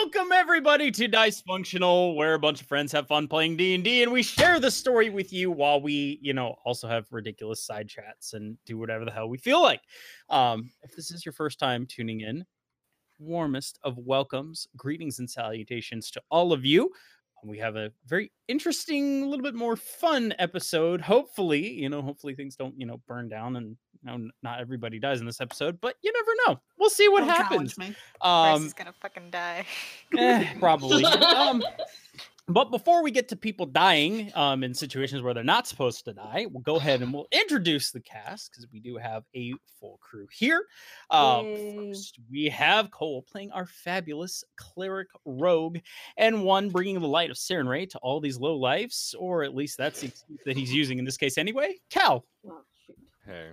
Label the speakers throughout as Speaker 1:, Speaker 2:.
Speaker 1: Welcome everybody to Dysfunctional, where a bunch of friends have fun playing D and D, and we share the story with you while we, you know, also have ridiculous side chats and do whatever the hell we feel like. Um, if this is your first time tuning in, warmest of welcomes, greetings and salutations to all of you. And We have a very interesting, a little bit more fun episode. Hopefully, you know, hopefully things don't, you know, burn down and you know, not everybody dies in this episode, but you never know. We'll see
Speaker 2: Oh,
Speaker 1: what
Speaker 3: Don't
Speaker 1: happens.
Speaker 3: challenge me.
Speaker 2: Bryce
Speaker 1: Um,
Speaker 2: is gonna fucking die.
Speaker 1: Eh, probably. um, but before we get to people dying um, in situations where they're not supposed to die, we'll go ahead and we'll introduce the cast because we do have a full crew here. Um, first, we have Cole playing our fabulous cleric rogue, and one bringing the light of Serenray to all these low lives, or at least that's the excuse that he's using in this case anyway. Cal,
Speaker 4: Hey.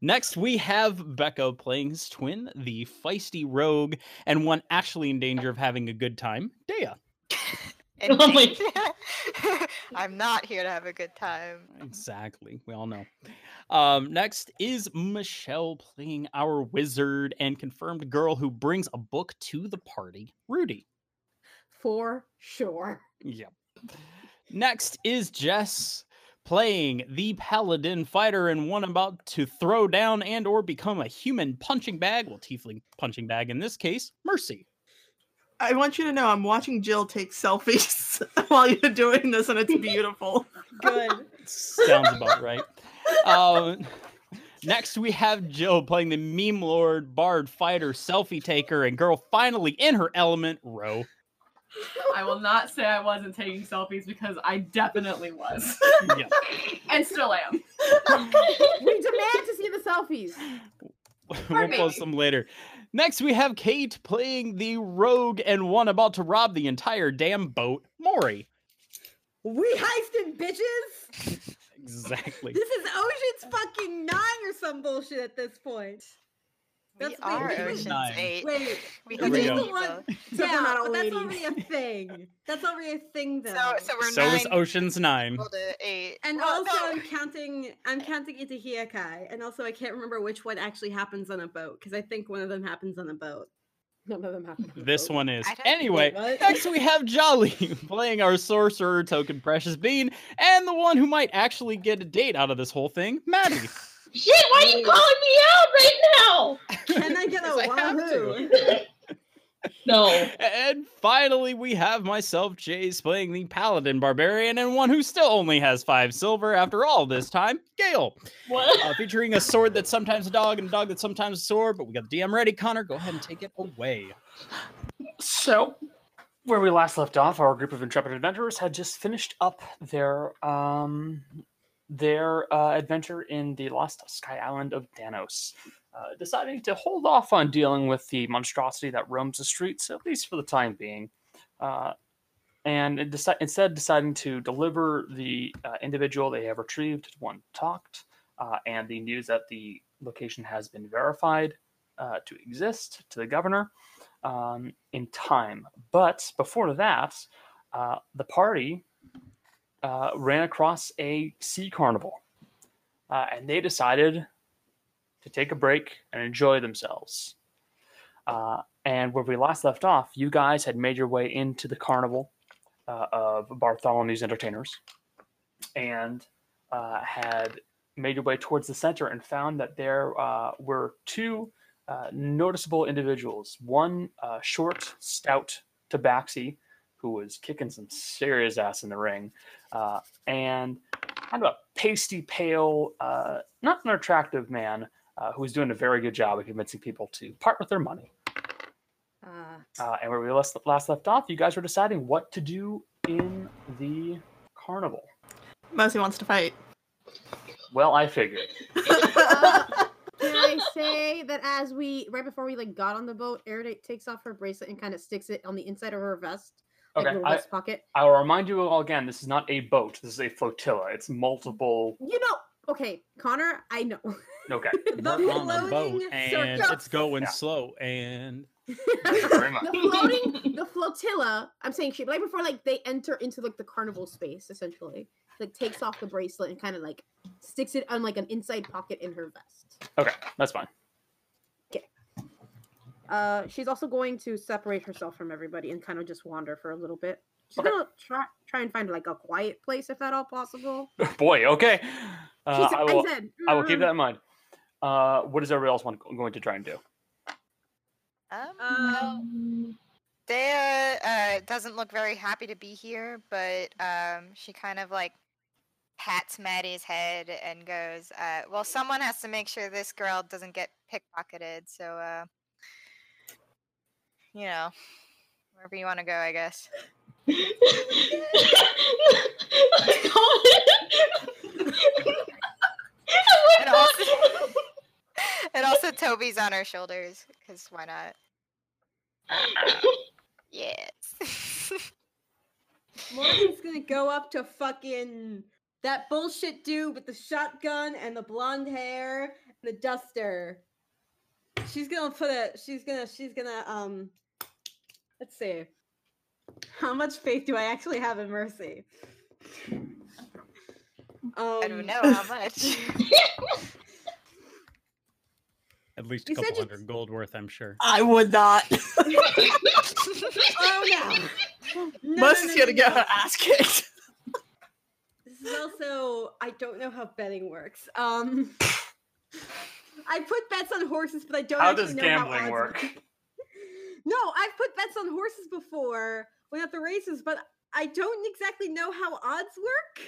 Speaker 1: Next, we have Becca playing his twin, the feisty rogue, and one actually in danger of having a good time, Dea.
Speaker 2: And
Speaker 3: Oh my-
Speaker 2: Jane- I'm not here to have a good time.
Speaker 1: Exactly, we all know. Um, next is Michelle playing our wizard and confirmed girl who brings a book to the party, Rudy.
Speaker 3: For sure.
Speaker 1: Yep. Next is Jess playing the paladin fighter and one about to throw down and or become a human punching bag, well, tiefling punching bag in this case, Mercy.
Speaker 5: I want you to know I'm watching Jill take selfies while you're doing this, and it's beautiful.
Speaker 3: Good.
Speaker 1: Sounds about right. Um, next, we have Jill playing the meme lord, bard, fighter, selfie taker, and girl finally in her element, Ro.
Speaker 6: I will not say I wasn't taking selfies because I definitely was.
Speaker 1: Yeah.
Speaker 6: and still am.
Speaker 3: we demand to see the selfies.
Speaker 1: we'll post
Speaker 6: Perfect.
Speaker 1: them later. Next, we have Kate playing the rogue and one about to rob the entire damn boat, Maury.
Speaker 7: We heisted bitches.
Speaker 1: Exactly.
Speaker 7: This is Ocean's fucking nine or some bullshit at this point.
Speaker 2: We
Speaker 7: That's the
Speaker 2: are
Speaker 7: thing.
Speaker 2: Ocean's
Speaker 1: Nine.
Speaker 2: Eight.
Speaker 7: Wait,
Speaker 2: We
Speaker 1: Here
Speaker 2: have
Speaker 1: we
Speaker 2: eight
Speaker 1: go.
Speaker 2: people.
Speaker 7: yeah,
Speaker 5: we're not all
Speaker 7: but that's
Speaker 5: ladies.
Speaker 7: already a thing. That's already a thing though.
Speaker 2: So, so we're
Speaker 1: so
Speaker 2: nine
Speaker 1: is Ocean's Nine.
Speaker 2: people to eight.
Speaker 7: and
Speaker 2: Well,
Speaker 7: also,
Speaker 2: no,
Speaker 7: I'm counting. I'm counting Itahiakai, and also I can't remember which one actually happens on a boat because I think one of them happens on a boat.
Speaker 3: None of them happened.
Speaker 1: This one is.
Speaker 2: I don't- wait,
Speaker 1: Anyway,
Speaker 7: what?
Speaker 1: next we have Jolly playing our sorcerer token Precious Bean and the one who might actually get a date out of this whole thing, Maddie.
Speaker 8: Shit, why are you calling me out right
Speaker 7: Can I get a
Speaker 1: 'Cause I have
Speaker 7: wahoo?
Speaker 8: now? No.
Speaker 1: And finally, we have myself, Chase, playing the paladin barbarian and one who still only has five silver after all this time, Gale,
Speaker 8: What?
Speaker 1: uh, featuring a sword that's sometimes a dog and a dog that's sometimes a sword. But we got the DM ready, Connor. Go ahead and take it away.
Speaker 9: So, where we last left off, our group of intrepid adventurers had just finished up their um, their uh, adventure in the Lost Sky Island of Danos, uh, deciding to hold off on dealing with the monstrosity that roams the streets, at least for the time being, uh, and it deci- instead deciding to deliver the uh, individual they have retrieved to one talked, uh, and the news that the location has been verified uh, to exist to the governor um, in time. But before that, uh, the party uh, ran across a sea carnival, uh, and they decided to take a break and enjoy themselves. Uh, and where we last left off, you guys had made your way into the carnival uh, of Bartholomew's Entertainers, and uh, had made your way towards the center and found that there uh, were two uh, noticeable individuals. One uh, short, stout Tabaxi, who was kicking some serious ass in the ring, uh, and kind of a pasty, pale, uh, not an attractive man uh, who was doing a very good job of convincing people to part with their money.
Speaker 7: Uh,
Speaker 9: Uh, and where we last, last left off, you guys were deciding what to do in the carnival.
Speaker 5: Mercy wants to fight.
Speaker 9: Well, I figured.
Speaker 3: Uh, Can I say that as we right before we like got on the boat, Erudite takes off her bracelet and kind of sticks it on the inside of her vest like,
Speaker 9: Okay,
Speaker 3: little
Speaker 9: I-
Speaker 3: wrist pocket.
Speaker 9: I will remind you all again, this is not a boat. This is a flotilla. It's multiple.
Speaker 3: You know, okay, Connor, I know.
Speaker 9: Okay.
Speaker 7: The
Speaker 1: We're on a boat
Speaker 7: floating
Speaker 1: and
Speaker 7: circle.
Speaker 1: it's going
Speaker 9: Yeah.
Speaker 1: slow and
Speaker 9: Thank you very much.
Speaker 3: the floating the flotilla i'm saying ship like before like they enter into like the carnival space essentially like takes off the bracelet and kind of like sticks it on like an inside pocket in her vest
Speaker 9: Okay, that's fine.
Speaker 3: uh she's also going to separate herself from everybody and kind of just wander for a little bit she's
Speaker 9: Okay.
Speaker 3: gonna try try and find like a quiet place if at all possible
Speaker 9: Boy, okay. Uh,
Speaker 3: She said-
Speaker 9: I will.
Speaker 3: said,
Speaker 9: I will keep
Speaker 3: "Mm,
Speaker 9: that in mind. Uh, what is everybody else want, going to try and do?
Speaker 2: Um,
Speaker 7: Um,
Speaker 2: Dea uh, doesn't look very happy to be here, but um, she kind of like pats Maddie's head and goes, uh, "Well, someone has to make sure this girl doesn't get pickpocketed. So, uh, you know, wherever you want to go, I guess."
Speaker 7: Oh
Speaker 2: And also, and also Toby's on her shoulders because why not? Yes.
Speaker 7: Morgan's gonna go up to fucking that bullshit dude with the shotgun and the blonde hair and the duster. She's gonna put a. She's gonna. She's gonna. Um. Let's see. How much faith do I actually have in Mercy? Um,
Speaker 2: I don't know how much.
Speaker 1: at least a
Speaker 7: You said
Speaker 1: couple
Speaker 7: you-
Speaker 1: hundred gold worth, I'm sure.
Speaker 5: I would not.
Speaker 7: Oh no! no
Speaker 5: Mercy's
Speaker 7: no, no,
Speaker 5: gonna
Speaker 7: no,
Speaker 5: get
Speaker 7: no.
Speaker 5: her ass kicked.
Speaker 7: This is also I don't know how betting works. Um, I put bets on horses, but I don't.
Speaker 9: How
Speaker 7: actually
Speaker 9: does
Speaker 7: know
Speaker 9: gambling
Speaker 7: odds
Speaker 9: work?
Speaker 7: No, I've put bets on horses before when at the races, but I don't exactly know how odds work.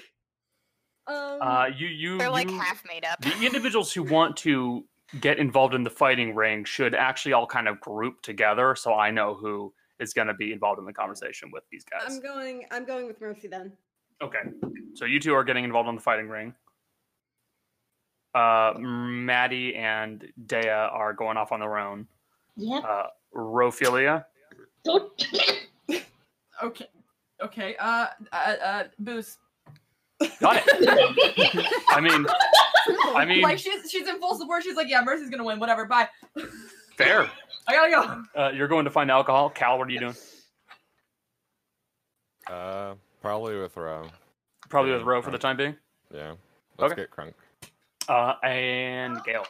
Speaker 7: Um,
Speaker 9: Uh, you, you,
Speaker 2: They're like
Speaker 9: you-
Speaker 2: half made up.
Speaker 9: the individuals who want to get involved in the fighting ring should actually all kind of group together, so I know who is going to be involved in the conversation with these guys.
Speaker 7: I'm going. I'm going with Mercy then.
Speaker 9: Okay. So you two are getting involved in the fighting ring. Uh, Maddie and Dea are going off on their own.
Speaker 8: Yep.
Speaker 9: Uh, Rophilia.
Speaker 8: Don't.
Speaker 6: Okay. Okay. Uh. Uh. uh boost.
Speaker 9: Got it. I mean, I mean,
Speaker 6: like she's she's in full support. She's like, yeah, Mercy's gonna win. Whatever. Bye.
Speaker 9: fair.
Speaker 6: I gotta go.
Speaker 9: Uh, you're going to find alcohol. Cal, what are you doing?
Speaker 4: Uh, probably with Ro.
Speaker 9: Probably with
Speaker 4: Yeah,
Speaker 9: Ro for the
Speaker 4: right.
Speaker 9: time being.
Speaker 4: Yeah. Let's
Speaker 9: Okay.
Speaker 4: get crunk.
Speaker 9: Uh, and Gail.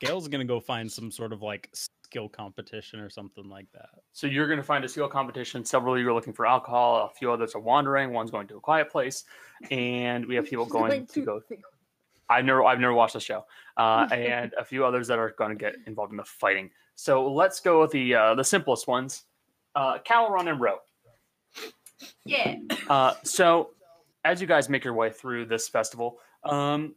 Speaker 1: Gail's gonna go find some sort of like skill competition or something like that.
Speaker 9: So you're going to find a skill competition. Several of you are looking for alcohol. A few others are wandering. One's going to a quiet place, and we have people
Speaker 3: she's
Speaker 9: going to go I've never I've never watched the show, uh, and a few others that are going to get involved in the fighting. So let's go with the uh, the simplest ones, uh, Caloron and Roe.
Speaker 6: Yeah.
Speaker 9: Uh, so as you guys make your way through this festival, um,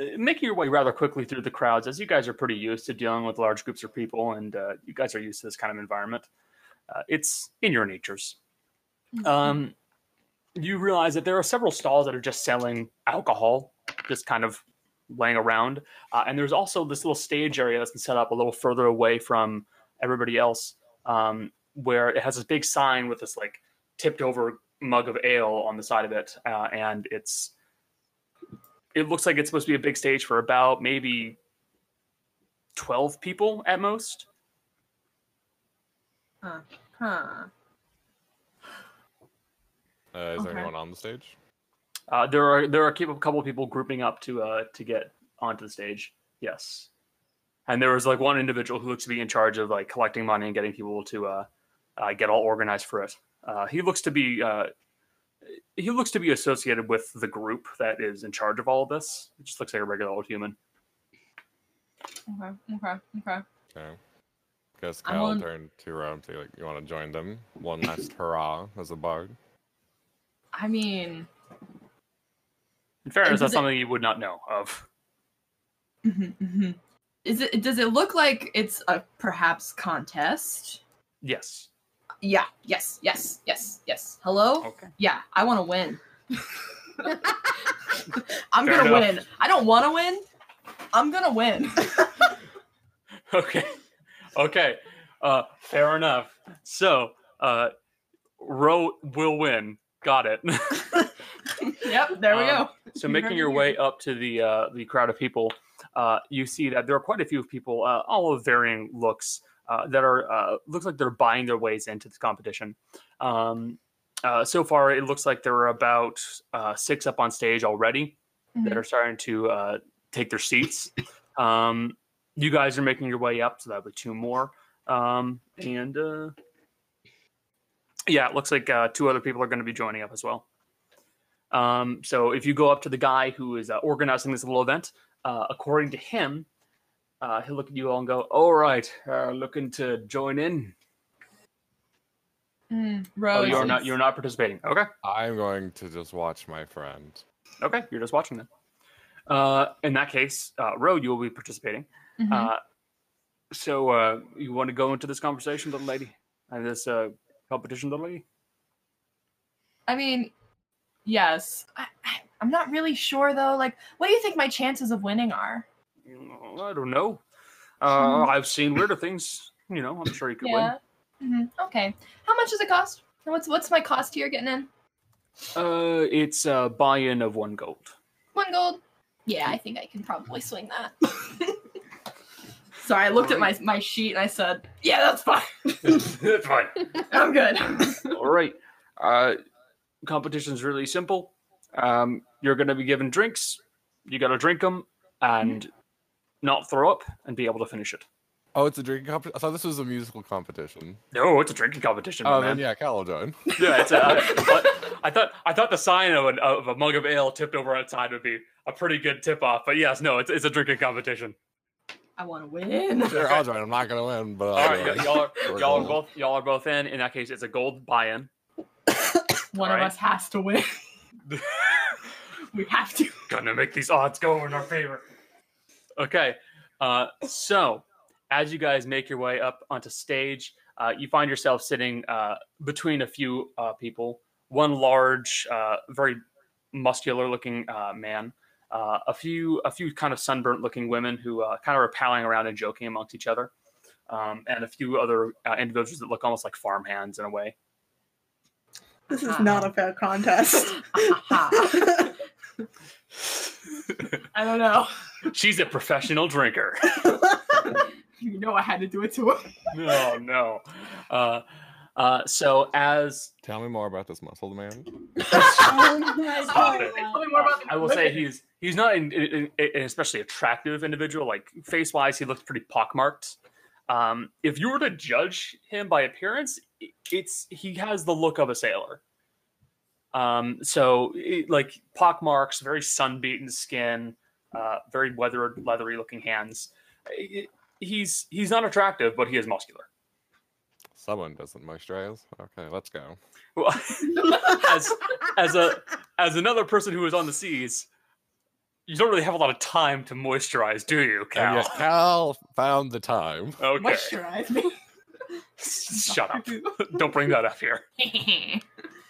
Speaker 9: uh, making your way rather quickly through the crowds, as you guys are pretty used to dealing with large groups of people, and uh, you guys are used to this kind of environment. Uh, it's in your natures.
Speaker 1: Mm-hmm.
Speaker 9: Um, you realize that there are several stalls that are just selling alcohol, just kind of laying around, uh, and there's also this little stage area that's been set up a little further away from everybody else, um, where it has this big sign with this like tipped over mug of ale on the side of it, uh, and it's it looks like it's supposed to be a big stage for about maybe twelve people at most.
Speaker 6: Huh.
Speaker 4: Uh, is there
Speaker 6: Okay.
Speaker 4: anyone on the stage?
Speaker 9: Uh, there are there are a cou- couple of people grouping up to uh, to get onto the stage. Yes, and there was like one individual who looks to be in charge of like collecting money and getting people to uh, uh, get all organized for it. Uh, he looks to be uh, he looks to be associated with the group that is in charge of all of this. It just looks like a regular old human.
Speaker 6: Okay. Okay. Okay.
Speaker 4: Okay. Guess
Speaker 6: I'm
Speaker 4: Cal
Speaker 6: on-
Speaker 4: turned to Ro and say, like, you want to join them? One last hurrah as a bard.
Speaker 6: I mean.
Speaker 9: In fairness,
Speaker 6: does
Speaker 9: that's
Speaker 6: it-
Speaker 9: something you would not know of.
Speaker 6: mhm, mhm. Is it? Does it look like it's a perhaps contest?
Speaker 9: Yes.
Speaker 6: Yeah. Yes. Yes. Yes. Yes. Hello.
Speaker 9: Okay.
Speaker 6: Yeah. I want to win. I'm
Speaker 9: Fair
Speaker 6: gonna
Speaker 9: enough.
Speaker 6: win. I don't want to win. I'm gonna win.
Speaker 9: Okay. Okay. Uh, fair enough. So, uh, Row will win. Got it.
Speaker 6: Yep, there we
Speaker 9: Um,
Speaker 6: go.
Speaker 9: so
Speaker 6: You
Speaker 9: making
Speaker 6: heard
Speaker 9: your
Speaker 6: me.
Speaker 9: way up to the uh, the crowd of people, uh, you see that there are quite a few people, uh, all of varying looks, uh, that are uh, looks like they're buying their ways into the competition. Um, uh, so far, it looks like there are about uh, six up on stage already that
Speaker 6: Mhm.
Speaker 9: are starting to uh, take their seats. Um, you guys are making your way up, so that'll be two more. Um, and uh, yeah, it looks like uh, two other people are going to be joining up as well. Um, so if you go up to the guy who is uh, organizing this little event, uh, according to him, uh, he'll look at you all and go, "All right, uh, looking to join in."
Speaker 6: Mm,
Speaker 9: Oh,
Speaker 6: Rose.
Speaker 9: you're
Speaker 6: is-
Speaker 9: not. You're not participating. Okay.
Speaker 4: I'm going to just watch my friend.
Speaker 9: Okay. You're just watching them. Uh, in that case, uh, Ro, you will be participating.
Speaker 6: Mhm.
Speaker 9: Uh, so uh, you want to go into this conversation, little lady, and this uh, competition, little lady?
Speaker 6: I mean, yes. I, I, I'm not really sure though. Like, what do you think my chances of winning are?
Speaker 9: Mm, I don't know. Uh,
Speaker 6: Hmm.
Speaker 9: I've seen weirder things. You know, I'm sure you could win.
Speaker 6: yeah. Mhm, Okay. How much does it cost? What's what's my cost here getting in?
Speaker 9: Uh, it's a buy-in of one gold.
Speaker 6: One gold. Yeah, I think I can probably swing that. Sorry, I looked at my my sheet and I said, "Yeah, that's fine.
Speaker 9: That's fine.
Speaker 6: I'm good."
Speaker 9: All right. Uh, competition's really simple. Um, you're going to be given drinks. You got to drink them and
Speaker 6: Mm-hmm.
Speaker 9: not throw up and be able to finish it.
Speaker 4: Oh, it's a drinking competition. I thought this was a musical competition.
Speaker 9: No, it's a drinking competition,
Speaker 4: Oh,
Speaker 9: man.
Speaker 4: then yeah, Cal will join.
Speaker 9: Yeah, it's a, I, I thought I thought the sign of, an, of a mug of ale tipped over outside would be a pretty good tip off, but yes, no, it's, it's a drinking competition.
Speaker 6: I want to win.
Speaker 4: Sure, I'll join. I'm not gonna win, but I'll
Speaker 9: All right,
Speaker 4: join.
Speaker 9: y- y'all are,
Speaker 4: We're
Speaker 9: y'all are
Speaker 4: gold.
Speaker 9: both y'all are both in. In that case, it's a gold buy-in.
Speaker 6: One
Speaker 9: Alright.
Speaker 6: of us has to win. we have to.
Speaker 9: gonna make these odds go in our favor. Okay, uh, so as you guys make your way up onto stage, uh, you find yourself sitting uh, between a few uh, people. One large, uh, very muscular-looking uh, man, uh, a few, a few kind of sunburnt-looking women who uh, kind of are palling around and joking amongst each other, um, and a few other uh, individuals that look almost like farmhands in a way.
Speaker 5: This
Speaker 6: Ah.
Speaker 5: is not a fair contest.
Speaker 6: I don't know.
Speaker 9: She's a professional drinker.
Speaker 6: You know I had to do it to him.
Speaker 9: no, Oh, no. Uh, uh, so as
Speaker 4: Tell me more about this muscle man.
Speaker 7: Oh my
Speaker 9: Stop
Speaker 7: god.
Speaker 9: it.
Speaker 6: Tell me more about the
Speaker 9: I will say
Speaker 6: women.
Speaker 9: he's he's not an, an, an especially attractive individual. Like face wise, he looks pretty pockmarked. Um, if you were to judge him by appearance, i- it's he has the look of a sailor. Um, so it, like pockmarks, very sunbeaten skin, uh, very weathered, leathery looking hands. I- i- he's he's not attractive, but he is muscular.
Speaker 4: Someone doesn't moisturize. Okay, let's go.
Speaker 9: Well, as as a as another person who is on the seas, you don't really have a lot of time to moisturize, do you,
Speaker 4: And
Speaker 9: Cal?
Speaker 4: yet Cal found the time.
Speaker 9: Okay.
Speaker 6: Moisturize me.
Speaker 9: Shut up. Don't bring that up here.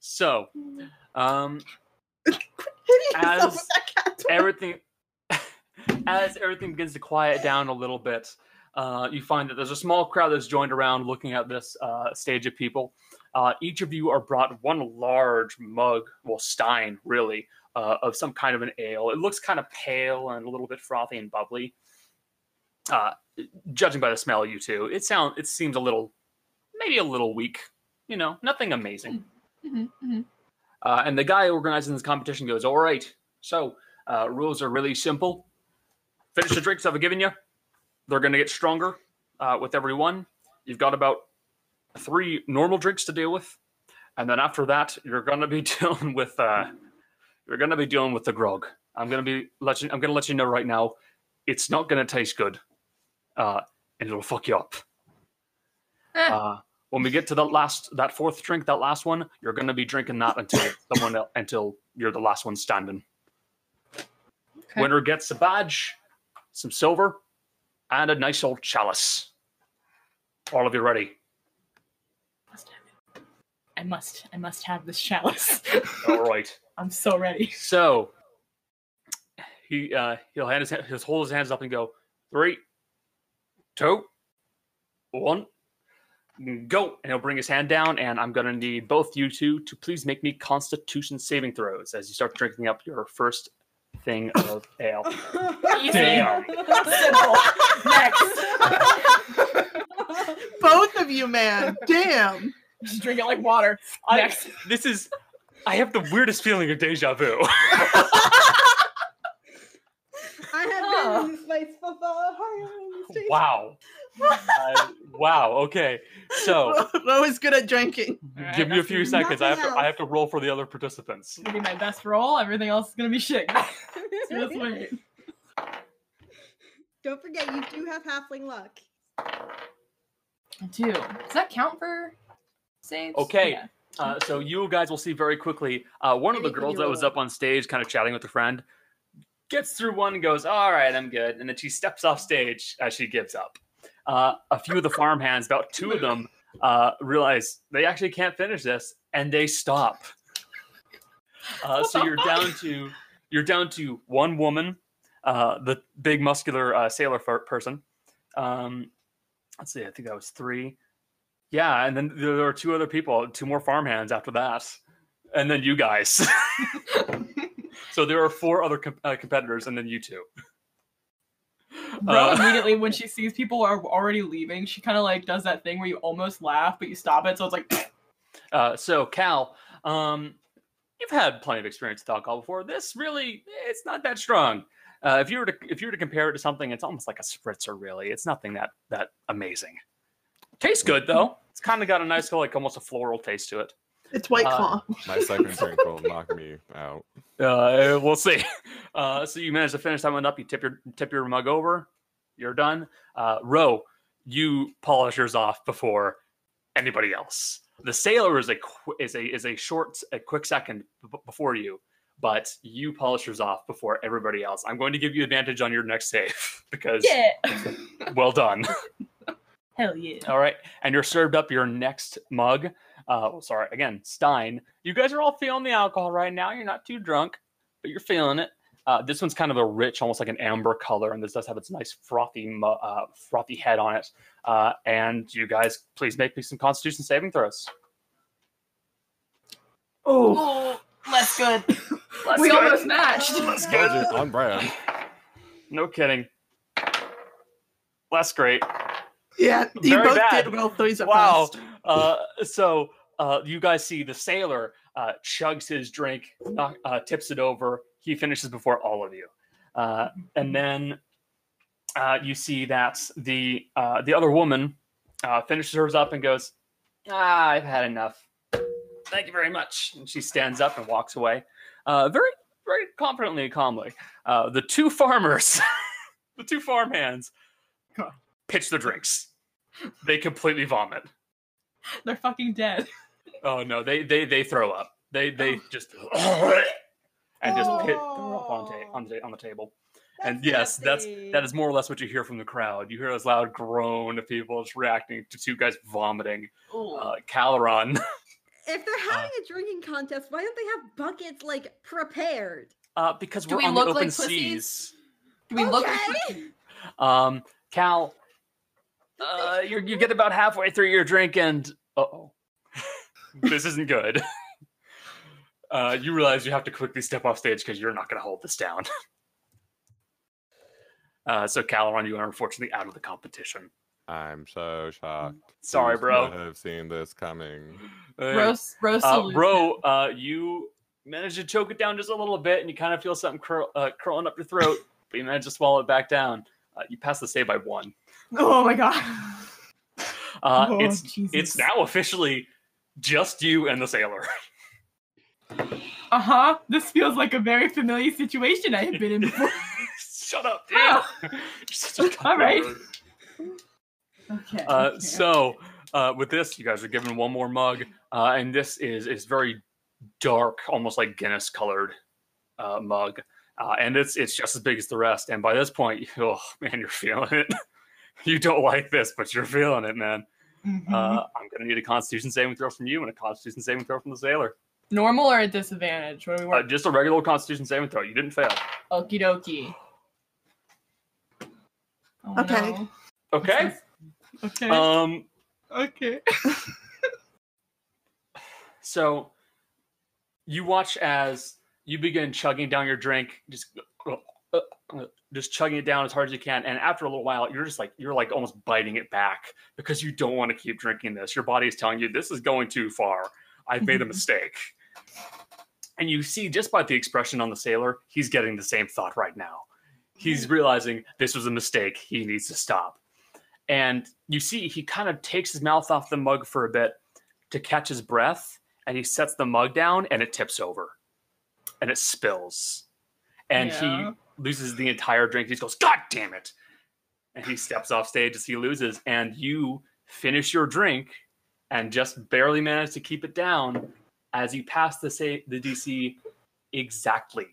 Speaker 9: So, um,
Speaker 5: Hitting
Speaker 9: As-
Speaker 5: yourself with that cat toy.
Speaker 9: everything as everything begins to quiet down a little bit, uh, you find that there's a small crowd that's joined around looking at this uh, stage of people. Uh, each of you are brought one large mug, well, stein, really, uh, of some kind of an ale. It looks kind of pale and a little bit frothy and bubbly. Uh, judging by the smell, you two, it sound it seems a little, maybe a little weak. You know, nothing amazing.
Speaker 6: Mhm, mhm.
Speaker 9: Uh, and the guy organizing this competition goes, "All right, so uh, rules are really simple. Finish the drinks I've given you. They're going to get stronger uh, with every one. You've got about three normal drinks to deal with, and then after that, you're going to be dealing with uh, you're going to be dealing with the grog. I'm going to be let you, I'm going to let you know right now, it's not going to taste good, uh, and it'll fuck you up.
Speaker 6: Eh.
Speaker 9: Uh, when we get to that last that fourth drink, that last one, you're going to be drinking that until someone el until you're the last one standing.
Speaker 6: Okay.
Speaker 9: Winner gets a badge, some silver, and a nice old chalice. All of you ready?
Speaker 6: I must. I must have this chalice.
Speaker 9: All right.
Speaker 6: I'm so ready.
Speaker 9: So he uh, he'll hand his hand, he'll hold his hands up and go three, two, one, Go, and he'll bring his hand down, and I'm gonna need both you two to please make me Constitution saving throws as you start drinking up your first thing of ale. Damn.
Speaker 6: Simple. Next.
Speaker 5: Both of you, man. Damn.
Speaker 6: Just drink it like water.
Speaker 9: I-
Speaker 6: Next.
Speaker 9: This is. I have the weirdest feeling of deja vu.
Speaker 7: I
Speaker 6: Huh.
Speaker 7: have been in this place for far higher.
Speaker 9: wow. Uh, wow. Okay. So
Speaker 5: Lo is good at drinking.
Speaker 6: Alright,
Speaker 9: give me a
Speaker 6: that's
Speaker 9: few
Speaker 6: gonna be-
Speaker 9: seconds. I have
Speaker 7: nothing
Speaker 9: to. I
Speaker 7: else.
Speaker 9: have to roll for the other participants.
Speaker 6: Gonna be my best roll. Everything else is gonna be shit. So let's wait.
Speaker 7: Don't forget, you do have halfling luck.
Speaker 6: I do. Does that count for saves?
Speaker 9: Okay.
Speaker 6: Yeah.
Speaker 9: Uh, so you guys will see very quickly. Uh, one of the
Speaker 3: Anything
Speaker 9: girls
Speaker 3: you
Speaker 9: that was
Speaker 3: roll.
Speaker 9: up on stage, kind of chatting with a friend, gets through one and goes, "All right, I'm good," and then she steps off stage as she gives up. Uh, a few of the farmhands, about two of them, uh, realize they actually can't finish this, and they stop. Uh, so you're down to you're down to one woman, uh, the big muscular uh, sailor fir- person. Um, let's see, I think that was three. Yeah, and then there there are two other people, two more farmhands after that, and then you guys. so there are four other com- uh, competitors, and then you two.
Speaker 6: Bro,
Speaker 9: Uh,
Speaker 6: immediately when she sees people are already leaving, she kind of like does that thing where you almost laugh but you stop it. So it's like,
Speaker 9: Uh, so Cal, um, you've had plenty of experience with alcohol before. This really, it's not that strong. Uh, if you were to if you were to compare it to something, it's almost like a spritzer. Really, it's nothing that that amazing. Tastes good though. It's kind of got a nice, like almost a floral taste to it.
Speaker 5: It's White
Speaker 9: Uh,
Speaker 5: Claw.
Speaker 4: My second drink will knock me out.
Speaker 9: Uh, we'll see. Uh, so you manage to finish that one up. You tip your tip your mug over. You're done. Uh, Roe, you polish yours off before anybody else. The sailor is a qu- is a is a short a quick second b- before you, but you polish yours off before everybody else. I'm going to give you advantage on your next save because
Speaker 8: Yeah.
Speaker 9: well done.
Speaker 6: hell yeah.
Speaker 9: All right, and you're served up your next mug. Uh, well, sorry, again, Stein. You guys are all feeling the alcohol right now. You're not too drunk, but you're feeling it. Uh, this one's kind of a rich, almost like an amber color, and this does have its nice frothy, mu- uh, frothy head on it. Uh, and you guys, please make me some Constitution saving throws.
Speaker 5: Oh,
Speaker 6: Oh, less good.
Speaker 9: Less
Speaker 6: we
Speaker 9: good.
Speaker 6: almost matched.
Speaker 9: Less
Speaker 4: Told you, on brand.
Speaker 9: No kidding. Less great.
Speaker 5: yeah. You
Speaker 9: Very
Speaker 5: both
Speaker 9: bad.
Speaker 5: did well. Three's at
Speaker 9: Wow.
Speaker 5: first.
Speaker 9: Uh, so uh, you guys see the sailor uh, chugs his drink, knock, uh, tips it over. He finishes before all of you, uh, and then uh, you see that the uh, the other woman uh, finishes hers up and goes, "Ah, I've had enough. Thank you very much." And she stands up and walks away, uh, very very confidently and calmly. Uh, the two farmers, the two farmhands, pitch the drinks. They completely vomit.
Speaker 6: They're fucking dead.
Speaker 9: Oh no, they they they throw up. They they just and just pit Oh.
Speaker 6: Oh.
Speaker 9: throw up on, ta- on, the, on the table. and yes, that's that is more or less what you hear from the crowd. You hear this loud groan of people just reacting to two guys vomiting. Uh, Caloron.
Speaker 7: If
Speaker 3: Ah.
Speaker 7: they're having a drinking contest, why don't they have buckets like prepared?
Speaker 9: Uh, because
Speaker 6: Do
Speaker 9: we're
Speaker 6: we
Speaker 9: on the
Speaker 6: look
Speaker 9: open
Speaker 6: like pussies?
Speaker 9: seas.
Speaker 6: Do we look?
Speaker 7: Okay.
Speaker 9: Um, Cal, uh, you you get about halfway through your drink and uh oh, this isn't good. Uh, you realize you have to quickly step off stage because you're not going to hold this down. uh, so Caloron, you are unfortunately out of the competition.
Speaker 4: I'm so shocked.
Speaker 9: Sorry,
Speaker 4: Who's
Speaker 9: bro.
Speaker 4: not have seen this coming.
Speaker 9: Uh,
Speaker 6: Rose, Rose,
Speaker 9: uh,
Speaker 6: salute.
Speaker 9: bro, uh, you manage to choke it down just a little bit, and you kind of feel something curl, uh, curling up your throat, but you manage to swallow it back down. Uh, you pass the save by one.
Speaker 6: Oh my god.
Speaker 9: Uh,
Speaker 6: Oh,
Speaker 9: it's
Speaker 6: Jesus.
Speaker 9: it's now officially just you and the sailor.
Speaker 6: Uh huh. This feels like a very familiar situation I have been in before.
Speaker 9: Shut up, dude.
Speaker 6: Wow.
Speaker 9: You're such a cock
Speaker 6: All right.
Speaker 9: blocker.
Speaker 6: okay.
Speaker 9: Uh,
Speaker 6: okay.
Speaker 9: so uh, with this, you guys are given one more mug, uh, and this is is very dark, almost like Guinness colored uh, mug, uh, and it's it's just as big as the rest. And by this point, oh man, you're feeling it. you don't like this, but you're feeling it, man.
Speaker 6: Mhm.
Speaker 9: Uh, I'm gonna need a Constitution saving throw from you and a Constitution saving throw from the sailor.
Speaker 6: Normal or a disadvantage? What do we
Speaker 9: Uh,
Speaker 6: work?
Speaker 9: just a regular Constitution saving throw. You didn't fail.
Speaker 6: Okie dokie. Oh,
Speaker 5: Okay.
Speaker 6: no.
Speaker 9: Okay.
Speaker 6: Okay.
Speaker 9: Um,
Speaker 5: Okay.
Speaker 9: So you watch as you begin chugging down your drink, just just chugging it down as hard as you can. And after a little while, you're just like you're like almost biting it back because you don't want to keep drinking this. Your body is telling you this is going too far. I've made a mistake. And you see just by the expression on the sailor, he's getting the same thought right now. He's realizing this was a mistake. He needs to stop. And you see he kind of takes his mouth off the mug for a bit to catch his breath and he sets the mug down and it tips over and it spills and he
Speaker 6: Yeah.
Speaker 9: loses the entire drink he just goes god damn it and he steps off stage as he loses and you finish your drink and just barely manage to keep it down as you pass the sa- the dc exactly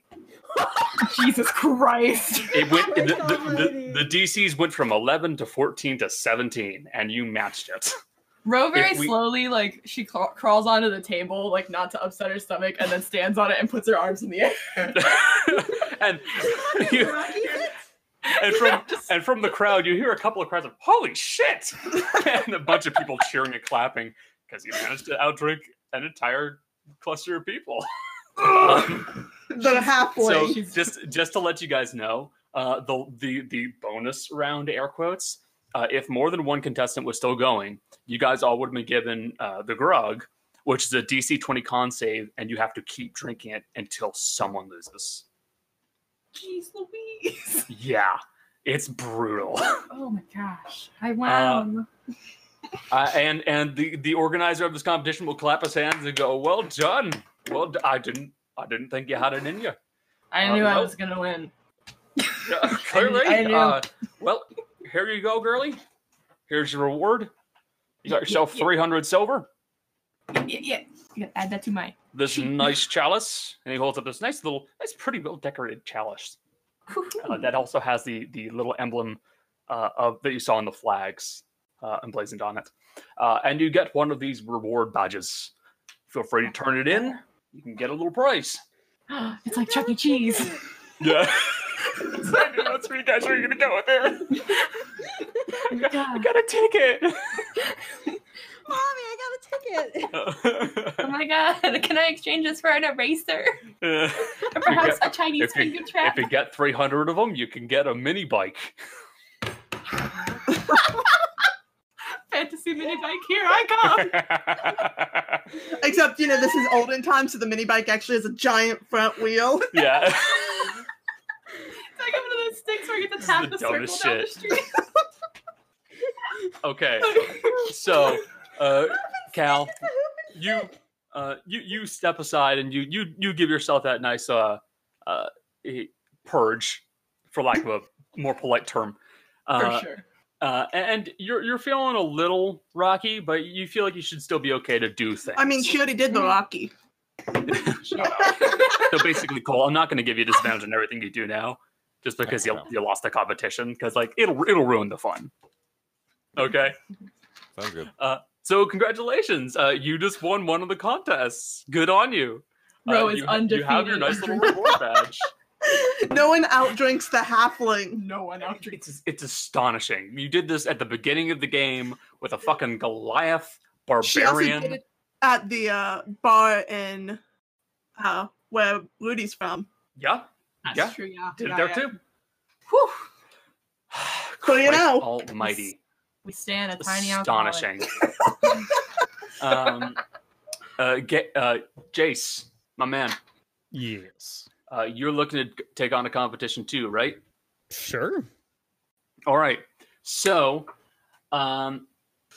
Speaker 5: Jesus Christ.
Speaker 9: it went the,
Speaker 7: God,
Speaker 9: the, the, the dc's went from 11 to 14 to 17 and you matched it
Speaker 6: Row very
Speaker 9: If we-
Speaker 6: slowly, like she ca- crawls onto the table, like not to upset her stomach, and then stands on it and puts her arms in the air.
Speaker 9: and you, and from and from the crowd, you hear a couple of cries of "Holy shit!" and a bunch of people cheering and clapping because you managed to outdrink an entire cluster of people.
Speaker 5: the halfway.
Speaker 9: so just just to let you guys know, uh, the the the bonus round air quotes. Uh, if more than one contestant was still going, you guys all would have been given uh, the grug, which is a DC twenty con save, and you have to keep drinking it until someone loses.
Speaker 6: Jeez Louise!
Speaker 9: Yeah, it's brutal.
Speaker 6: Oh my gosh! I won.
Speaker 9: Uh, and and the, the organizer of this competition will clap his hands and go, "Well done, well d- I didn't I didn't think you had it in you."
Speaker 6: I
Speaker 9: uh,
Speaker 6: knew I
Speaker 9: well-
Speaker 6: was gonna win.
Speaker 9: Yeah, clearly,
Speaker 6: I knew.
Speaker 9: Uh, well, here you go, girly. Here's your reward. You got yourself
Speaker 6: yeah.
Speaker 9: three hundred silver.
Speaker 6: Yeah, yeah. You gotta add that to my.
Speaker 9: This nice chalice, and he holds up this nice little, nice, pretty well decorated chalice uh, that also has the the little emblem uh, of that you saw in the flags uh, emblazoned on it. Uh, and you get one of these reward badges. Feel free to turn it in. You can get a little prize.
Speaker 6: it's like Chuck E. Cheese.
Speaker 9: Yeah. That's where you guys are gonna go there.
Speaker 6: Oh
Speaker 9: I got, I got a
Speaker 7: Mommy, I got a ticket.
Speaker 6: Oh
Speaker 9: ticket.
Speaker 6: my god! Can I exchange this for an eraser or perhaps a Chinese
Speaker 9: if you-
Speaker 6: finger
Speaker 9: if
Speaker 6: trap?
Speaker 9: you get 300 of them, you can get a mini bike.
Speaker 6: Fantasy mini bike. Here I come.
Speaker 5: Except, you know, this is olden times, so the mini bike actually has a giant front wheel.
Speaker 9: yeah.
Speaker 6: It's like one of those sticks where you get to
Speaker 9: is
Speaker 6: tap
Speaker 9: the
Speaker 6: the, circle
Speaker 9: dumbest
Speaker 6: down the
Speaker 9: shit.
Speaker 6: street.
Speaker 9: Okay. So, uh, Cal, you uh, you you step aside and you you you give yourself that nice uh, uh, eh, purge, for lack of a more polite term. Uh,
Speaker 6: for sure.
Speaker 9: uh, and you're you're feeling a little rocky, but you feel like you should still be okay to do things.
Speaker 5: I mean, she already did
Speaker 6: Mm.
Speaker 5: the Rocky.
Speaker 9: so basically, Cole, I'm not going to give you disadvantage on everything you do now, just because you, you lost the competition, because like it'll it'll ruin the fun. Okay, Uh,
Speaker 4: Sounds good.
Speaker 9: so congratulations, uh, you just won one of the contests. Good on you. Uh,
Speaker 6: Row is
Speaker 9: you,
Speaker 6: undefeated.
Speaker 9: You have your nice little reward badge.
Speaker 5: No one outdrinks the halfling.
Speaker 6: no one out drinks.
Speaker 9: It's it's astonishing. You did this at the beginning of the game with a fucking Goliath
Speaker 5: She also
Speaker 9: barbarian.
Speaker 5: did it at the uh, bar in uh, where Rudy's from.
Speaker 9: yeah,
Speaker 6: That's
Speaker 9: Yeah.
Speaker 6: true. Yeah.
Speaker 9: did
Speaker 6: yeah,
Speaker 9: it there
Speaker 6: yeah.
Speaker 9: too.
Speaker 6: Whew.
Speaker 5: So you
Speaker 9: Christ
Speaker 5: know.
Speaker 9: Almighty.
Speaker 6: We stand a tiny alcoholic.
Speaker 9: astonishing. um, uh, get, uh, Jace, my man,
Speaker 1: Yes.
Speaker 9: uh, you're looking to take on a competition too, right?
Speaker 1: Sure.
Speaker 9: All right. So, um,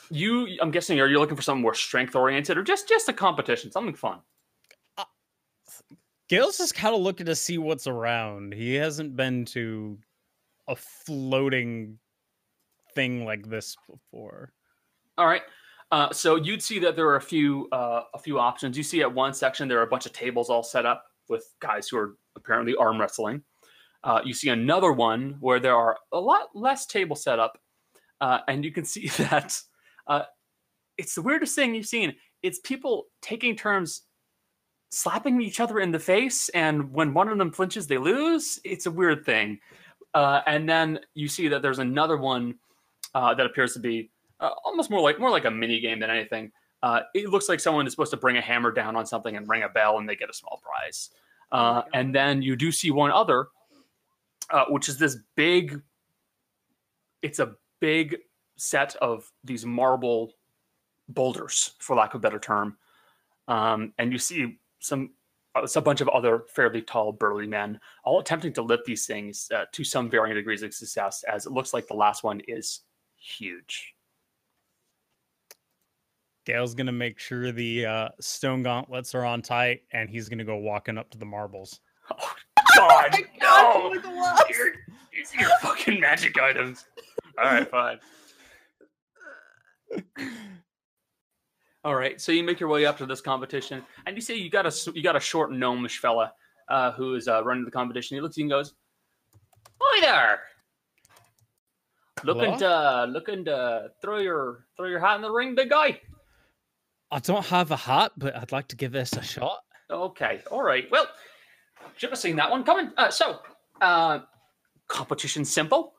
Speaker 9: you, I'm guessing, are you looking for something more strength oriented, or just just a competition, something fun?
Speaker 1: Gail's just kind of looking to see what's around. He hasn't been to a floating thing like this before.
Speaker 9: All right. Uh, so you'd see that there are a few uh, a few options. You see at one section there are a bunch of tables all set up with guys who are apparently arm wrestling. Uh, you see another one where there are a lot less table set up, uh, and you can see that uh, it's the weirdest thing you've seen. It's people taking turns slapping each other in the face, and when one of them flinches, they lose. It's a weird thing. Uh, and then you see that there's another one uh, that appears to be uh, almost more like more like a mini game than anything. Uh, it looks like someone is supposed to bring a hammer down on something and ring a bell, and they get a small prize. Uh, and then you do see one other, uh, which is this big. It's a big set of these marble boulders, for lack of a better term, um, and you see some it's a bunch of other fairly tall, burly men, all attempting to lift these things uh, to some varying degrees of success. As it looks like the last one is huge.
Speaker 10: Gail's gonna make sure the uh, stone gauntlets are on tight, and he's gonna go walking up to the marbles.
Speaker 6: Oh
Speaker 9: God, no! Your, your fucking magic items. All right, fine. All right, so you make your way up to this competition, and you see you got a s- you got a short gnomish fella uh, who is uh, running the competition. He looks at you and goes, "Hi there, uh, looking to looking to throw your throw your hat in the ring, big guy."
Speaker 10: I don't have a hat, but I'd like to give this a shot.
Speaker 9: Okay, all right. Well, should have seen that one coming. Uh, so, uh, competition simple.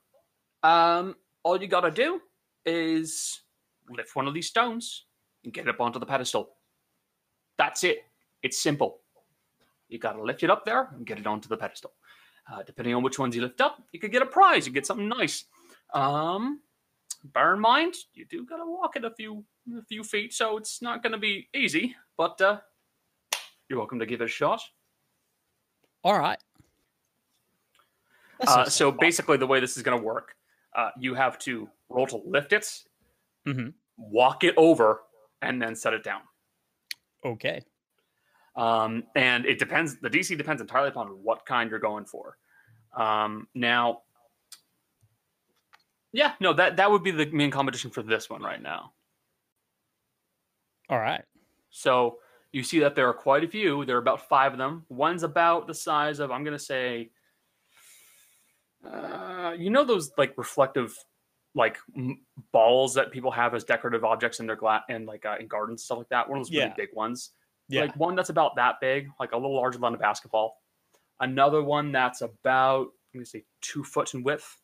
Speaker 9: Um, all you gotta do is lift one of these stones and get it up onto the pedestal. That's it. It's simple. You gotta lift it up there and get it onto the pedestal. Uh, depending on which ones you lift up, you could get a prize. You get something nice. Um, bear in mind, you do gotta walk it a few a few feet, so it's not gonna be easy. But uh, you're welcome to give it a shot.
Speaker 10: All right. That
Speaker 9: Uh,
Speaker 10: sounds
Speaker 9: so basically, the way this is going to work, uh, you have to roll to lift it,
Speaker 10: Mm-hmm.
Speaker 9: walk it over, and then set it down.
Speaker 10: Okay.
Speaker 9: Um, and it depends. The DC depends entirely upon what kind you're going for. Um, now, yeah, no, that that would be the main competition for this one right now.
Speaker 10: All right.
Speaker 9: So you see that there are quite a few. There are about five of them. One's about the size of I'm going to say, uh, you know those like reflective, like m- balls that people have as decorative objects in their glass and like uh, in gardens stuff like that. One of those
Speaker 10: Yeah.
Speaker 9: really big ones.
Speaker 10: Yeah.
Speaker 9: Like one that's about that big, like a little larger than a basketball. Another one that's about I'm going to say two foot in width.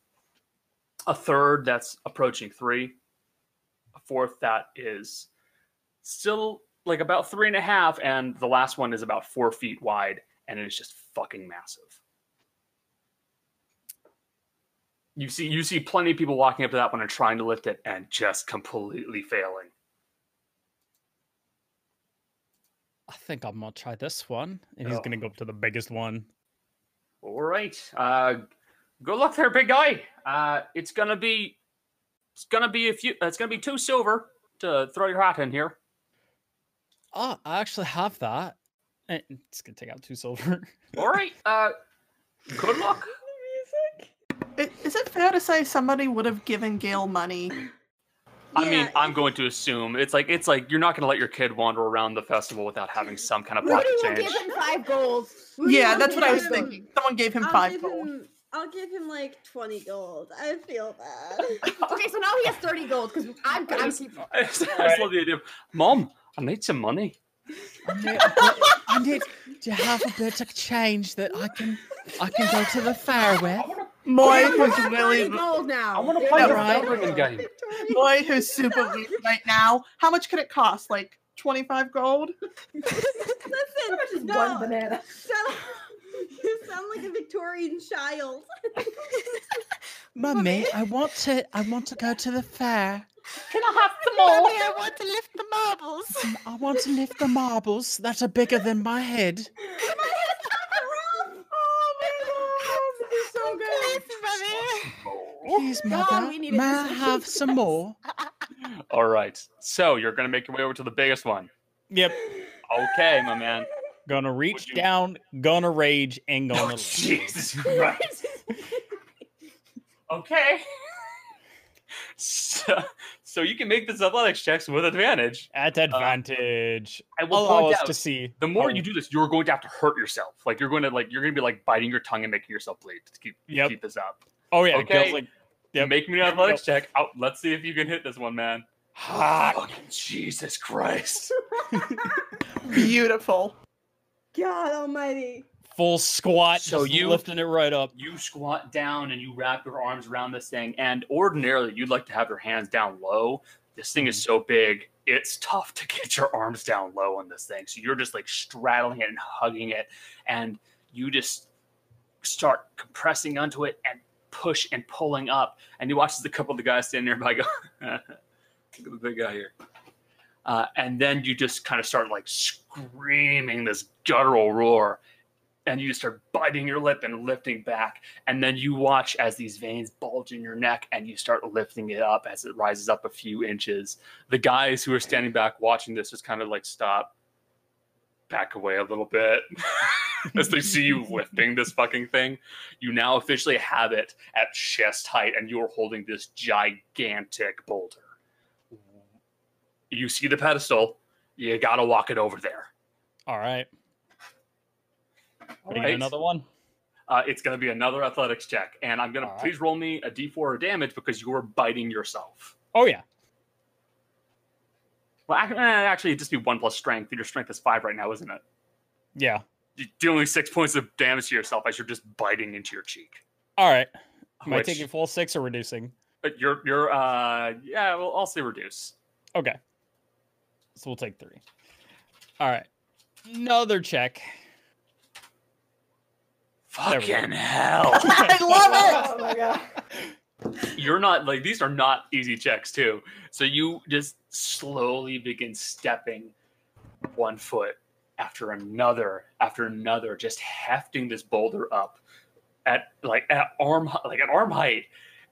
Speaker 9: A third that's approaching three. A fourth that is still like about three and a half, and the last one is about four feet wide, and it's just fucking massive. You see, you see plenty of people walking up to that one and trying to lift it, and just completely failing.
Speaker 10: I think I'm gonna try this one, and he's
Speaker 9: Oh.
Speaker 10: gonna go up to the biggest one.
Speaker 9: All right, uh, good luck there, big guy. Uh, it's gonna be, it's gonna be a few. uh, It's gonna be two silver to throw your hat in here.
Speaker 10: Oh, I actually have that. Eh, It's gonna take out two silver.
Speaker 9: All right, uh, good luck.
Speaker 5: I- Is it fair to say somebody would have given Gail money?
Speaker 9: I mean, I'm going to assume it's like it's like you're not going to let your kid wander around the festival without having some kind of
Speaker 3: Rudy
Speaker 9: pocket
Speaker 3: will give
Speaker 9: change.
Speaker 3: him five gold. Rudy
Speaker 5: Yeah,
Speaker 3: will
Speaker 5: that's what I
Speaker 3: give
Speaker 5: was
Speaker 3: him-
Speaker 5: thinking. Someone gave him
Speaker 7: I'll
Speaker 5: five
Speaker 7: give
Speaker 5: gold.
Speaker 7: him- I'll give him like twenty gold. I feel bad.
Speaker 3: Okay, so now he has thirty gold because I'm, I'm keeping.
Speaker 9: I just, I just love the idea. Of, Mom, I need some money.
Speaker 10: I need, a bit- I need to have a bit of change that I can I can go to the fair with.
Speaker 5: Moy,
Speaker 3: You
Speaker 5: who's
Speaker 3: have
Speaker 5: really,
Speaker 3: thirty gold now.
Speaker 9: I want to play the
Speaker 10: right.
Speaker 9: Belgrian game.
Speaker 5: Moy, who's super weak right now. How much could it cost? Like twenty-five gold?
Speaker 7: Listen, no,
Speaker 8: One banana.
Speaker 7: shut up. You sound like a Victorian child.
Speaker 10: Mummy, I want to I want to go to the fair.
Speaker 9: Can I have some
Speaker 2: Mommy,
Speaker 9: more?
Speaker 2: I want to lift the marbles.
Speaker 10: and I want to lift the marbles that are bigger than my head.
Speaker 5: So
Speaker 2: Please, mommy.
Speaker 10: Please, mother,
Speaker 3: we needed
Speaker 10: may I
Speaker 3: this.
Speaker 10: have some more?
Speaker 9: All right. So you're going to make your way over to the biggest one.
Speaker 10: Yep.
Speaker 9: Okay, my man.
Speaker 10: Gonna reach
Speaker 9: you-
Speaker 10: down, gonna rage, and gonna.
Speaker 9: Oh,
Speaker 10: lift.
Speaker 9: Jesus Christ. okay. So, so you can make this athletics checks with advantage. Uh,
Speaker 10: At advantage.
Speaker 9: I will
Speaker 10: allow
Speaker 9: point
Speaker 10: us
Speaker 9: out-
Speaker 10: to see.
Speaker 9: the more
Speaker 10: how-
Speaker 9: you do this, you're going to have to hurt yourself. Like you're going to like you're going to be like biting your tongue and making yourself bleed to keep
Speaker 10: Yep.
Speaker 9: keep this up.
Speaker 10: Oh yeah,
Speaker 9: Okay.
Speaker 10: Gail's like, Yep.
Speaker 9: Make me an athletics check. Out. Let's see if you can hit this one, man. Fucking Jesus Christ!
Speaker 5: beautiful.
Speaker 7: God Almighty.
Speaker 10: full squat,
Speaker 9: So
Speaker 10: just
Speaker 9: you-
Speaker 10: lifting it right up.
Speaker 9: You squat down and you wrap your arms around this thing. And ordinarily, you'd like to have your hands down low, This thing
Speaker 10: Mm-hmm.
Speaker 9: is so big, it's tough to get your arms down low on this thing. So you're just like straddling it and hugging it, and you just start compressing onto it and push and pulling up. And he watches a couple of the guys standing nearby go, Look at the big guy here. Uh, and then you just kind of start like screaming this guttural roar and you just start biting your lip and lifting back and then you watch as these veins bulge in your neck and you start lifting it up as it rises up a few inches the guys who are standing back watching this just kind of like stop back away a little bit as they see you lifting this fucking thing you now officially have it at chest height and you're holding this gigantic boulder you see the pedestal you gotta walk it over there
Speaker 11: All right. Are you
Speaker 9: Right.
Speaker 11: doing another one?
Speaker 9: Uh, it's going to be another athletics check, and I'm going to please roll me a d4 of damage because you are biting yourself.
Speaker 11: Oh yeah.
Speaker 9: Well, ac- eh, actually, it'd just be one plus strength. Your strength is five right now, isn't it?
Speaker 11: Yeah.
Speaker 9: You're dealing six points of damage to yourself as you're just biting into your cheek.
Speaker 11: All right. Am
Speaker 9: Which-
Speaker 11: I taking full six or reducing?
Speaker 9: But you're, you're, uh, yeah. Well, I'll say reduce.
Speaker 11: Okay. So we'll take three. All right. Another check.
Speaker 9: There we go.
Speaker 11: Fucking
Speaker 9: hell.
Speaker 5: Oh my god.
Speaker 9: you're not like these are not easy checks too. So you just slowly begin stepping one foot after another after another, just hefting this boulder up at like at arm hei- like at arm height.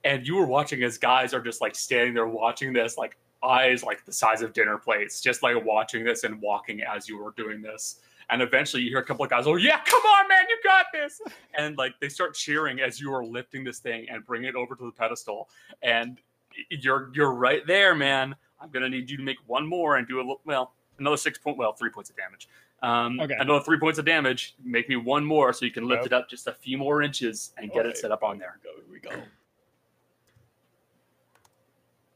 Speaker 9: And you were watching as guys are just like standing there watching this, like eyes like the size of dinner plates, just like watching this and walking as you were doing this. And eventually you hear a couple of guys, oh yeah, come on, man, you got this. And like they start cheering as you are lifting this thing and bringing it over to the pedestal. And y- you're you're right there, man. I'm gonna need you to make one more and do a li- well, another six point well, three points of damage. Um
Speaker 11: Okay.
Speaker 9: another three points of damage. Make me one more so you can lift
Speaker 11: Yep.
Speaker 9: it up just a few more inches and get it set up on there.
Speaker 11: Here we go.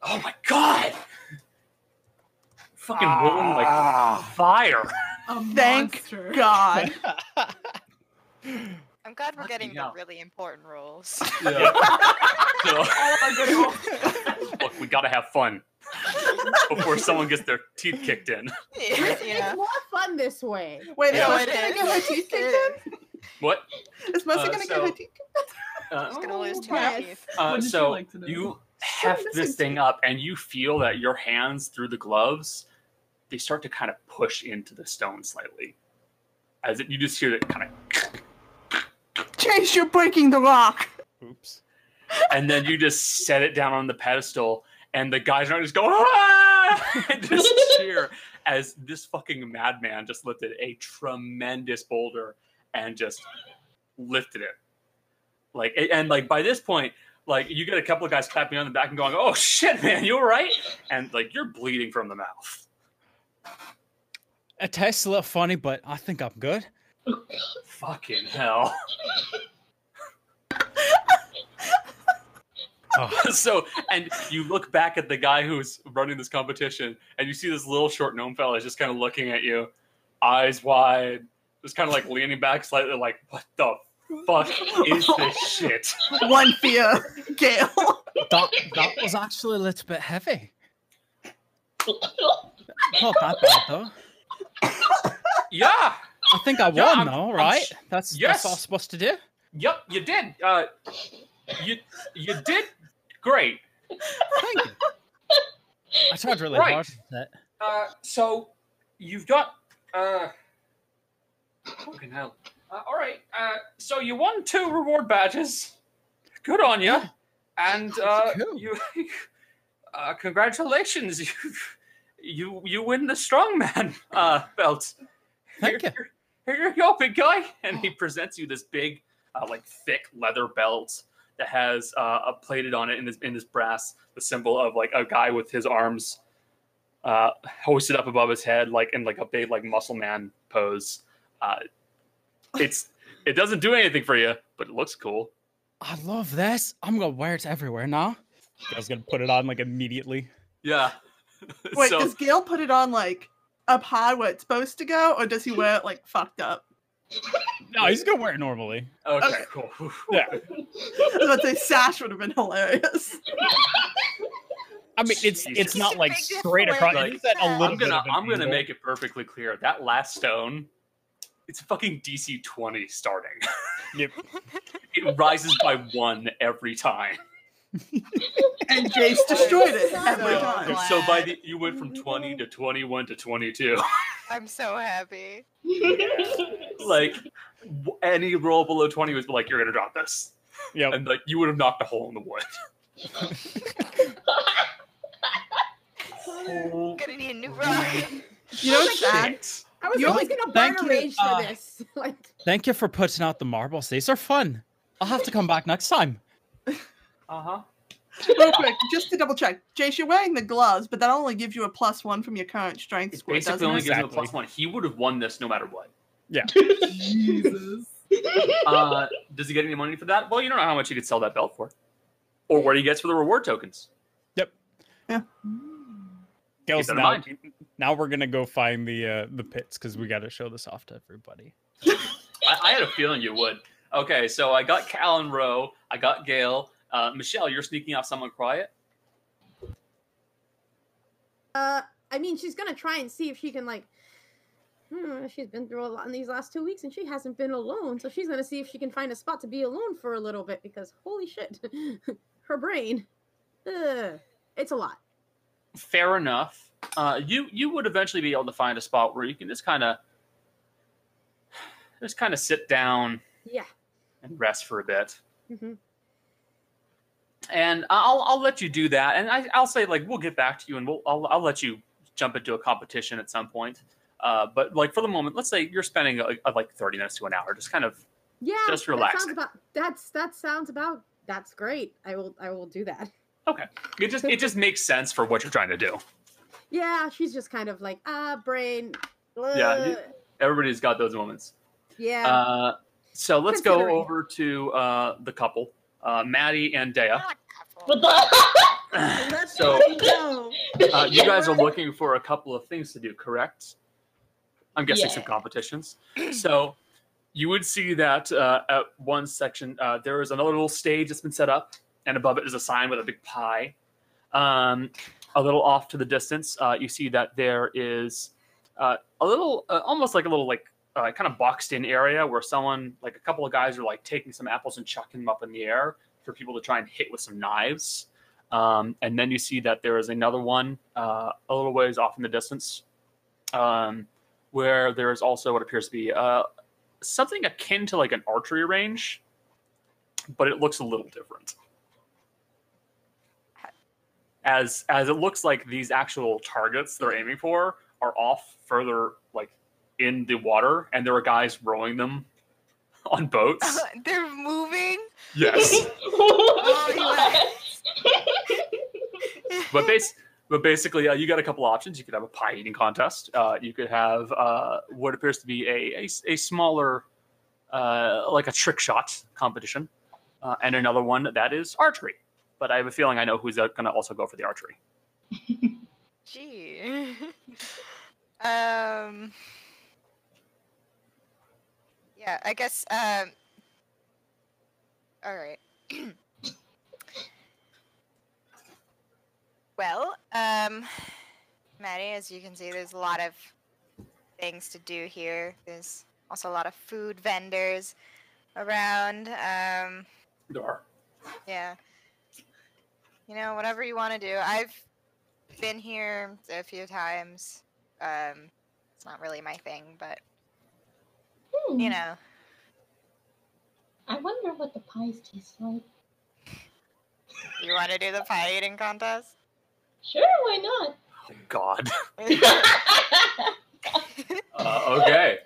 Speaker 9: Oh my god! Fucking rolling like fire. Oh
Speaker 2: Um,
Speaker 5: Thank God.
Speaker 2: I'm glad we're getting the really important rules.
Speaker 9: So- Look, we gotta have fun before someone gets their teeth kicked in.
Speaker 3: It's more fun this way.
Speaker 5: Wait,
Speaker 9: Yeah.
Speaker 5: is Messi gonna get her teeth kicked
Speaker 9: What?
Speaker 5: in? Is Messi
Speaker 9: Uh,
Speaker 5: gonna get
Speaker 9: so-
Speaker 5: her teeth
Speaker 9: Uh,
Speaker 2: She's gonna
Speaker 3: Oh
Speaker 2: lose two
Speaker 5: yes.
Speaker 2: teeth.
Speaker 9: Uh,
Speaker 5: What did you
Speaker 9: so
Speaker 5: like to know?
Speaker 9: you heft this thing up, and you feel that your hands through the gloves, they start to kind of push into the stone slightly. As it, you just hear that kind of
Speaker 5: kicked? Chase, you're breaking the rock.
Speaker 11: Oops.
Speaker 9: and then you just set it down on the pedestal, and the guys are just going, ah! and just cheer as this fucking madman just lifted a tremendous boulder and just lifted it. Like, a- and like by this point, like you get a couple of guys clapping on the back and going, "Oh shit, man, you all right?" And like you're bleeding from the mouth.
Speaker 11: It tastes a little funny, but I think I'm good.
Speaker 9: Fucking hell. so and you look back at the guy who's running this competition and you see this little short gnome fella just kind of looking at you eyes wide just kind of like leaning back slightly like what the fuck is this shit
Speaker 5: One fear, Gail.
Speaker 10: That that was actually a little bit heavy. Not that bad though.
Speaker 9: yeah
Speaker 10: I think I won
Speaker 9: Yeah, I'm-
Speaker 10: though,
Speaker 9: I'm
Speaker 10: right?
Speaker 9: sh-
Speaker 10: that's
Speaker 9: Yes.
Speaker 10: that's all I'm supposed to do.
Speaker 9: yep you did uh you you did great
Speaker 10: I tried really
Speaker 9: Right.
Speaker 10: hard. with it.
Speaker 9: Uh, so you've got uh fucking hell. Uh, all right. Uh, so you won two reward badges. Good on you. And uh, you uh, congratulations. You you you win the strongman uh, belt. Thank here, you. Here, here you go, big guy. And he presents you this big, uh, like thick leather belt that has uh, a plated on it in this in this brass the symbol of like a guy with his arms uh, hoisted up above his head, like in like a big like muscle man pose. Uh, it's it doesn't do anything for you, but it looks cool.
Speaker 11: I love this. I'm gonna wear it everywhere now. I was gonna put it on like immediately.
Speaker 9: Yeah.
Speaker 5: Wait,
Speaker 11: so
Speaker 5: does Gail put it on like up high where it's supposed to go, or does he wear it like fucked up?
Speaker 11: no, he's gonna wear it normally.
Speaker 9: Okay,
Speaker 5: Okay.
Speaker 9: cool.
Speaker 11: Yeah.
Speaker 5: I was about to say sash would have been hilarious.
Speaker 11: I mean, it's it's not like straight across. it's at a little
Speaker 9: I'm gonna
Speaker 11: bit of an
Speaker 9: I'm gonna
Speaker 11: angle.
Speaker 9: make it perfectly clear. That last stone, it's fucking DC 20 starting.
Speaker 11: Yep.
Speaker 9: it rises by one every time.
Speaker 5: and Jace destroyed it
Speaker 11: Oh
Speaker 5: every
Speaker 9: So-
Speaker 5: time.
Speaker 9: So by the you went from 20 to 21 to 22.
Speaker 2: I'm so happy.
Speaker 9: like w- any roll below 20 was like you're gonna drop this.
Speaker 11: Yeah.
Speaker 9: And like you would have knocked a hole in the wood.
Speaker 2: Gonna need a new rock.
Speaker 5: You know
Speaker 3: what's sad? Oh I was
Speaker 5: You
Speaker 3: always
Speaker 5: only-
Speaker 3: gonna burn
Speaker 5: thank
Speaker 3: a
Speaker 5: you,
Speaker 3: rage
Speaker 5: uh,
Speaker 3: for this. Like
Speaker 11: Thank you for putting out the marbles. These are fun. I'll have to come back next time.
Speaker 9: Uh-huh.
Speaker 5: Real quick, just to double check, Jace, you're wearing the gloves, but that only gives you a plus one from your current strength score, doesn't
Speaker 9: Basically only
Speaker 5: it?
Speaker 9: gives him a plus one. He would have won this no matter what.
Speaker 11: Yeah.
Speaker 9: Uh, does he get any money for that? Well, you don't know how much he could sell that belt for. Or what he gets for the reward tokens.
Speaker 11: Gels,
Speaker 9: that in
Speaker 11: now, now we're gonna go find the uh, the pits because we got to show this off to everybody.
Speaker 9: I, I had a feeling you would. Okay, so I got Cal and Roe. I got Gail. Uh, Michelle, you're sneaking off someone quiet.
Speaker 3: uh I mean she's gonna try and see if she can like hmm, she's been through a lot in these last two weeks and she hasn't been alone, so she's gonna see if she can find a spot to be alone for a little bit because holy shit. Her brain. Ugh, it's a lot.
Speaker 9: Fair enough. Uh, you you would eventually be able to find a spot where you can just kind of just kind of sit down
Speaker 3: Yeah.
Speaker 9: and rest for a bit.
Speaker 3: hmm
Speaker 9: and I'll I'll let you do that, and I, I'll say like we'll get back to you, and we'll I'll, I'll let you jump into a competition at some point. Uh, but like for the moment, let's say you're spending uh, like thirty minutes to an hour, just kind of
Speaker 3: Yeah.
Speaker 9: Just
Speaker 3: That
Speaker 9: relaxing.
Speaker 3: sounds about that's that sounds about that's great. I will I will do that.
Speaker 9: okay. It just it just makes sense for what you're trying to do.
Speaker 3: Yeah, she's just kind of like, ah, brain. Uh,
Speaker 9: Yeah, you-
Speaker 3: ugh."
Speaker 9: everybody's got those moments.
Speaker 3: yeah.
Speaker 9: Uh, so let's go
Speaker 3: Considering.
Speaker 9: over to uh, the couple, uh, Maddie and Dea.
Speaker 8: What the?
Speaker 9: So
Speaker 7: No.
Speaker 9: uh, you guys are looking for a couple of things to do, correct? I'm guessing some
Speaker 8: Yeah.
Speaker 9: competitions. So you would see that uh, at one section, uh, there is another little stage that's been set up, and above it is a sign with a big pie. Um, a little off to the distance, uh, you see that there is uh, a little, uh, almost like a little, like uh, kind of boxed in area where someone, like a couple of guys, are like taking some apples and chucking them up in the air for people to try and hit with some knives. Um, and then you see that there is another one uh, a little ways off in the distance, um, where there is also what appears to be uh, something akin to like an archery range, but it looks a little different. As as it looks like these actual targets they're aiming for are off further like in the water, and there are guys rowing them on boats.
Speaker 2: Uh, They're moving.
Speaker 9: yes.
Speaker 8: oh, Hmm.
Speaker 9: but bas- but basically, uh, you got a couple options. You could have a pie eating contest. Uh, you could have uh, what appears to be a a s- a smaller, uh, like a trick shot competition, uh, and another one that is archery. But I have a feeling I know who's going to also go for the archery.
Speaker 2: Gee. um. Yeah, I guess. Um. All right. well, um, Maddie, as you can see, there's a lot of things to do here. There's also a lot of food vendors around. Um.
Speaker 9: There are.
Speaker 2: Yeah. You know, whatever you want to do. I've been here a few times. Um, it's not really my thing, but you know,
Speaker 8: Hmm. I wonder what the pies taste like.
Speaker 2: you want to do the pie eating contest?
Speaker 8: Sure, why not?
Speaker 9: God. Uh, okay.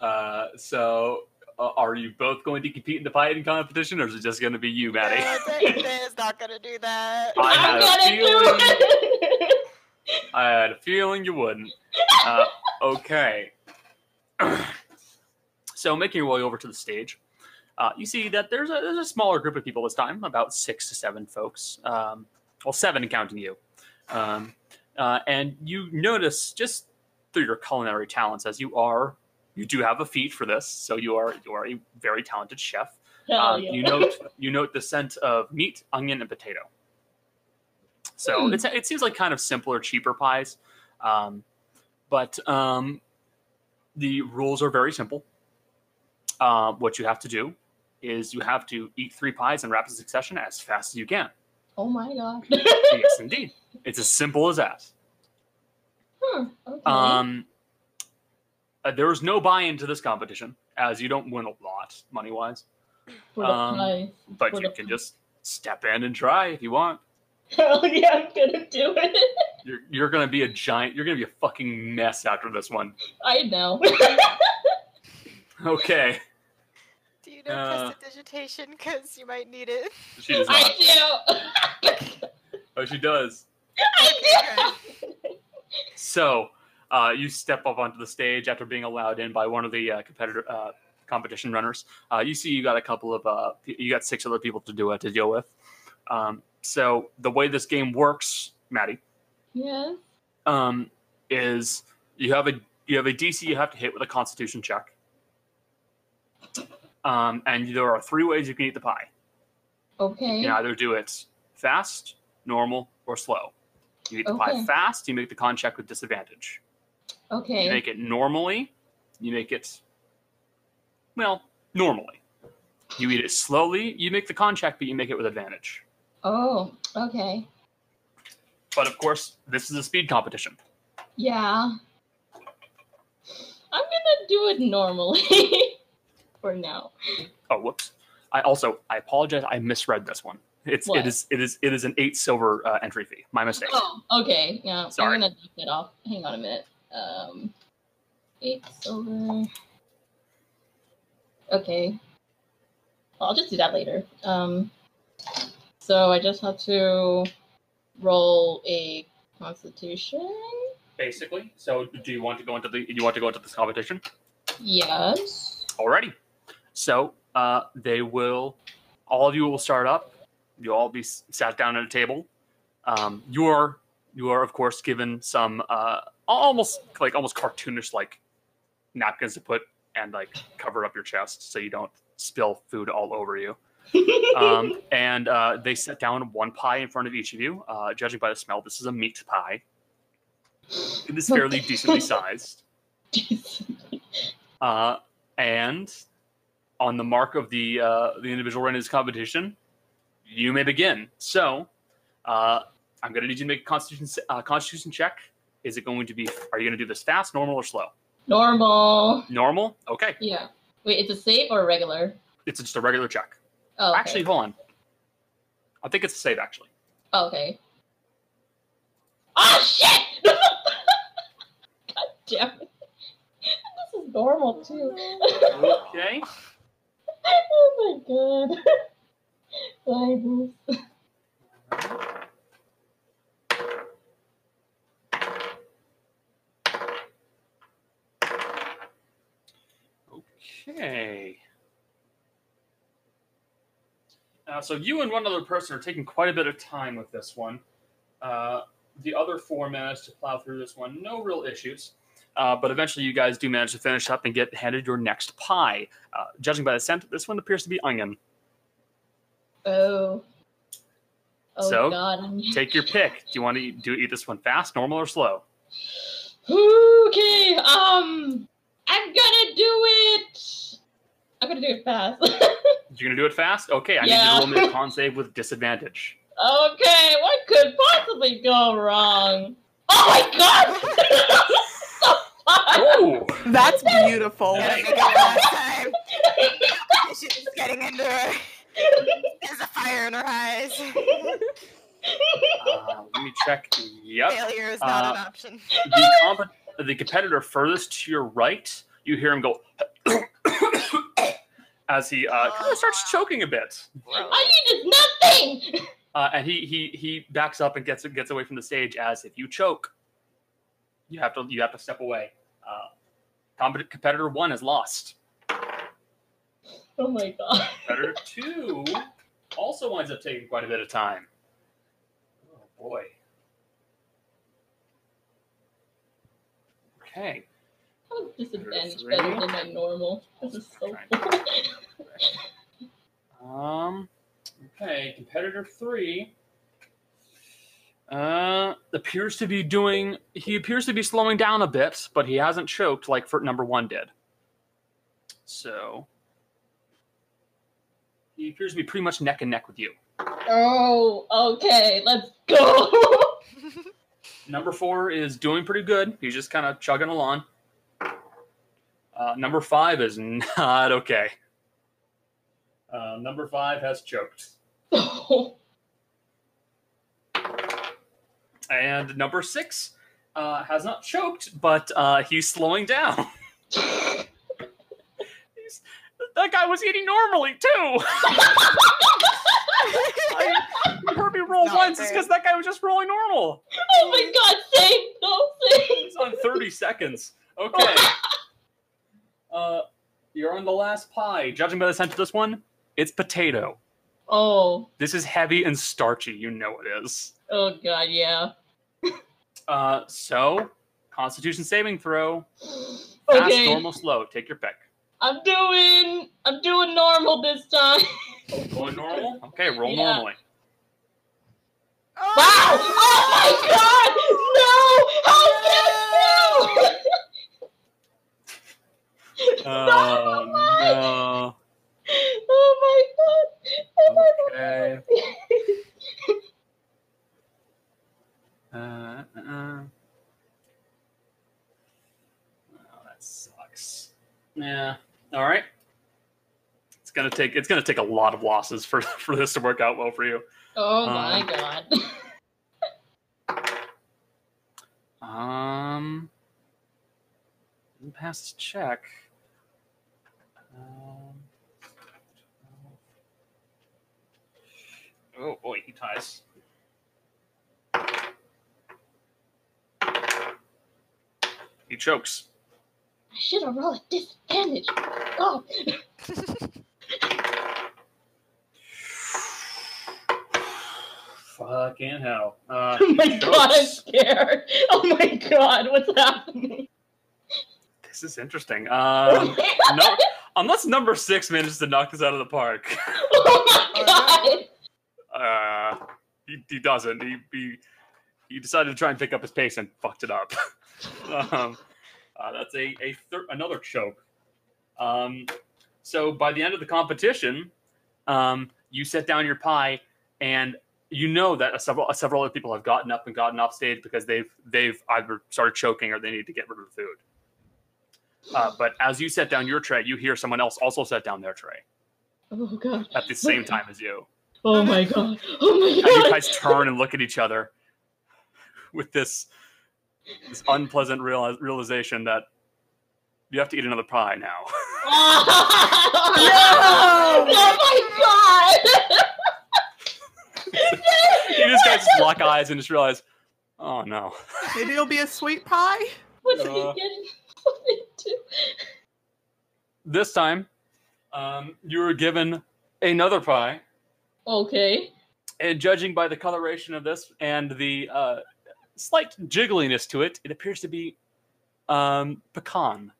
Speaker 9: Uh, so, uh, are you both going to compete in the pie eating competition, or is it just going to be you, Maddie?
Speaker 2: No, Th- Theo's not gonna do that.
Speaker 9: I
Speaker 8: I'm
Speaker 9: had a
Speaker 8: gonna do
Speaker 9: feeling-
Speaker 8: it.
Speaker 9: I had a feeling you wouldn't. Uh, okay. so making your way over to the stage, uh, you see that there's a there's a smaller group of people this time, about six to seven folks. Um, well, seven counting you. Um, uh, and you notice just through your culinary talents, as you are, you do have a feat for this. So you are you are a very talented chef.
Speaker 8: Hell
Speaker 9: Um,
Speaker 8: yeah.
Speaker 9: You note you note the scent of meat, onion, and potato. So
Speaker 11: Hmm.
Speaker 9: it's, it seems like kind of simpler, cheaper pies. Um, but um, the rules are very simple. Uh, what you have to do is you have to eat three pies in rapid succession as fast as you can.
Speaker 8: Oh my god.
Speaker 9: yes, indeed. It's as simple as that.
Speaker 8: Hmm. Okay.
Speaker 9: Um, uh, there was no buy-in to this competition, as you don't win a lot money-wise. Um,
Speaker 8: For the prize.
Speaker 9: but
Speaker 8: For
Speaker 9: you
Speaker 8: the
Speaker 9: can just step in and try if you want.
Speaker 8: Hell Oh, yeah, I'm gonna do it.
Speaker 9: You're, you're gonna be a giant. You're gonna be a fucking mess after this one.
Speaker 8: I know.
Speaker 9: Okay,
Speaker 2: Do you know
Speaker 9: Uh,
Speaker 2: prestidigitation? Because you might need it.
Speaker 9: she does
Speaker 8: I
Speaker 9: not.
Speaker 8: do.
Speaker 9: Oh, she does.
Speaker 8: I
Speaker 9: So, uh, you step up onto the stage after being allowed in by one of the uh, competitor uh, competition runners. Uh, you see, you got a couple of uh, p- you got six other people to do it to deal with. Um, so the way this game works, Maddie,
Speaker 8: do. Yes.
Speaker 9: um, is you have a you have a DC you have to hit with a Constitution check, um, and there are three ways you can eat the pie.
Speaker 8: Okay.
Speaker 9: You can either do it fast, normal, or slow. You eat the
Speaker 8: Okay.
Speaker 9: pie fast, you make the con check with disadvantage.
Speaker 8: Okay.
Speaker 9: You make it normally, you make it, well, normally. You eat it slowly, you make the con check, but you make it with advantage.
Speaker 8: Oh. Okay.
Speaker 9: But of course, this is a speed competition.
Speaker 8: Yeah. I'm gonna do it normally for now.
Speaker 9: Oh, whoops. I also, I apologize, I misread this one. It's,
Speaker 8: What?
Speaker 9: it is, it is, it is an eight silver uh, entry fee. My mistake.
Speaker 8: Oh. Okay. Yeah.
Speaker 9: Sorry.
Speaker 8: I'm gonna knock that off. Hang on a minute. Um. It's over. Okay. I'll just do that later. Um. So I just have to roll a Constitution.
Speaker 9: Basically, so do you want to go into the, you want to go into this competition?
Speaker 8: Yes.
Speaker 9: Alrighty. So uh, they will, all of you will start up. You'll all be s- sat down at a table. Um, you are, you are of course given some uh, almost like almost cartoonish like napkins to put and like cover up your chest so you don't spill food all over you. um, and uh, they set down one pie in front of each of you. Uh, judging by the smell, this is a meat pie. It is fairly decently sized. Uh, and on the mark of the uh, the individual running this competition, you may begin. So, uh, I'm going to need you to make a constitution s- uh, constitution check. Is it going to be? Are you going to do this fast, normal, or slow?
Speaker 8: Normal.
Speaker 9: Normal. Okay.
Speaker 8: Yeah. Wait, it's a save or a regular?
Speaker 9: It's just a regular check.
Speaker 8: Oh, okay.
Speaker 9: Actually, hold on. I think it's a save. Actually.
Speaker 8: Okay. Oh shit! God damn it. This is normal too.
Speaker 9: okay.
Speaker 8: oh my god. Sorry, Bruce.
Speaker 9: Okay. Uh, so you and one other person are taking quite a bit of time with this one. Uh, the other four managed to plow through this one, no real issues. Uh, but eventually, you guys do manage to finish up and get handed your next pie. Uh, judging by the scent, this one appears to be onion.
Speaker 8: Oh. Oh
Speaker 9: so
Speaker 8: god. I'm...
Speaker 9: take your pick. Do you want to eat, do eat this one fast, normal, or slow?
Speaker 8: Okay. Um. I'm gonna do it. I'm gonna do it fast.
Speaker 9: You're gonna do it fast. Okay, I
Speaker 8: Yeah.
Speaker 9: need you to roll me a con save with disadvantage.
Speaker 8: okay. What could possibly go wrong? Oh my god.
Speaker 5: That's beautiful.
Speaker 2: She's getting into her. There's a fire in her eyes.
Speaker 9: Uh, let me check. Yep.
Speaker 2: Failure is not an
Speaker 9: Uh,
Speaker 2: option.
Speaker 9: the, comp- the competitor furthest to your right, you hear him go as he uh, kind of starts choking a bit,
Speaker 8: I need is nothing.
Speaker 9: uh, and he he he backs up and gets gets away from the stage. As if you choke, you have to you have to step away. Uh, comp- competitor one has lost.
Speaker 8: Oh my god.
Speaker 9: Competitor two also winds up taking quite a bit of time. Oh boy. Okay.
Speaker 8: How is disadvantage better than my normal? This is so cool.
Speaker 9: Um. Okay, competitor three. Uh, appears to be doing. He appears to be slowing down a bit, but he hasn't choked like for number one did. So he appears to be pretty much neck and neck with you.
Speaker 8: Oh, okay, let's go.
Speaker 9: Number four is doing pretty good. He's just kind of chugging along. Uh, number five is not okay. Uh, number five has choked. and number six uh, has not choked, but uh, he's slowing down. He's- that guy was eating normally too. I, you heard me roll once. It's because that guy was just rolling normal.
Speaker 8: Oh my god, save! No, save!
Speaker 9: He's on 30 seconds. Okay. Uh, you're on the last pie. Judging by the scent of this one, it's potato.
Speaker 8: Oh,
Speaker 9: This is heavy and starchy. You know it is.
Speaker 8: oh god, yeah.
Speaker 9: Uh, so, Constitution saving throw. Fast,
Speaker 8: Okay.
Speaker 9: normal, slow. Take your pick.
Speaker 8: I'm doing. I'm doing normal this time.
Speaker 9: Oh, Going normal? Okay, roll
Speaker 8: Yeah.
Speaker 9: normally.
Speaker 8: Wow! Oh my god! No! How did no!
Speaker 9: Oh, no.
Speaker 8: Oh my god! Oh my god!
Speaker 9: Okay. Uh, uh, uh. Oh, that sucks. Yeah. All right. It's gonna take it's gonna take a lot of losses for for this to work out well for you.
Speaker 8: Oh my
Speaker 9: Um,
Speaker 8: god!
Speaker 9: Um, didn't pass the check. Um, oh boy, he ties. He chokes.
Speaker 8: I should have rolled at disadvantage. God.
Speaker 9: Fucking hell! Uh,
Speaker 8: Oh
Speaker 9: he
Speaker 8: my god! I'm
Speaker 9: chokes.
Speaker 8: scared. Oh my god! What's happening?
Speaker 9: This is interesting. Um, no, unless number six manages to knock this out of the park.
Speaker 8: God.
Speaker 9: Uh, he, he doesn't. He, he he decided to try and pick up his pace and fucked it up. um, uh, that's a, a thir- another choke. Um, so by the end of the competition, um, you set down your pie, and you know that a several a several other people have gotten up and gotten off stage because they've they've either started choking or they need to get rid of the food. Uh, but as you set down your tray, you hear someone else also set down their tray
Speaker 8: Oh god.
Speaker 9: at the same time as you.
Speaker 8: Oh my god. Oh my
Speaker 9: And you
Speaker 8: god.
Speaker 9: guys turn and look at each other with this this unpleasant real, realization that you have to eat another pie now.
Speaker 8: Oh my god.
Speaker 9: you just guys just lock eyes and just realize, oh no.
Speaker 5: Maybe it'll be a sweet pie.
Speaker 8: What's
Speaker 9: Uh,
Speaker 8: he getting himself into?
Speaker 9: This time, um, you were given another pie,
Speaker 8: Okay.
Speaker 9: and judging by the coloration of this and the uh, slight jiggliness to it, it appears to be um, pecan.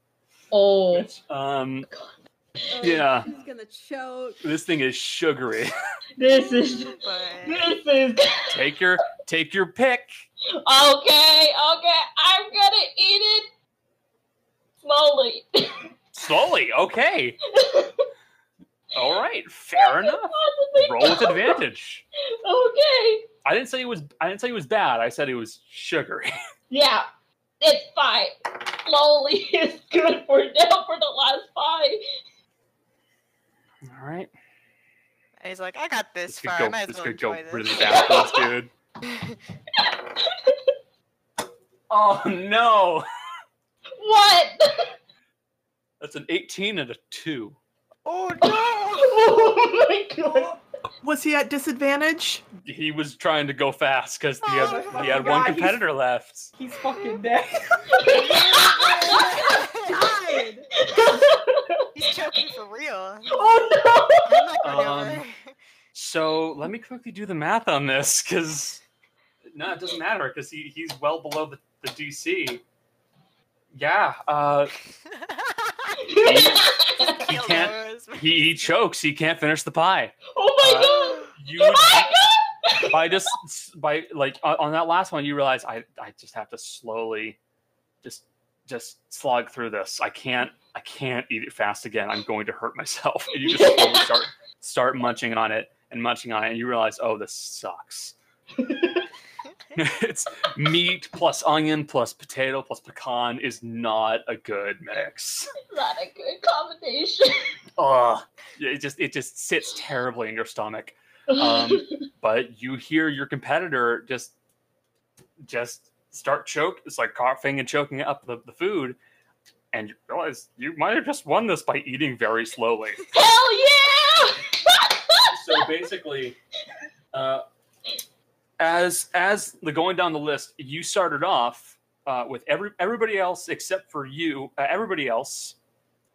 Speaker 8: Oh.
Speaker 9: Um,
Speaker 7: Oh,
Speaker 9: yeah,
Speaker 7: She's gonna choke.
Speaker 9: this thing is sugary.
Speaker 8: This is. This is.
Speaker 9: take your take your pick.
Speaker 8: Okay, okay. I'm gonna eat it slowly.
Speaker 9: Slowly, okay. All right, fair enough. Roll with advantage.
Speaker 8: Okay.
Speaker 9: I didn't say it was. I didn't say it was bad. I said it was sugary.
Speaker 8: Yeah, it's fine. Slowly is good for now for the last pie.
Speaker 9: All right,
Speaker 2: And he's like, I got this
Speaker 9: this could
Speaker 2: far. I
Speaker 9: go.
Speaker 2: might as
Speaker 9: This
Speaker 2: well
Speaker 9: could go
Speaker 2: enjoy this.
Speaker 9: really bad for this dude. oh no,
Speaker 8: What?
Speaker 9: that's an eighteen and a two.
Speaker 2: Oh no!
Speaker 8: oh my god.
Speaker 5: Was he at disadvantage?
Speaker 9: He was trying to go fast because he had,
Speaker 2: Oh,
Speaker 9: he had one
Speaker 5: God, he's-
Speaker 9: competitor left.
Speaker 5: He's fucking dead.
Speaker 7: Died.
Speaker 2: He's choking for real.
Speaker 8: Oh
Speaker 2: I'm not going
Speaker 9: Um,
Speaker 2: over.
Speaker 9: so let me quickly do the math on this because no, it doesn't matter because he, he's well below the, the DC. Yeah, uh, he
Speaker 2: Kill
Speaker 9: can't.
Speaker 2: those.
Speaker 9: He, he chokes. He can't finish the pie.
Speaker 8: Oh my god.
Speaker 9: Uh, You
Speaker 8: Oh
Speaker 9: would,
Speaker 8: my god.
Speaker 9: by just by like on, on that last one, you realize I I just have to slowly, just just slog through this. I can't I can't eat it fast again. I'm going to hurt myself. And you just slowly start start munching on it and munching on it, and you realize oh this sucks. it's meat plus onion plus potato plus pecan is not a good mix.
Speaker 8: Not a good combination.
Speaker 9: Ugh. It just it just sits terribly in your stomach. Um, but you hear your competitor just just start choke. It's like coughing and choking up the, the food, and you realize you might have just won this by eating very slowly.
Speaker 8: Oh, Hell yeah!
Speaker 9: so basically, uh, as as the going down the list, you started off uh, with every everybody else except for you. Uh, everybody else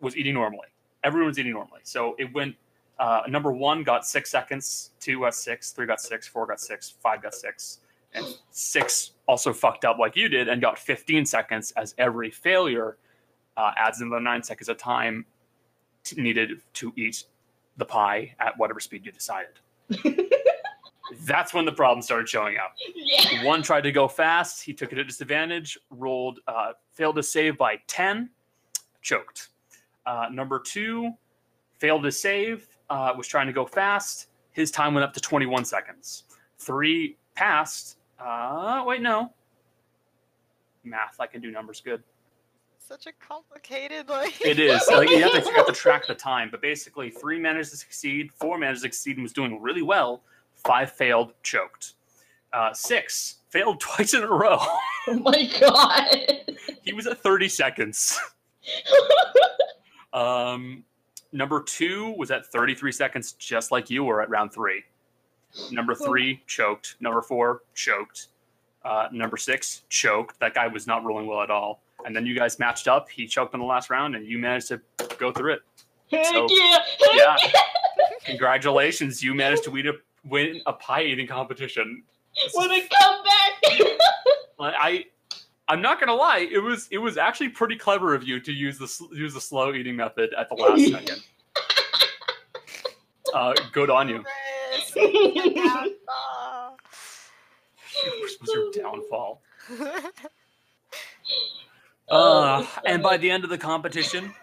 Speaker 9: was eating normally. Everyone's eating normally. So it went. Uh, number one got six seconds. Two got six. Three got six. Four got six. Five got six. And six also fucked up like you did and got 15 seconds as every failure uh, adds another nine seconds of time t- needed to eat the pie at whatever speed you decided. That's when the problem started showing up.
Speaker 8: Yeah.
Speaker 9: One tried to go fast. He took it at disadvantage. Rolled, uh, failed to save by ten, choked. Uh, number two failed to save. Uh, was trying to go fast. His time went up to twenty-one seconds. Three passed. Uh, wait, no. Math. I can do numbers good.
Speaker 2: Such a complicated like.
Speaker 9: It is. Like, you, have to, you have to track the time, but basically, three managed to succeed, four managed to succeed and was doing really well, five failed, choked. Uh, six failed twice in a row.
Speaker 8: Oh my god.
Speaker 9: he was at 30 seconds. um, number two was at 33 seconds, just like you were at round three. Number three, choked. Number four, choked. Uh, number six, choked. That guy was not rolling well at all. And then you guys matched up. He choked in the last round, and you managed to go through it.
Speaker 8: Heck
Speaker 9: So,
Speaker 8: yeah! Heck
Speaker 9: yeah. Congratulations, you managed to win a, win a pie eating competition.
Speaker 8: What a comeback!
Speaker 9: Like, I, I'm not gonna lie, it was it was actually pretty clever of you to use the sl- use the slow eating method at the last second. Uh, good on you. This was your downfall. Uh, and by the end of the competition,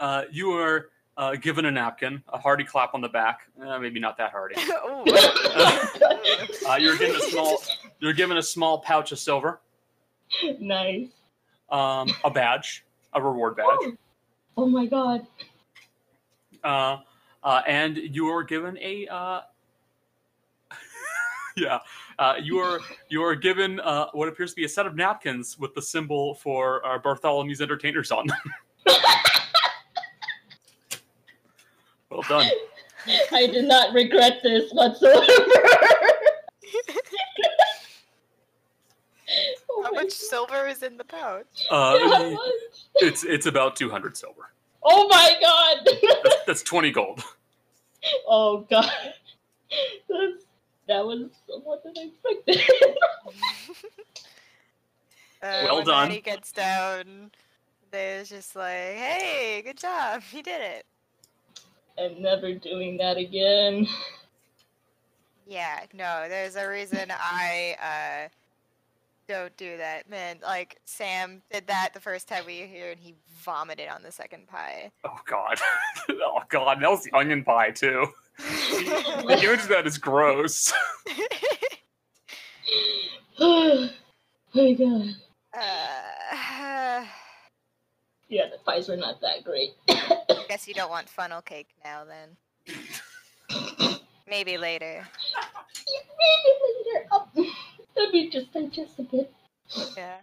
Speaker 9: uh, you were uh, given a napkin, a hearty clap on the back. Uh, maybe not that hearty. Uh, you're given a small, you're given a small pouch of silver,
Speaker 8: nice.
Speaker 9: um, a badge, a reward badge,
Speaker 8: Oh my god.
Speaker 9: uh, uh, and you were given a, uh, yeah, uh, you are you are given uh, what appears to be a set of napkins with the symbol for uh, Bartholomew's entertainers on them. well done.
Speaker 8: I did not regret this whatsoever. Oh Oh
Speaker 2: How much silver is in the pouch?
Speaker 9: Uh, it's it's about two hundred silver.
Speaker 8: oh my god.
Speaker 9: That's, that's twenty gold.
Speaker 8: Oh god. That's, that was somewhat unexpected.
Speaker 2: Uh,
Speaker 9: Well
Speaker 2: when
Speaker 9: done.
Speaker 2: Maddie gets down, they're just like, "Hey, good job, you did it."
Speaker 8: I'm never doing that again.
Speaker 2: Yeah, no, there's a reason I uh, don't do that, man. Like Sam did that the first time we were here, and he vomited on the second pie.
Speaker 9: Oh god. oh god. That was the onion pie too. the image of that is gross.
Speaker 8: oh my god.
Speaker 2: Uh,
Speaker 8: Yeah, the pies were not that great.
Speaker 2: guess you don't want funnel cake now, then. Maybe later.
Speaker 8: Maybe later. Oh, let me just digest a bit.
Speaker 2: Yeah.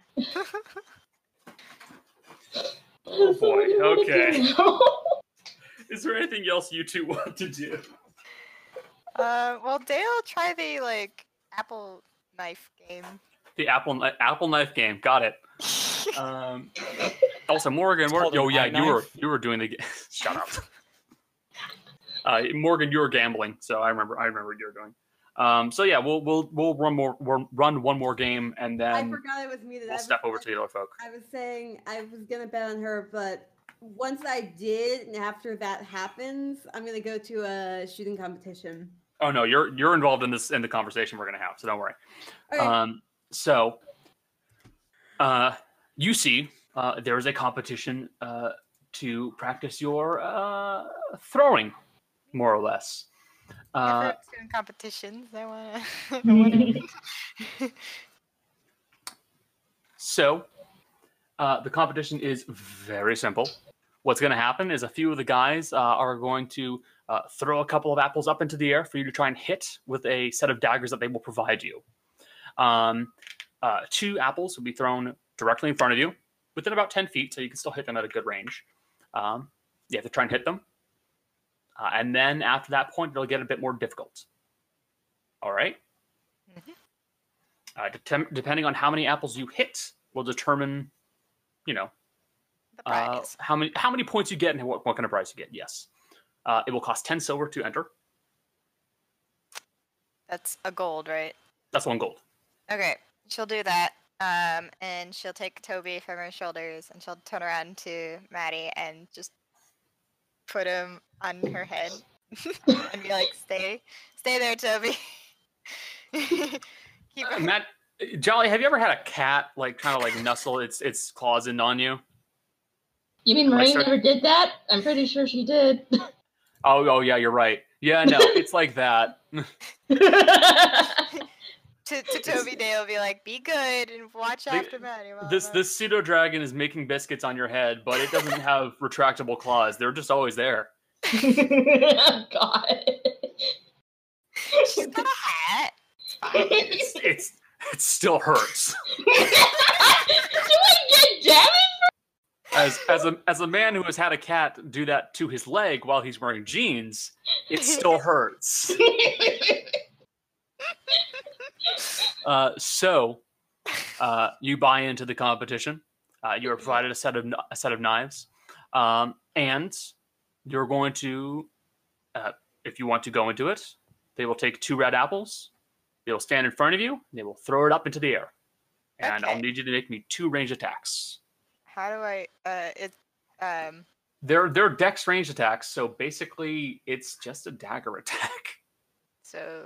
Speaker 9: Oh boy. Okay.
Speaker 8: No.
Speaker 9: Is there anything else you two want to do?
Speaker 2: Uh, well, Dale, try the like apple knife game.
Speaker 9: The apple kni- apple knife game. Got it. Um, also, Morgan. Mor-
Speaker 11: called
Speaker 9: oh
Speaker 11: an
Speaker 9: yeah,
Speaker 11: eye
Speaker 9: you were
Speaker 11: knife.
Speaker 9: you were doing the. Ga- Shut up. Uh, Morgan, you were gambling, so I remember. I remember what you were doing. Um, so yeah, we'll we'll we'll run more we'll run one more game and
Speaker 7: I
Speaker 9: then
Speaker 7: forgot I was
Speaker 9: Um,
Speaker 7: muted. I
Speaker 9: we'll
Speaker 7: was,
Speaker 9: step over to the other folk.
Speaker 7: I was saying I was gonna bet on her, but once I did, and after that happens, I'm gonna go to a shooting competition.
Speaker 9: Oh no, you're you're involved in this in the conversation we're gonna have, so don't worry.
Speaker 7: Alright.
Speaker 9: Um, so, uh, you see, uh, there is a competition uh, to practice your uh, throwing, more or less. Uh,
Speaker 2: I've seen competitions. I wanna. I wanna...
Speaker 9: So, uh, the competition is very simple. What's going to happen is a few of the guys uh, are going to uh, throw a couple of apples up into the air for you to try and hit with a set of daggers that they will provide you. Um, uh, two apples will be thrown directly in front of you within about 10 feet, so you can still hit them at a good range. Um, you have to try and hit them. Uh, and then after that point, it'll get a bit more difficult. All right? uh, detem- depending on how many apples you hit will determine you know uh, how many how many points you get and what, what kind of prize you get yes uh, it will cost 10 silver to enter
Speaker 2: That's a gold, right?
Speaker 9: that's one gold
Speaker 2: Okay, she'll do that. Um, and she'll take Toby from her shoulders and she'll turn around to Maddie and just put him on her head and be like, "Stay, stay there, Toby." Keep
Speaker 9: Uh, matt jolly have you ever had a cat like kind of like nuzzle its its claws in on you
Speaker 8: You mean
Speaker 9: Like
Speaker 8: Marie
Speaker 9: start-
Speaker 8: never did that? I'm pretty sure she did.
Speaker 9: oh oh yeah you're right yeah no it's like that
Speaker 2: to, to Toby Dale, be like, "Be good and watch
Speaker 9: They-
Speaker 2: after Maddie." while I'm
Speaker 9: this
Speaker 2: out."
Speaker 9: this pseudo dragon is making biscuits on your head but it doesn't have retractable claws they're just always there
Speaker 8: God.
Speaker 2: She's got a hat. It's fine.
Speaker 9: it's, it's it still hurts
Speaker 8: Did get damage?
Speaker 9: as as a as a man who has had a cat do that to his leg while he's wearing jeans, it still hurts. Uh, so, uh, you buy into the competition. Uh, you are provided a set of kn- a set of knives, um, and you're going to, uh, if you want to go into it, they will take two red apples. They will stand in front of you. and They will throw it up into the air, and I'll need you to make me two range attacks.
Speaker 2: How do I? Uh, it. Um.
Speaker 9: They're they're dex range attacks, so basically it's just a dagger attack,
Speaker 2: So.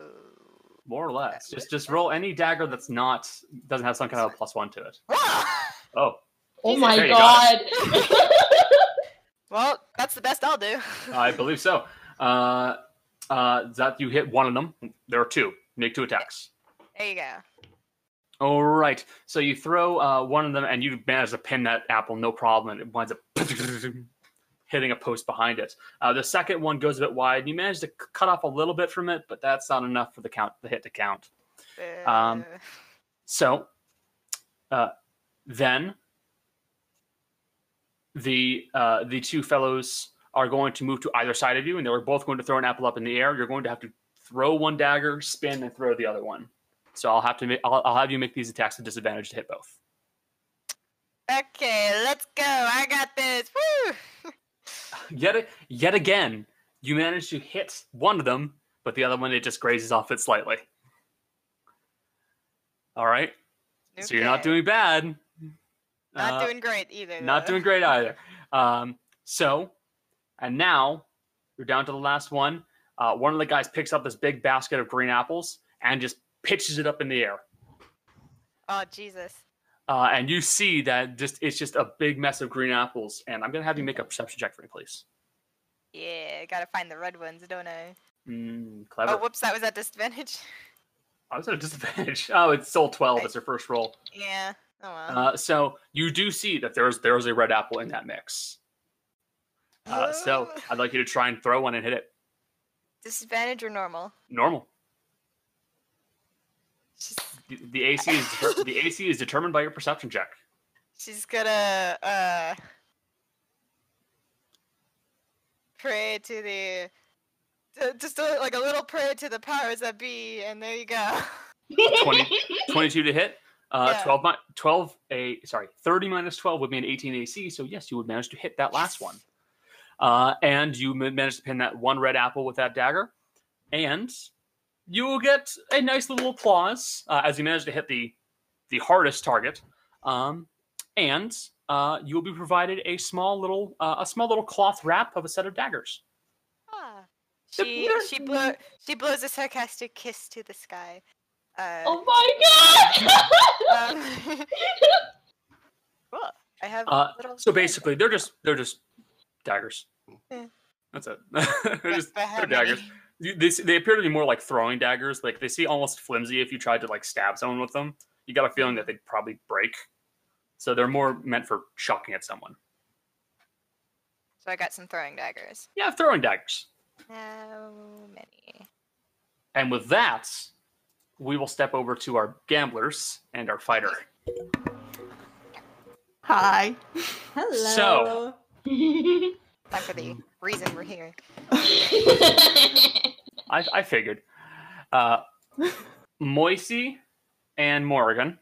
Speaker 9: more or less. Just just roll any dagger that's not doesn't have some kind of a plus one to it. Oh.
Speaker 8: Oh
Speaker 9: Jesus.
Speaker 8: my
Speaker 9: There you got
Speaker 8: god.
Speaker 9: it.
Speaker 2: Well, that's the best I'll do.
Speaker 9: I believe so. Uh, uh, that you hit one of them. There are two. Make two attacks.
Speaker 2: there you go.
Speaker 9: All right. So you throw uh, one of them, and you manage to pin that apple, no problem, and it winds up hitting a post behind it. Uh, the second one goes a bit wide, and you manage to c- cut off a little bit from it, but that's not enough for the count, the hit to count. Um, so uh, then the uh, the two fellows are going to move to either side of you, and they were both going to throw an apple up in the air. You're going to have to throw one dagger, spin, and throw the other one. So I'll have to make, I'll, I'll have you make these attacks at disadvantage to hit both.
Speaker 2: Okay, let's go. I got this. Woo!
Speaker 9: Yet a- yet again, you manage to hit one of them, but the other one it just grazes off it slightly. All right, so you're not
Speaker 2: Okay.
Speaker 9: doing bad.
Speaker 2: Not
Speaker 9: Uh,
Speaker 2: doing great either.
Speaker 9: Not
Speaker 2: though.
Speaker 9: doing great either. Um, so, and now you're down to the last one. Uh, one of the guys picks up this big basket of green apples and just pitches it up in the air.
Speaker 2: Oh Jesus.
Speaker 9: Uh, and you see that just it's just a big mess of green apples. And I'm gonna have you make a perception check for me, please.
Speaker 2: Yeah, gotta find the red ones, don't I?
Speaker 9: Mm, clever.
Speaker 2: Oh, whoops, that was at disadvantage.
Speaker 9: I was at a disadvantage. Oh, it's still twelve. It's your first roll.
Speaker 2: Yeah. Oh well.
Speaker 9: Uh, so you do see that there's there is a red apple in that mix. Uh, so
Speaker 2: Oh.
Speaker 9: I'd like you to try and throw one and hit it
Speaker 2: disadvantage or normal?
Speaker 9: normal. The, the AC is deter- the AC is determined by your perception check.
Speaker 2: She's gonna uh pray to the to- just a, like a little prayer to the powers that be, and there you go.
Speaker 9: 20, 22 to hit. Uh,
Speaker 2: Yeah.
Speaker 9: 12, mi- 12, a, sorry, 30 minus 12 would be an 18 AC. So, yes, you would manage to hit that last one. Uh, and you ma- managed to pin that one red apple with that dagger. And you will get a nice little applause uh, as you manage to hit the, the hardest target. Um, and uh, you will be provided a small little uh, a small little cloth wrap of a set of daggers.
Speaker 2: Ah, She she blow she blows a sarcastic kiss to the sky. Uh,
Speaker 8: Oh my
Speaker 2: god! um, cool. I have
Speaker 9: Uh,
Speaker 2: little.
Speaker 9: so basically, they're just they're just daggers.
Speaker 2: Yeah.
Speaker 9: That's it. they're just
Speaker 2: but how
Speaker 9: they're daggers. You- They, s- they appear to be more like throwing daggers. Like they seem almost flimsy if you tried to like stab someone with them. You got a feeling that they'd probably break. So they're more meant for shocking at someone.
Speaker 2: So I got some throwing daggers.
Speaker 9: Yeah, throwing daggers.
Speaker 2: How many?
Speaker 9: And with that, we will step over to our gamblers and our fighter.
Speaker 5: Hi.
Speaker 9: So-
Speaker 2: Time for the reason we're here.
Speaker 9: I, I figured. Uh, Moisey and Morrigan.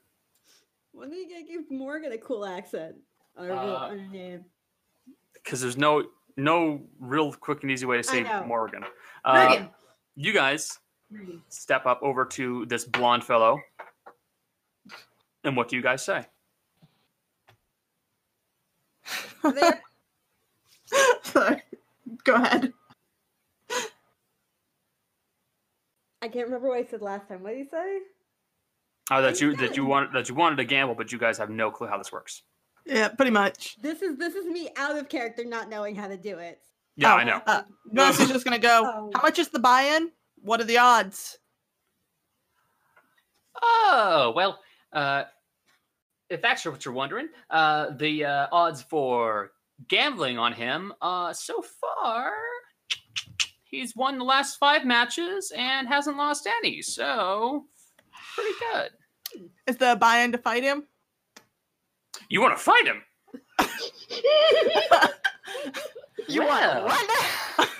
Speaker 7: When are you gonna give Morgan a cool accent? On her, real-
Speaker 9: Uh,
Speaker 7: on her name.
Speaker 9: because there's no no real quick and easy way to say
Speaker 7: know.
Speaker 9: Morgan. Uh,
Speaker 7: Morgan.
Speaker 9: you guys step up over to this blonde fellow, and what do you guys say?
Speaker 5: Sorry. Go ahead.
Speaker 7: I can't remember what I said last time. What did you say?
Speaker 9: Uh, that you that you want that you wanted to gamble, but you guys have no clue how this works.
Speaker 5: Yeah, pretty much.
Speaker 7: This is this is me out of character, not knowing how to do it.
Speaker 9: Yeah, I know.
Speaker 5: Uh, Nurse is just gonna go. How much is the buy-in? What are the odds?
Speaker 9: Oh well, uh, if that's what you're wondering, uh, the uh, odds for gambling on him uh, so far, he's won the last five matches and hasn't lost any, so pretty good.
Speaker 5: Is there a buy-in to fight him?
Speaker 9: You want to fight him?
Speaker 5: You
Speaker 9: well.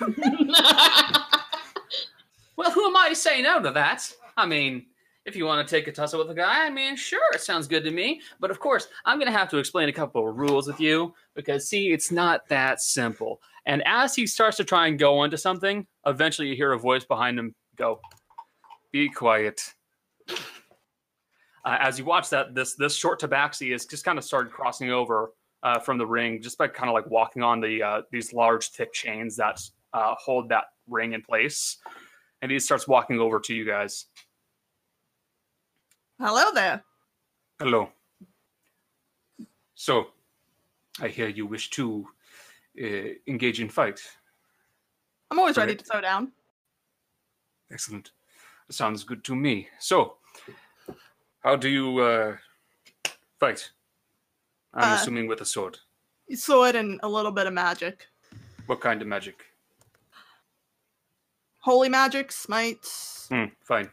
Speaker 9: well, who am I to say no to that? I mean, if you want to take a tussle with a guy, I mean, sure, it sounds good to me. But of course, I'm going to have to explain a couple of rules with you because, see, it's not that simple. And as he starts to try and go onto something, eventually you hear a voice behind him go, "Be quiet." Uh, as you watch that, this this short tabaxi is just kind of started crossing over uh, from the ring, just by kind of like walking on the uh, these large thick chains that uh, hold that ring in place, and he starts walking over to you guys.
Speaker 5: Hello there.
Speaker 9: Hello. So, I hear you wish to uh, engage in fight.
Speaker 5: I'm always ready
Speaker 9: Correct.
Speaker 5: to throw down.
Speaker 9: Excellent. Sounds good to me. So, how do you uh, fight? I'm
Speaker 5: Uh,
Speaker 9: assuming with a sword.
Speaker 5: Sword and a little bit of magic.
Speaker 9: What kind of magic?
Speaker 5: Holy magic, smites.
Speaker 9: Hmm, fine.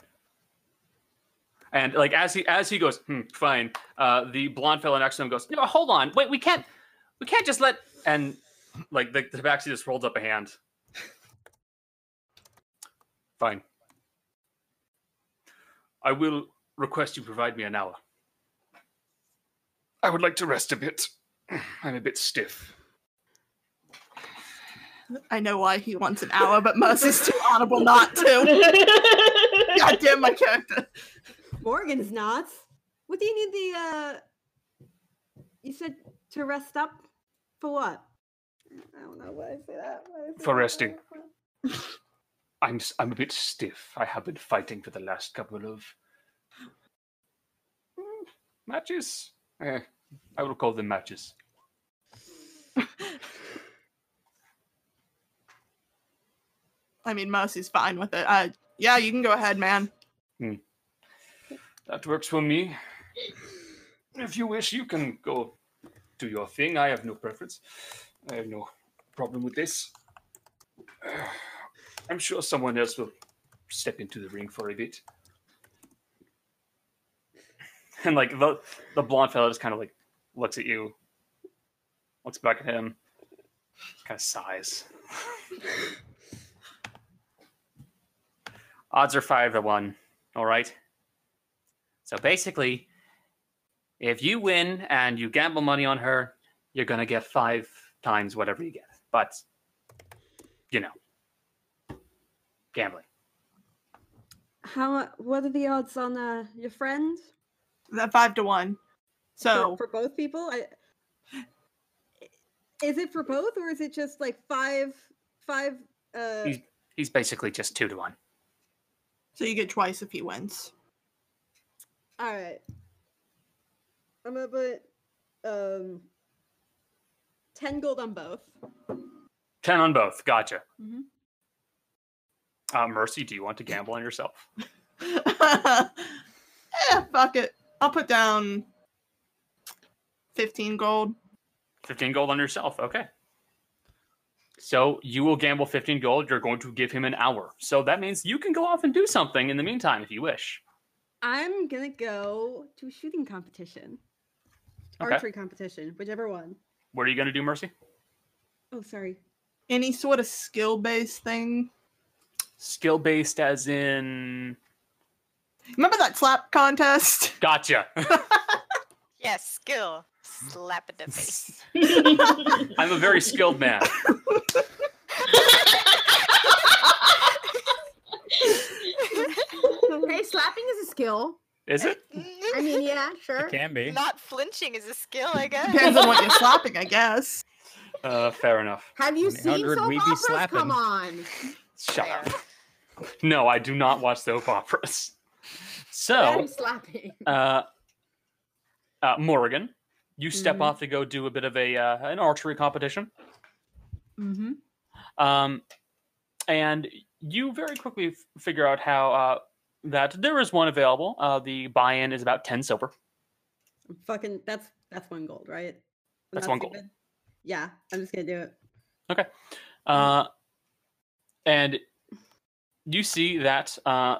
Speaker 9: And like as he as he goes, hmm, fine. Uh, the blonde fellow next to him goes, no, hold on, wait, we can't, we can't just let. And like the, the tabaxi just holds up a hand. Fine. I will request you provide me an hour. I would like to rest a bit. I'm a bit stiff.
Speaker 5: I know why he wants an hour, but Mercy's too honorable not to. God damn my character.
Speaker 7: Morgan's not. What do you need the? uh You said to rest up for what? I don't know why I say that. why I say
Speaker 9: for
Speaker 7: that.
Speaker 9: resting. I'm s- I'm a bit stiff. I have been fighting for the last couple of mm, matches. Eh, I will call them matches.
Speaker 5: I mean, Mercy's fine with it. Uh, yeah, you can go ahead, man.
Speaker 9: That works for me. If you wish, you can go do your thing. I have no preference. I have no problem with this. Eh, I'm sure someone else will step into the ring for a bit. And like the the blonde fella just kind of like looks at you, looks back at him, kind of sighs. Odds are five to one. All right. So basically, if you win and you gamble money on her, you're gonna get five times whatever you get. But you know, gambling.
Speaker 7: How? mu- What are the odds on uh, your friend?
Speaker 5: That five to one.
Speaker 7: For-
Speaker 5: So
Speaker 7: for, both people, I, is it for both, or is it just like five, five? Uh,
Speaker 9: He's- He's basically just two to one.
Speaker 5: So you get twice if he wins.
Speaker 7: All right. I'm gonna put um ten gold on both.
Speaker 9: Ten on both. Gotcha.
Speaker 5: Mm-hmm.
Speaker 7: Mhm.
Speaker 9: Uh, Mercy, do you want to gamble on yourself?
Speaker 5: Eh, fuck it. I'll put down fifteen gold.
Speaker 9: Fifteen gold on yourself. Okay. So you will gamble fifteen gold. You're going to give him an hour. So that means you can go off and do something in the meantime if you wish.
Speaker 7: I'm gonna go to a shooting competition.
Speaker 9: Okay.
Speaker 7: Archery competition, whichever one.
Speaker 9: What are you going to do, Mercy?
Speaker 7: Oh sorry.
Speaker 5: Any sort of skill based thing.
Speaker 9: Skill based, as in.
Speaker 5: Remember that slap contest?
Speaker 9: Gotcha.
Speaker 2: Yes, skill. Slap in the face.
Speaker 9: I'm a very skilled man.
Speaker 3: hey, slapping is a skill.
Speaker 9: Is it?
Speaker 3: I mean, yeah, sure.
Speaker 9: can be.
Speaker 2: Not flinching is a skill, I guess.
Speaker 5: Depends on what you're slapping, I guess.
Speaker 9: Uh, fair enough.
Speaker 3: Have you
Speaker 9: I mean, how
Speaker 3: seen
Speaker 9: would
Speaker 3: soap
Speaker 9: we be
Speaker 3: operas?
Speaker 9: slapping?
Speaker 3: Come on.
Speaker 9: Shut up. No, I do not watch soap operas. So,
Speaker 3: Adam slapping.
Speaker 9: uh, uh, Morgan, you step
Speaker 3: Mm-hmm.
Speaker 9: off to go do a bit of a uh, an archery competition,
Speaker 5: Mm-hmm.
Speaker 9: um, and you very quickly f- figure out how uh, that there is one available. Uh, the buy-in is about ten silver.
Speaker 7: Fucking that's that's one gold, right? I'm
Speaker 9: That's
Speaker 7: not
Speaker 9: one gold.
Speaker 7: stupid. Yeah, I'm just gonna do it.
Speaker 9: Okay. Uh, and you see that uh,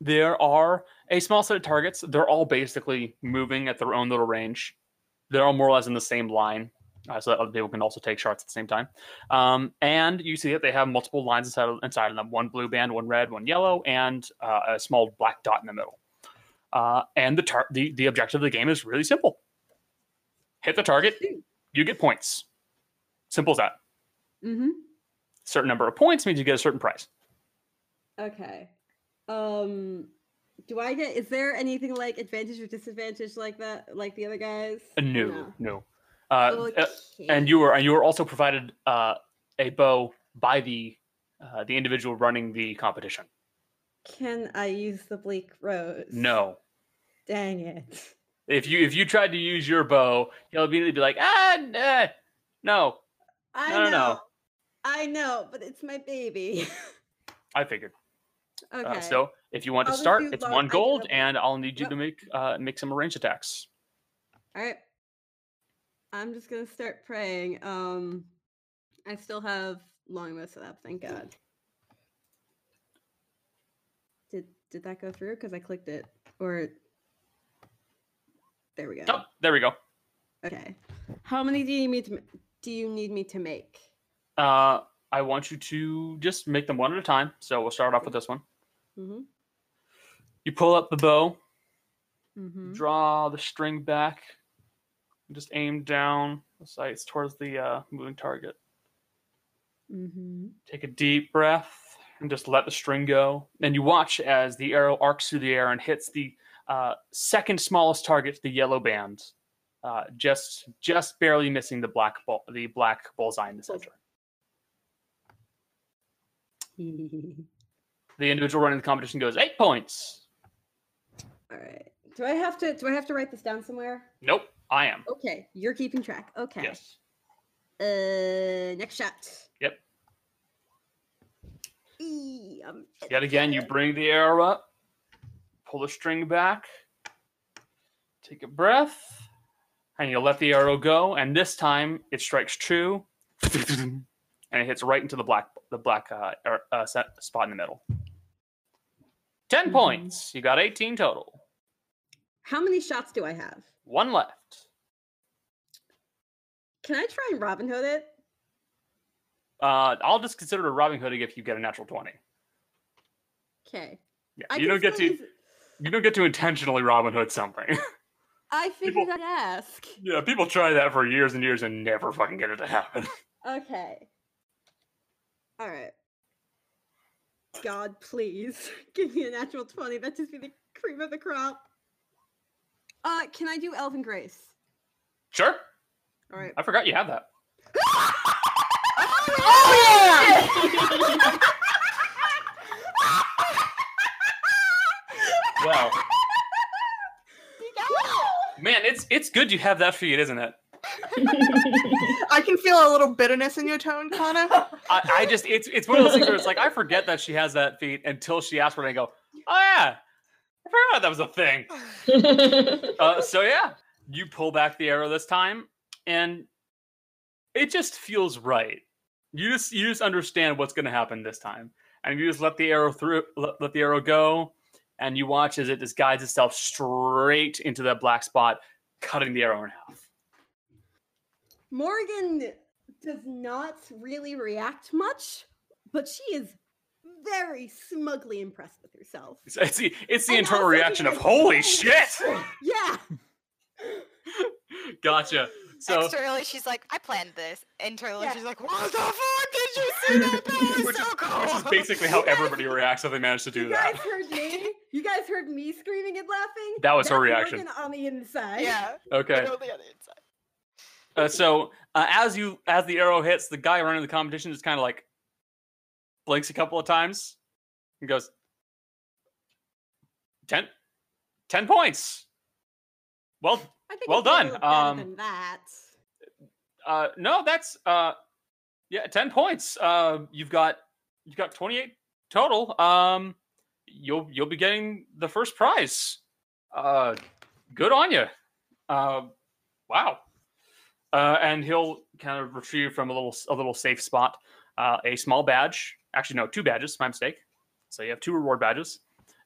Speaker 9: there are a small set of targets. They're all basically moving at their own little range. They're all more or less in the same line, uh, so that other people can also take shots at the same time. Um, and you see that they have multiple lines inside of, inside of them: one blue band, one red, one yellow, and uh, a small black dot in the middle. Uh, and the, tar- the the objective of the game is really simple: hit the target, you get points. Simple as that
Speaker 7: Mm-hmm.
Speaker 9: certain number of points means you get a certain prize.
Speaker 7: Okay. Um do I get is there anything like advantage or disadvantage like that like the other guys?
Speaker 9: Uh, No, no. Uh, uh,
Speaker 7: Okay.
Speaker 9: and you were and you were also provided uh, a bow by the uh, the individual running the competition.
Speaker 7: Can I use the bleak rose?
Speaker 9: No,
Speaker 7: Dang it.
Speaker 9: if you if you tried to use your bow, he'll immediately be like, ah, n- eh, no,
Speaker 7: I
Speaker 9: no, no, no.
Speaker 7: know. I know, but it's my baby.
Speaker 9: I figured.
Speaker 7: okay.
Speaker 9: Uh, so if you want to
Speaker 7: I'll just
Speaker 9: start,
Speaker 7: do
Speaker 9: it's
Speaker 7: low- I
Speaker 9: one
Speaker 7: do
Speaker 9: gold,
Speaker 7: double.
Speaker 9: and I'll need you
Speaker 7: Yep.
Speaker 9: to make uh, make some range attacks.
Speaker 7: All right. I'm just gonna start praying. Um, I still have long rest up. Thank God. Did did that go through? Because I clicked it. Or there we go.
Speaker 9: Oh, there we go.
Speaker 7: Okay. How many do you need me to m- do you need me to make?
Speaker 9: Uh, I want you to just make them one at a time. So we'll start off with this one.
Speaker 7: Mm-hmm.
Speaker 9: You pull up the bow.
Speaker 7: Mm-hmm.
Speaker 9: draw the string back and just aim down the sights towards the uh, moving target
Speaker 7: Mm-hmm.
Speaker 9: take a deep breath and just let the string go and you watch as the arrow arcs through the air and hits the uh, second smallest target the yellow band uh, just just barely missing the black ball the black bullseye in the center the individual running the competition goes eight points
Speaker 7: All right. Do I have to do I have to write this down somewhere?
Speaker 9: nope i am
Speaker 7: Okay. You're keeping track. Okay.
Speaker 9: yes
Speaker 7: Uh next shot.
Speaker 9: yep
Speaker 7: Eee, um,
Speaker 9: Yet again, you bring the arrow up, pull the string back, take a breath, and you let the arrow go. And this time, it strikes true, and it hits right into the black the black uh, ar- uh, set, spot in the middle. 10 points. You got eighteen total.
Speaker 7: How many shots do I have?
Speaker 9: One left.
Speaker 7: Can I try and Robin Hood it?
Speaker 9: Uh, I'll just consider it a Robin Hood if you get a natural twenty.
Speaker 7: Okay.
Speaker 9: Yeah,
Speaker 7: I
Speaker 9: you don't
Speaker 7: can
Speaker 9: get to
Speaker 7: still use-
Speaker 9: you don't get to intentionally Robin Hood something.
Speaker 7: I figured I'd ask.
Speaker 9: yeah, people try that for years and years and never fucking get it to happen.
Speaker 7: Okay. All right. God, please give me a natural twenty. That just be the cream of the crop. Uh, can I do Elven Grace?
Speaker 9: Sure.
Speaker 7: All right.
Speaker 9: I forgot you have that.
Speaker 7: Oh, yeah!
Speaker 9: it's it's good you have that feed, isn't it?
Speaker 5: I can feel a little bitterness in your tone, Connor.
Speaker 9: I, I just it's it's one of those things where it's like I forget that she has that feat until she asks for it and I go, Oh yeah. I forgot that was a thing. uh, so yeah, you pull back the arrow this time and it just feels right. You just you just understand what's gonna happen this time. And you just let the arrow through let, let the arrow go, and you watch as it just guides itself straight into that black spot, cutting the arrow in half.
Speaker 7: Morgan does not really react much, but she is very smugly impressed with herself.
Speaker 9: It's, it's the, it's the internal reaction of holy shit.
Speaker 7: Yeah.
Speaker 9: Gotcha. So
Speaker 2: Externally, she's like, I planned this. Internally, she's like, What the fuck did you see that? That was so
Speaker 9: which is
Speaker 2: cool.
Speaker 9: basically how everybody reacts if they manage to do
Speaker 7: You guys
Speaker 9: that.
Speaker 7: heard me. You guys heard me screaming and laughing.
Speaker 9: That was her
Speaker 7: That's
Speaker 9: reaction.
Speaker 7: Morgan on the inside.
Speaker 2: Yeah.
Speaker 9: Okay.
Speaker 2: But on the other side.
Speaker 9: Uh, so uh, as you as the arrow hits, the guy running the competition just kind of like blinks a couple of times and goes ten, 10 points. Well,
Speaker 7: I think
Speaker 9: well
Speaker 7: it's a
Speaker 9: done.
Speaker 7: little better
Speaker 9: Um,
Speaker 7: than that.
Speaker 9: uh, no, that's uh, yeah, ten points. Uh, you've got you've got twenty eight total. Um, you'll you'll be getting the first prize. Uh, good on you. Uh, wow. Uh, and he'll kind of retrieve from a little a little safe spot uh, a small badge. Actually, no, two badges. My mistake. So you have two reward badges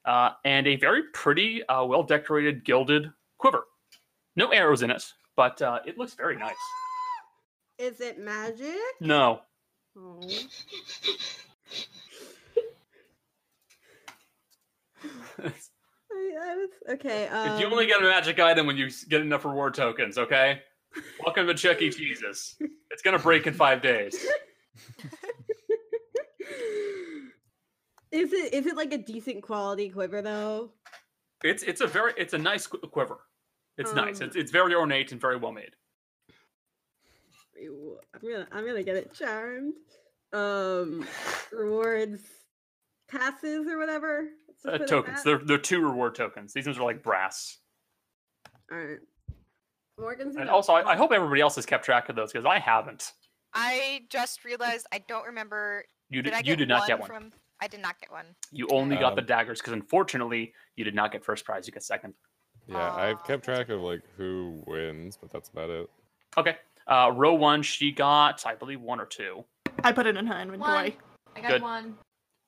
Speaker 9: uh, and a very pretty, uh, well decorated gilded quiver. No arrows in it, but uh, it looks very nice.
Speaker 7: Is it magic?
Speaker 9: No.
Speaker 7: Oh. I, I was, okay. Um,
Speaker 9: you only get a magic item when you s- get enough reward tokens, okay? Welcome to Chuck E. Cheese's. It's gonna break in five days.
Speaker 7: Is it is it like a decent quality quiver though?
Speaker 9: It's it's a very it's a nice qu- quiver. It's nice.
Speaker 7: Um,
Speaker 9: It's it's very ornate and very well made.
Speaker 7: Ew, I'm gonna I'm gonna get it charmed. Um, rewards, passes or whatever. Let's just
Speaker 9: Uh,
Speaker 7: put it
Speaker 9: tokens.
Speaker 7: at-
Speaker 9: They're they're two reward tokens. These ones are like brass.
Speaker 7: All right. Morgan's
Speaker 9: And
Speaker 7: gonna-
Speaker 9: also, I, I hope everybody else has kept track of those because I haven't.
Speaker 2: I just realized I don't remember.
Speaker 9: You
Speaker 2: did
Speaker 9: did-
Speaker 2: I
Speaker 9: you
Speaker 2: get
Speaker 9: did not get one.
Speaker 2: From, I did not get one.
Speaker 9: You only got the
Speaker 4: Um,
Speaker 9: daggers because unfortunately you did not get first prize. You get second.
Speaker 4: Yeah, I've kept track of like who wins, but that's about it.
Speaker 9: Okay. Uh, row one, she got I believe one or two.
Speaker 5: I put it in her inventory.
Speaker 9: I got Good.
Speaker 6: one.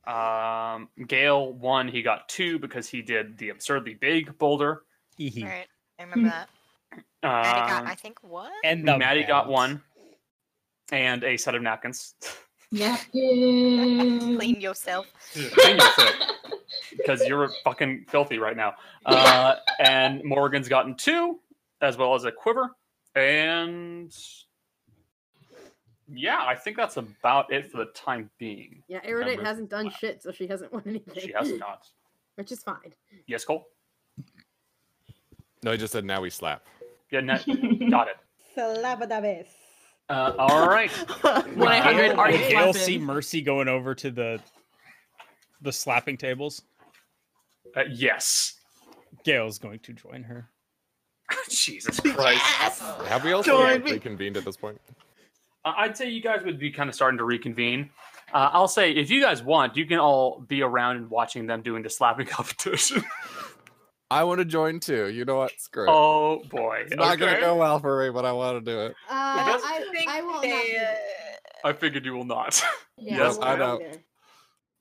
Speaker 9: Um, Gale won. He got two because he did the absurdly big boulder.
Speaker 2: All right, I remember that. Maddie got, I think, what?
Speaker 9: Uh, and Um, Maddie got one, and a set of napkins.
Speaker 2: Clean yourself.
Speaker 9: because you're fucking filthy right now. Uh, and Morgan's gotten two, as well as a quiver, and yeah, I think that's about it for the time being.
Speaker 3: Yeah, Aerodate
Speaker 9: Remember-
Speaker 3: hasn't done shit, so she hasn't won anything.
Speaker 9: She has not.
Speaker 3: Which is fine.
Speaker 9: Yes, Cole.
Speaker 4: No, I just said now we slap.
Speaker 9: Yeah, no, got it.
Speaker 7: Celebradabes.
Speaker 9: Uh, all right.
Speaker 11: Would Gail,
Speaker 7: are
Speaker 11: would
Speaker 7: you
Speaker 11: Gail
Speaker 7: slapping?
Speaker 11: see Mercy going over to the the slapping tables?
Speaker 9: Uh, yes.
Speaker 11: Gail's going to join her.
Speaker 9: Jesus Christ.
Speaker 4: Have we also
Speaker 9: Join
Speaker 4: like,
Speaker 9: me.
Speaker 4: reconvened at this point?
Speaker 9: I- I'd say you guys would be kind of starting to reconvene. Uh, I'll say if you guys want, you can all be around and watching them doing the slapping competition.
Speaker 4: I want to join too. You know what? Screw it.
Speaker 9: oh boy,
Speaker 4: it's not gonna
Speaker 9: okay.
Speaker 4: go well for me, but I want to do it.
Speaker 3: Uh, I,
Speaker 2: think
Speaker 3: I will not.
Speaker 2: they,
Speaker 3: do that.
Speaker 9: I figured you will not.
Speaker 3: Yeah,
Speaker 9: yes,
Speaker 4: I know.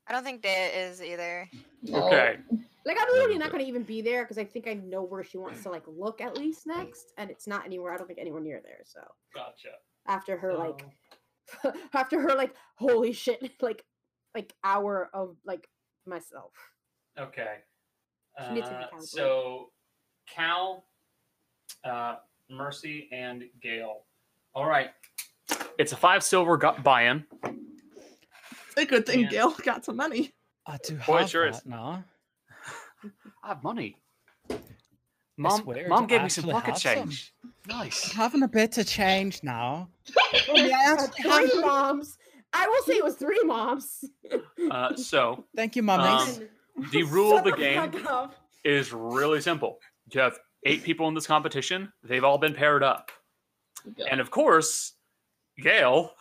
Speaker 2: I don't think Dea is either.
Speaker 9: Okay.
Speaker 3: Like I'm literally not going to even be there because I think I know where she wants to like look at least next, and it's not anywhere. I don't think anywhere near there. So
Speaker 9: Gotcha.
Speaker 3: after her like, after her like, holy shit, like, like hour of like myself.
Speaker 9: Okay.
Speaker 3: She needs to be
Speaker 9: Uh,
Speaker 3: counted.
Speaker 9: so, Cal, uh, Mercy, and Gail. All right. It's a five silver go- buy-in.
Speaker 5: A good thing Gail got some money.
Speaker 11: I do
Speaker 9: Boy, it have sure that is.
Speaker 11: now.
Speaker 9: I have money. Mom,
Speaker 11: swear to
Speaker 9: mom gave me some
Speaker 11: actually
Speaker 9: pocket
Speaker 11: have some.
Speaker 9: change. Nice.
Speaker 10: Having a bit of change now.
Speaker 3: yes, three moms. I will say it was three moms.
Speaker 9: Uh, so,
Speaker 10: Thank you, mummies.
Speaker 9: um, the rule of the
Speaker 3: Shut
Speaker 9: game
Speaker 3: fuck up.
Speaker 9: is really simple. You have eight people in this competition. They've all been paired up. And of course, Gail,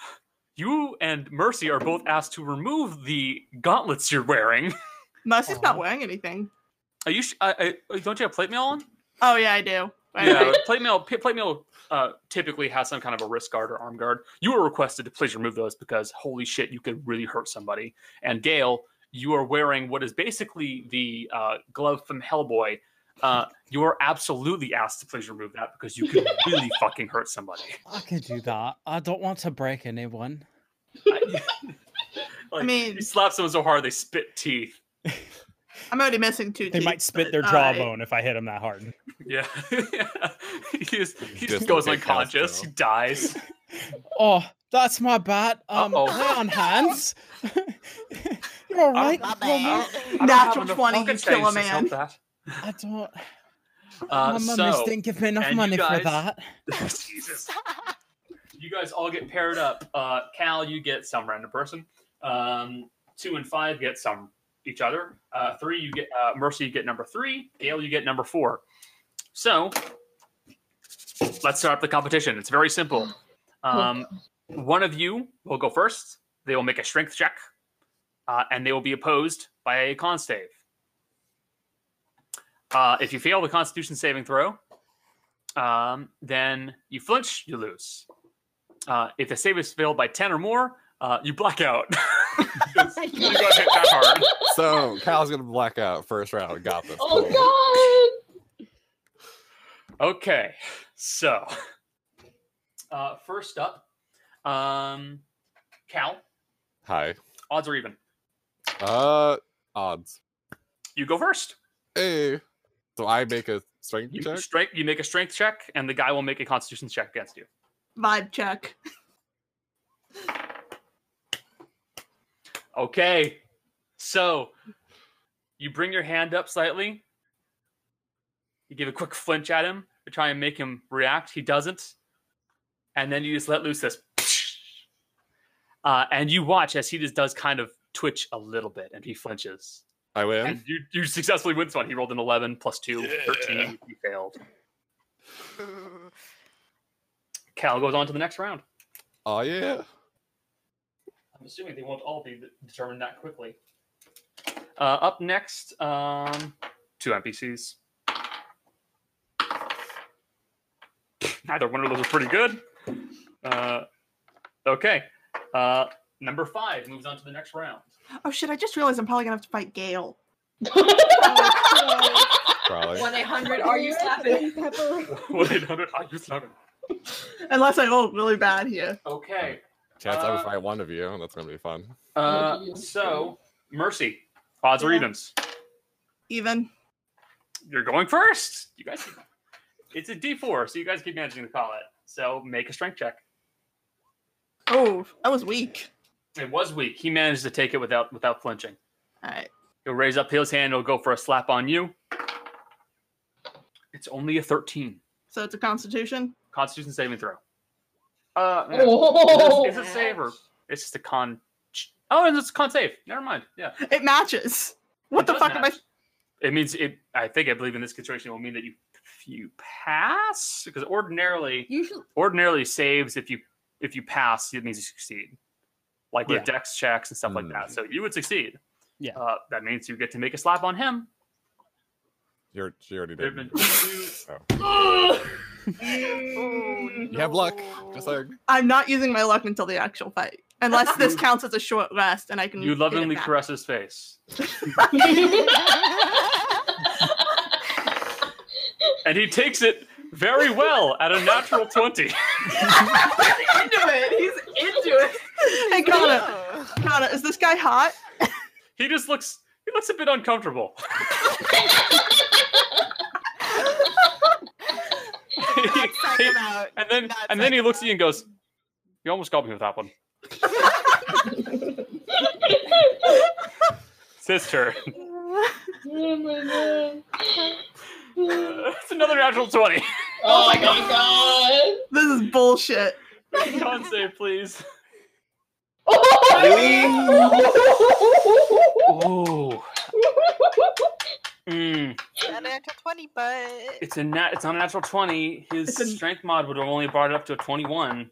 Speaker 9: you and Mercy are both asked to remove the gauntlets you're wearing.
Speaker 5: Mercy's not wearing anything.
Speaker 9: Are you? Sh- I, I, don't you have plate mail on?
Speaker 5: Oh yeah, I do. I
Speaker 9: Yeah, plate mail. p- Plate mail uh, typically has some kind of a wrist guard or arm guard. You are requested to please remove those because holy shit, you could really hurt somebody. And Gail, you are wearing what is basically the uh, glove from Hellboy. Uh, you are absolutely asked to please remove that because you could really fucking hurt somebody.
Speaker 10: I could do that. I don't want to break anyone.
Speaker 9: I mean, you slap someone so hard they spit teeth.
Speaker 5: I'm already missing two.
Speaker 11: They
Speaker 5: teeth,
Speaker 11: might spit
Speaker 5: but
Speaker 11: their
Speaker 5: all right.
Speaker 11: jawbone if I hit them that hard.
Speaker 9: Yeah, he just, he just goes unconscious. He dies.
Speaker 10: Oh, that's my bat. Um,
Speaker 9: Uh-oh.
Speaker 10: hi on hands. You're all right, woman.
Speaker 5: Natural twenty, you kill a
Speaker 9: to help
Speaker 5: man.
Speaker 9: that.
Speaker 10: I don't.
Speaker 9: Uh,
Speaker 10: Oh, my mum
Speaker 9: so-
Speaker 10: didn't give me enough
Speaker 9: and you
Speaker 10: money
Speaker 9: guys-
Speaker 10: for that.
Speaker 9: Jesus. You guys all get paired up. Uh, Cal, you get some random person. Um, two and five get some each other. Uh, three, you get uh, Mercy, you get number three. Gail, you get number four. So let's start up the competition. It's very simple. Um, one of you will go first. They will make a strength check, uh, and they will be opposed by a con save. Uh, if you fail the Constitution saving throw, um, then you flinch, you lose. Uh, if the save is failed by 10 or more, uh, you black out. you got hit that hard.
Speaker 4: So Cal's gonna black out first round. Got this.
Speaker 8: Oh
Speaker 9: Okay, so uh, first up, um, Cal,
Speaker 4: Hi.
Speaker 9: odds are even.
Speaker 4: Uh, odds.
Speaker 9: You go first.
Speaker 4: Hey. So I make a strength
Speaker 9: You,
Speaker 4: check.
Speaker 9: strength, you make a strength check, and the guy will make a constitution check against you.
Speaker 5: Vibe check.
Speaker 9: Okay, so you bring your hand up slightly. You give a quick flinch at him to try and make him react. He doesn't. And then you just let loose this. Uh, and you watch as he just does kind of twitch a little bit and he flinches.
Speaker 4: I win.
Speaker 9: And you, you successfully win this one. He rolled an 11 plus 2, 13. He failed. Cal goes on to the next round.
Speaker 4: Oh yeah.
Speaker 9: I'm assuming they won't all be determined that quickly. Uh, up next, um, two NPCs. Neither one of those was pretty good. Uh, okay. Uh, number five moves on to the next round.
Speaker 5: Oh shit! I just realized I'm probably gonna have to fight Gail.
Speaker 4: Probably.
Speaker 6: 1-800, are you slapping?
Speaker 9: One eight hundred. I just love it.
Speaker 5: Unless I roll really bad here.
Speaker 9: Okay.
Speaker 4: Chance I
Speaker 9: Uh,
Speaker 4: would fight one of you. That's gonna be fun.
Speaker 9: Uh, so, Mercy, odds or evens?
Speaker 5: Even.
Speaker 9: You're going first. You guys, keep- it's a D4, so you guys keep managing to call it. So make a strength check.
Speaker 5: Oh, that was weak.
Speaker 9: It was weak. He managed to take it without without flinching.
Speaker 5: All right.
Speaker 9: He'll raise up his hand. He'll go for a slap on you. It's only a thirteen.
Speaker 5: So it's a Constitution.
Speaker 9: Constitution saving throw. Uh, yeah.
Speaker 5: Oh.
Speaker 9: it's, a, it's a saver. It's just a con. Oh, and it's a con save. Never mind. Yeah.
Speaker 5: It matches. What the fuck am I?
Speaker 9: It means it. I think I believe in this situation it will mean that you you pass because ordinarily
Speaker 3: Usually,
Speaker 9: ordinarily saves if you if you pass it means you succeed like with
Speaker 11: Yeah. Mm.
Speaker 9: dex checks and stuff like that so you would succeed
Speaker 11: Yeah.
Speaker 9: uh, that means you get to make a slap on him
Speaker 4: You're she already
Speaker 9: There've
Speaker 4: did.
Speaker 9: been
Speaker 4: Oh. You have luck. Just like
Speaker 5: I'm not using my luck until the actual fight, unless this counts as a short rest, and I can.
Speaker 9: you
Speaker 5: get it
Speaker 9: lovingly
Speaker 5: back.
Speaker 9: caress his face and he takes it very well at a natural 20
Speaker 5: into it. He's into it. Hey, Connor. Connor, is this guy hot?
Speaker 9: he just looks he looks a bit uncomfortable He- and then and then he looks at you and goes you almost got me with that one it's his turn
Speaker 8: Oh my god.
Speaker 9: it's another natural 20
Speaker 8: Oh my god.
Speaker 5: This is bullshit.
Speaker 9: Con save, please.
Speaker 8: Oh,
Speaker 9: Mm. Mm.
Speaker 2: Seven. to twenty, but
Speaker 9: It's a nat. It's not a natural twenty. His strength mod would have only brought it up to a twenty-one.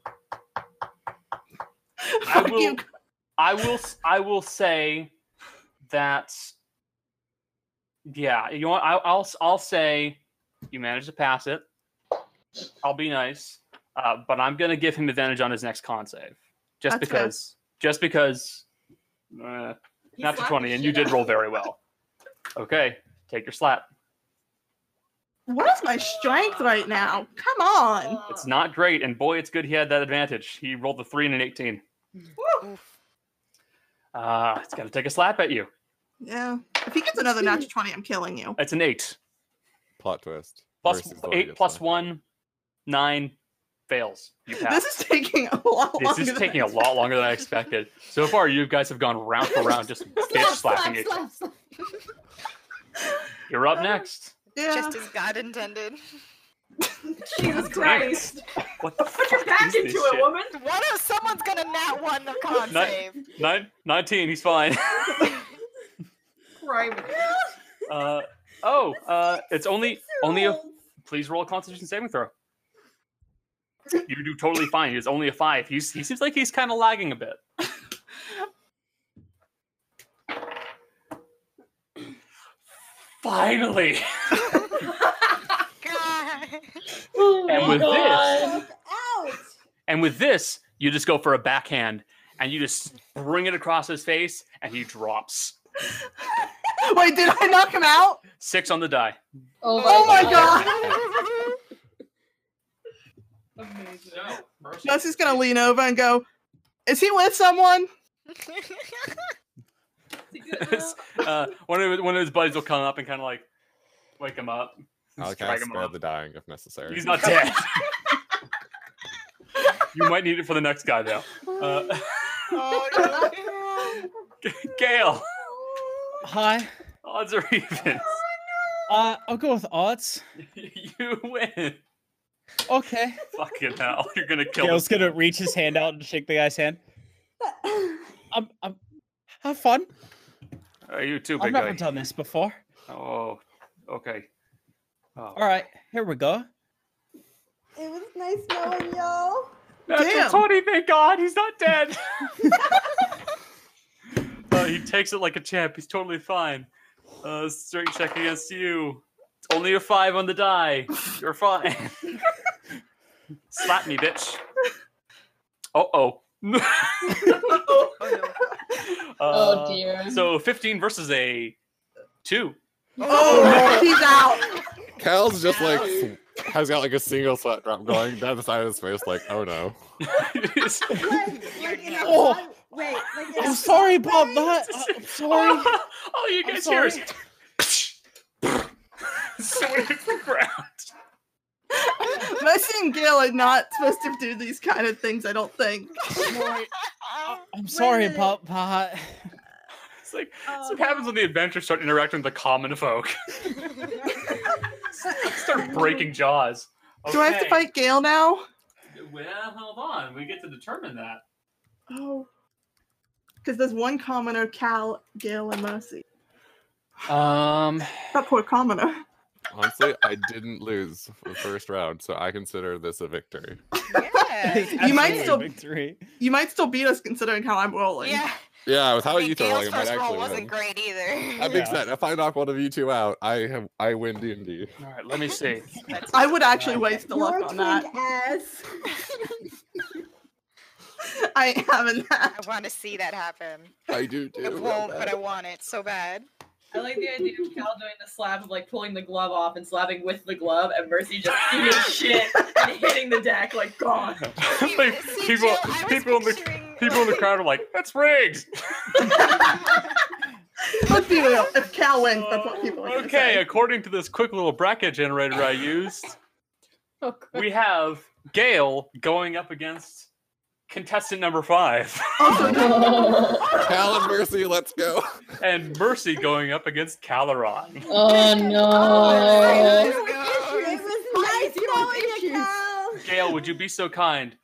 Speaker 9: I will. I will. s- I will say that. Yeah, you know what? I, I'll. s- I'll say you managed to pass it. I'll be nice, uh, but I'm gonna give him advantage on his next con save, just
Speaker 11: That's fair.
Speaker 9: because. Just because. Uh,
Speaker 11: You
Speaker 9: not to
Speaker 11: slapped
Speaker 9: twenty,
Speaker 11: the
Speaker 9: and you
Speaker 11: shit
Speaker 9: did
Speaker 11: out
Speaker 9: roll
Speaker 11: of him.
Speaker 9: very well. Okay, take your slap.
Speaker 5: What is my strength right now? Come on.
Speaker 9: It's
Speaker 7: Oh.
Speaker 9: not great, and boy, it's good he had that advantage. He rolled a three and an eighteen. Uh, it's gonna take a slap at you.
Speaker 5: Yeah. If he gets another natural 20, I'm killing you.
Speaker 9: It's an eight.
Speaker 4: Plot twist.
Speaker 9: Plus
Speaker 4: Versus Lord
Speaker 9: eight
Speaker 4: gets
Speaker 9: plus one, nine fails. You pass.
Speaker 5: This is taking a lot
Speaker 9: This
Speaker 5: longer.
Speaker 9: is
Speaker 5: than
Speaker 9: taking a
Speaker 5: I-
Speaker 9: lot longer than I expected. So far, you guys have gone round for round, just bitch slapping each. other. You're up next.
Speaker 2: just as God intended.
Speaker 7: Jesus
Speaker 9: Christ. What the fuck?
Speaker 7: Put your back
Speaker 9: is this
Speaker 7: into it,
Speaker 9: shit?
Speaker 7: woman.
Speaker 2: What if someone's gonna nat one the con
Speaker 9: Nine,
Speaker 2: save?
Speaker 9: nine, 19, He's fine. Uh, oh, uh, it's only only a. Please roll a Constitution saving throw. You do totally fine. It's only a five. He's, he seems like he's kind of lagging a bit. Finally.
Speaker 8: Oh
Speaker 9: and with this,
Speaker 2: Oh
Speaker 9: and with this, you just go for a backhand and you just bring it across his face, and he drops
Speaker 5: Wait, did I knock him out?
Speaker 9: six on the die.
Speaker 5: Oh my, god. Jesse's gonna lean over and go, Is he with someone?
Speaker 9: uh, one of his, one of his buddies will come up and kind of like wake him up.
Speaker 4: I'll
Speaker 9: Just
Speaker 4: kind
Speaker 9: drag
Speaker 4: of
Speaker 9: him
Speaker 4: spare
Speaker 9: up.
Speaker 4: the dying if necessary.
Speaker 9: He's not dead. you might need it for the next guy though. Uh,
Speaker 10: Oh,
Speaker 9: Gail,
Speaker 10: Hi.
Speaker 9: odds are even.
Speaker 10: Uh, I'll go with odds.
Speaker 9: you win.
Speaker 10: Okay.
Speaker 9: Fucking hell, you're gonna kill.
Speaker 11: Gail's
Speaker 9: this-
Speaker 11: gonna reach his hand out and shake the guy's hand.
Speaker 10: I'm, I'm, have fun.
Speaker 9: Uh, you too,
Speaker 10: I've
Speaker 9: big
Speaker 10: never
Speaker 9: guy.
Speaker 10: done this before.
Speaker 9: Oh, okay. Oh.
Speaker 10: All right, here we go.
Speaker 7: It was nice knowing y'all.
Speaker 9: Natural
Speaker 7: Damn.
Speaker 9: 20, thank God, he's not dead. Uh, he takes it like a champ. He's totally fine. Uh, strength check against you. It's only a five on the die. You're fine. Slap me, bitch. Oh oh.
Speaker 8: Oh, dear.
Speaker 9: Uh, So 15 versus a two.
Speaker 5: Oh, he's out.
Speaker 4: Cal's just like sw- has got like a single sweat drop going down the side of his face, like, oh no.
Speaker 7: Like in a
Speaker 10: Oh.
Speaker 7: fun- wait, like in
Speaker 10: I'm
Speaker 7: a Oh,
Speaker 10: sorry about that. Uh, I'm sorry.
Speaker 9: All Oh, you
Speaker 10: I'm
Speaker 9: guys hear is
Speaker 10: sorry.
Speaker 5: Mercy and Gail are not supposed to do these kind of things, I don't think.
Speaker 10: I'm sorry about that.
Speaker 9: It's like it's what happens when the adventurers start interacting with the common folk. start breaking jaws.
Speaker 5: Do I have to
Speaker 9: Okay.
Speaker 5: fight Gail now?
Speaker 9: Well, hold on. We get to determine that.
Speaker 5: Oh. Because there's one commoner, Cal, Gail, and Mercy.
Speaker 9: Um,
Speaker 5: That poor commoner.
Speaker 4: Honestly, I didn't lose the first round, so I consider this a victory.
Speaker 5: you might
Speaker 10: absolutely
Speaker 5: still
Speaker 10: victory.
Speaker 5: you might still beat us considering how I'm rolling.
Speaker 2: Yeah.
Speaker 4: Yeah, with how you two are
Speaker 2: Gail's
Speaker 4: like, I might
Speaker 2: first roll
Speaker 4: actually
Speaker 2: wasn't
Speaker 4: win.
Speaker 2: great either.
Speaker 4: That being said, if I knock one of you two out, I have I win D and D.
Speaker 9: All right, let me see.
Speaker 5: I would actually waste the luck on that.
Speaker 7: ass.
Speaker 5: I ain't having that.
Speaker 2: I want to see that happen.
Speaker 4: I do
Speaker 2: I
Speaker 4: too.
Speaker 2: won't, but I want it so bad.
Speaker 8: I like the idea of Cal doing the slap of like pulling the glove off and slapping with the glove, and Mercy just eating shit and hitting the deck like gone.
Speaker 9: like, people, people in the people in the crowd are like, "That's rigged."
Speaker 5: Let's be real. If Cal wins, that's what people are gonna
Speaker 9: Okay,
Speaker 5: say.
Speaker 9: according to this quick little bracket generator I used, we have Gail going up against contestant number five,
Speaker 5: Oh,
Speaker 4: Cal and Mercy, let's go.
Speaker 9: and Mercy going up against Caleron.
Speaker 8: Oh
Speaker 7: no.
Speaker 2: It
Speaker 7: was nice knowing you, Cal.
Speaker 9: Gail, would you be so kind?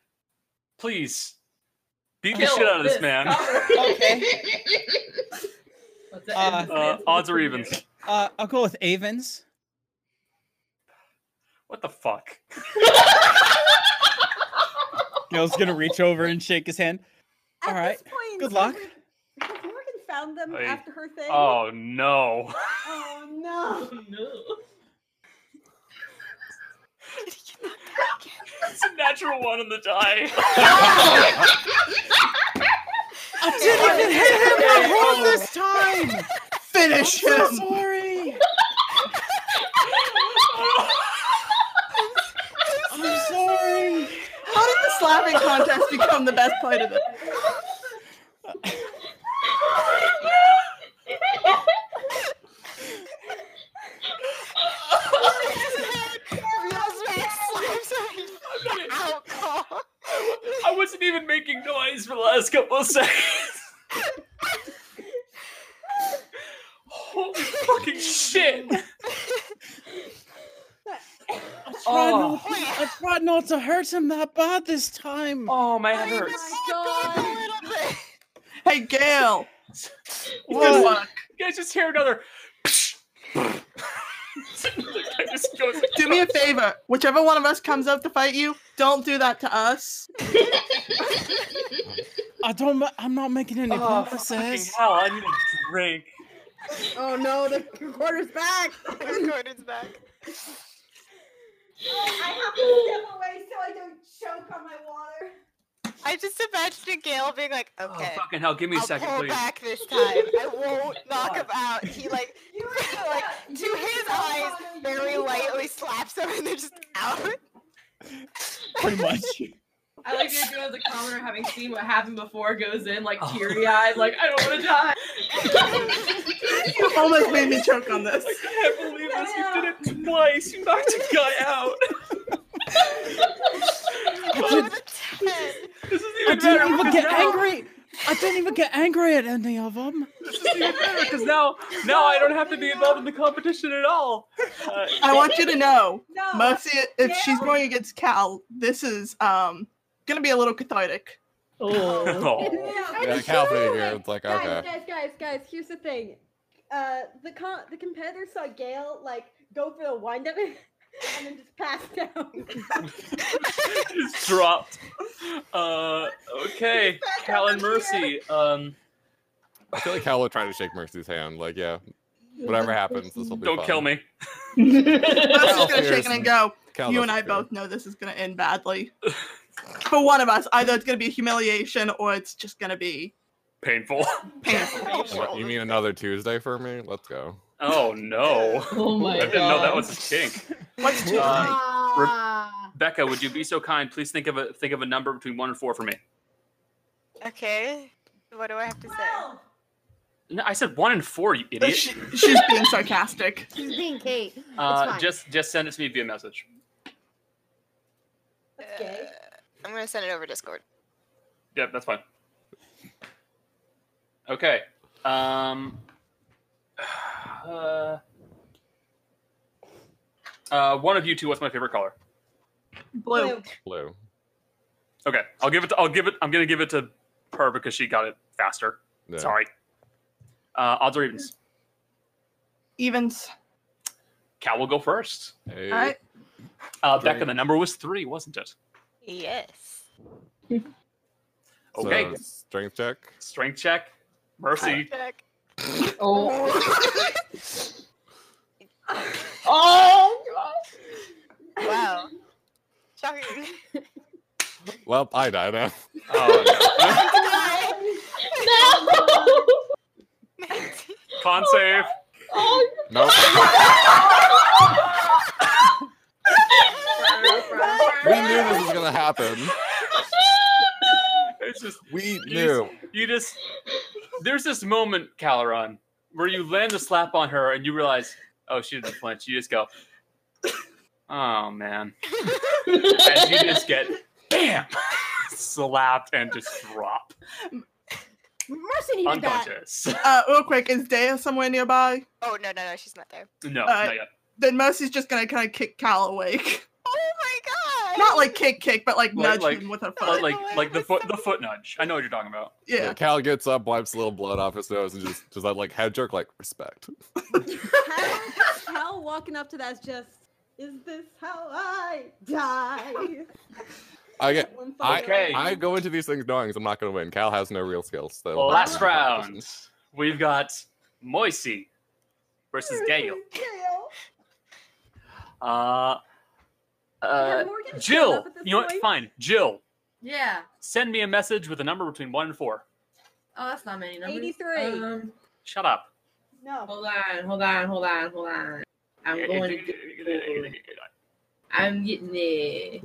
Speaker 9: Please beat the
Speaker 8: Kill
Speaker 9: shit out of this
Speaker 8: this
Speaker 9: man.
Speaker 8: What's
Speaker 10: Uh,
Speaker 8: that?
Speaker 9: Uh, odds or evens?
Speaker 10: Uh, I'll go with Avens.
Speaker 9: What the fuck?
Speaker 11: Gil's gonna reach over and shake his hand. All right.
Speaker 7: Point,
Speaker 11: Good luck.
Speaker 7: Has Morgan found them
Speaker 11: Hey.
Speaker 7: after her thing?
Speaker 9: Oh no.
Speaker 7: Oh, no.
Speaker 9: It's a natural one on the die.
Speaker 10: I
Speaker 7: Oh,
Speaker 10: didn't even hit him with horn this time.
Speaker 5: Finish
Speaker 10: I'm so
Speaker 5: him.
Speaker 10: sorry.
Speaker 5: I'm sorry. How did the slapping contest become the best part of it?
Speaker 9: I wasn't even making noise for the last couple of seconds. Holy fucking shit!
Speaker 10: I tried,
Speaker 9: Oh.
Speaker 10: not, I tried not to hurt him that bad this time.
Speaker 9: Oh, my head hurts.
Speaker 5: Hey, Gail.
Speaker 9: Good
Speaker 5: luck.
Speaker 9: You guys just hear another. I just go-
Speaker 5: Do me a favor. Whichever one of us comes up to fight you, don't do that to us.
Speaker 10: I don't. ma- I'm not making any
Speaker 9: Oh, fucking
Speaker 10: promises.
Speaker 9: hell, I need a drink.
Speaker 3: Oh no, the recorder's back.
Speaker 2: recorder's back.
Speaker 7: I have to step away so I don't choke on my water.
Speaker 2: I just imagined Gail being like,
Speaker 5: Oh.
Speaker 2: okay.
Speaker 9: fucking hell, give me a
Speaker 2: I'll
Speaker 9: second,
Speaker 2: pull
Speaker 9: please."
Speaker 2: back this time. I won't knock him out. He like, like to his eyes, very lightly slaps him, and they're just out.
Speaker 11: Pretty much.
Speaker 6: I like the idea of the commoner having seen what happened before goes in
Speaker 2: Oh.
Speaker 6: like teary eyed, like I don't want to die.
Speaker 5: You almost made me choke on this.
Speaker 9: I can't believe this. You did it twice. You knocked a guy out. This is
Speaker 10: I
Speaker 9: even better
Speaker 10: didn't even
Speaker 9: because
Speaker 10: get
Speaker 9: now-
Speaker 10: angry. I didn't even get angry at any of them.
Speaker 9: This is even better because now, now I don't have to be involved in the competition at all. Uh,
Speaker 5: I want you to know,
Speaker 7: No.
Speaker 5: Mercy, if she's going against Cal, this is um gonna be a little cathartic.
Speaker 9: Oh.
Speaker 4: Yeah, Cal figure. It's like
Speaker 7: Guys,
Speaker 4: okay.
Speaker 7: guys, guys, guys, here's the thing. Uh, the con- the competitor saw Gail like go for the wind up and then just pass down.
Speaker 9: It's dropped. Uh, okay, Cal and Mercy. Um,
Speaker 4: I feel like Cal would try to shake Mercy's hand. Like yeah, whatever happens, this will be.
Speaker 9: don't
Speaker 4: fun.
Speaker 9: kill me.
Speaker 5: Mercy's gonna shake
Speaker 4: fears
Speaker 5: it and go.
Speaker 4: Cal
Speaker 5: you and I
Speaker 4: doesn't
Speaker 5: both know this is gonna end badly. For one of us, either it's gonna be humiliation or it's just gonna be
Speaker 9: Painful.
Speaker 4: What, you mean another Tuesday for me? Let's go.
Speaker 9: Oh no.
Speaker 6: Oh my
Speaker 9: I didn't know that
Speaker 6: God. Uh,
Speaker 9: was a kink.
Speaker 5: What's
Speaker 9: Um, Re- Becca, would you be so kind? Please think of a think of a number between one and four for me.
Speaker 2: Okay, what do I have to say?
Speaker 9: No, I said one and four, you idiot.
Speaker 5: she's being sarcastic.
Speaker 3: She's being Kate. It's
Speaker 9: Uh,
Speaker 3: fine.
Speaker 9: just just send it to me via message.
Speaker 7: Okay.
Speaker 2: Uh, I'm gonna send it over Discord.
Speaker 9: Yep, that's fine. Okay. Um. Uh, uh, one of you two. What's my favorite color?
Speaker 5: Blue.
Speaker 4: Blue.
Speaker 9: Okay, I'll give it. To, I'll give it. I'm gonna give it to her because she got it faster.
Speaker 4: Yeah.
Speaker 9: Sorry. Uh, odds or evens?
Speaker 5: Evens.
Speaker 9: Cal will go first.
Speaker 4: Hey.
Speaker 5: Alright.
Speaker 9: Uh, Becca, the number was three, wasn't it?
Speaker 2: Yes.
Speaker 4: So,
Speaker 9: Okay.
Speaker 4: strength check.
Speaker 9: Strength check. Mercy.
Speaker 2: Check.
Speaker 6: Oh.
Speaker 2: Oh. Wow. Shocking.
Speaker 4: Well, I die now.
Speaker 9: Oh, no.
Speaker 6: Oh.
Speaker 9: Con save.
Speaker 4: Nope. we knew this was gonna happen.
Speaker 9: It's just
Speaker 4: We
Speaker 9: you
Speaker 4: knew.
Speaker 9: just, you just there's this moment, Caloron, where you land a slap on her and you realize, oh, she didn't flinch. You just go, oh man, as you just get bam slapped and just drop
Speaker 3: Mercy needed that.
Speaker 9: unconscious.
Speaker 5: Uh, real quick, is Dea somewhere nearby?
Speaker 2: Oh no no no, she's not there.
Speaker 9: No,
Speaker 5: Uh,
Speaker 9: not yet.
Speaker 5: Then Mercy's just gonna kind of kick Cal awake.
Speaker 2: Oh my god.
Speaker 5: Not like kick, kick, but like
Speaker 9: Like-
Speaker 5: nudge
Speaker 9: like-
Speaker 5: him with her
Speaker 9: But
Speaker 5: foot.
Speaker 9: like, like the foot, the foot nudge. I know what you're talking about.
Speaker 5: yeah.
Speaker 4: Cal gets up, wipes a little blood off his nose, and just just that like head jerk, like respect.
Speaker 7: Cal, Cal walking up to that's just Is this how I die?
Speaker 4: I get.
Speaker 7: One
Speaker 4: I,
Speaker 9: Okay.
Speaker 4: I go into these things knowing I'm not going to win. Cal has no real skills. So
Speaker 9: Last round, we've got Moisey versus Gale. Uh, uh,
Speaker 7: Morgan showed
Speaker 9: Jill,
Speaker 7: up at this
Speaker 9: you know what?
Speaker 7: point.
Speaker 9: Fine, Jill,
Speaker 6: Yeah.
Speaker 9: send me a message with a number between one and four.
Speaker 6: Oh, that's not many numbers.
Speaker 7: 83.
Speaker 6: Um,
Speaker 9: Shut up.
Speaker 7: No.
Speaker 6: Hold on, hold on, hold on, hold on. I'm going to I'm getting there.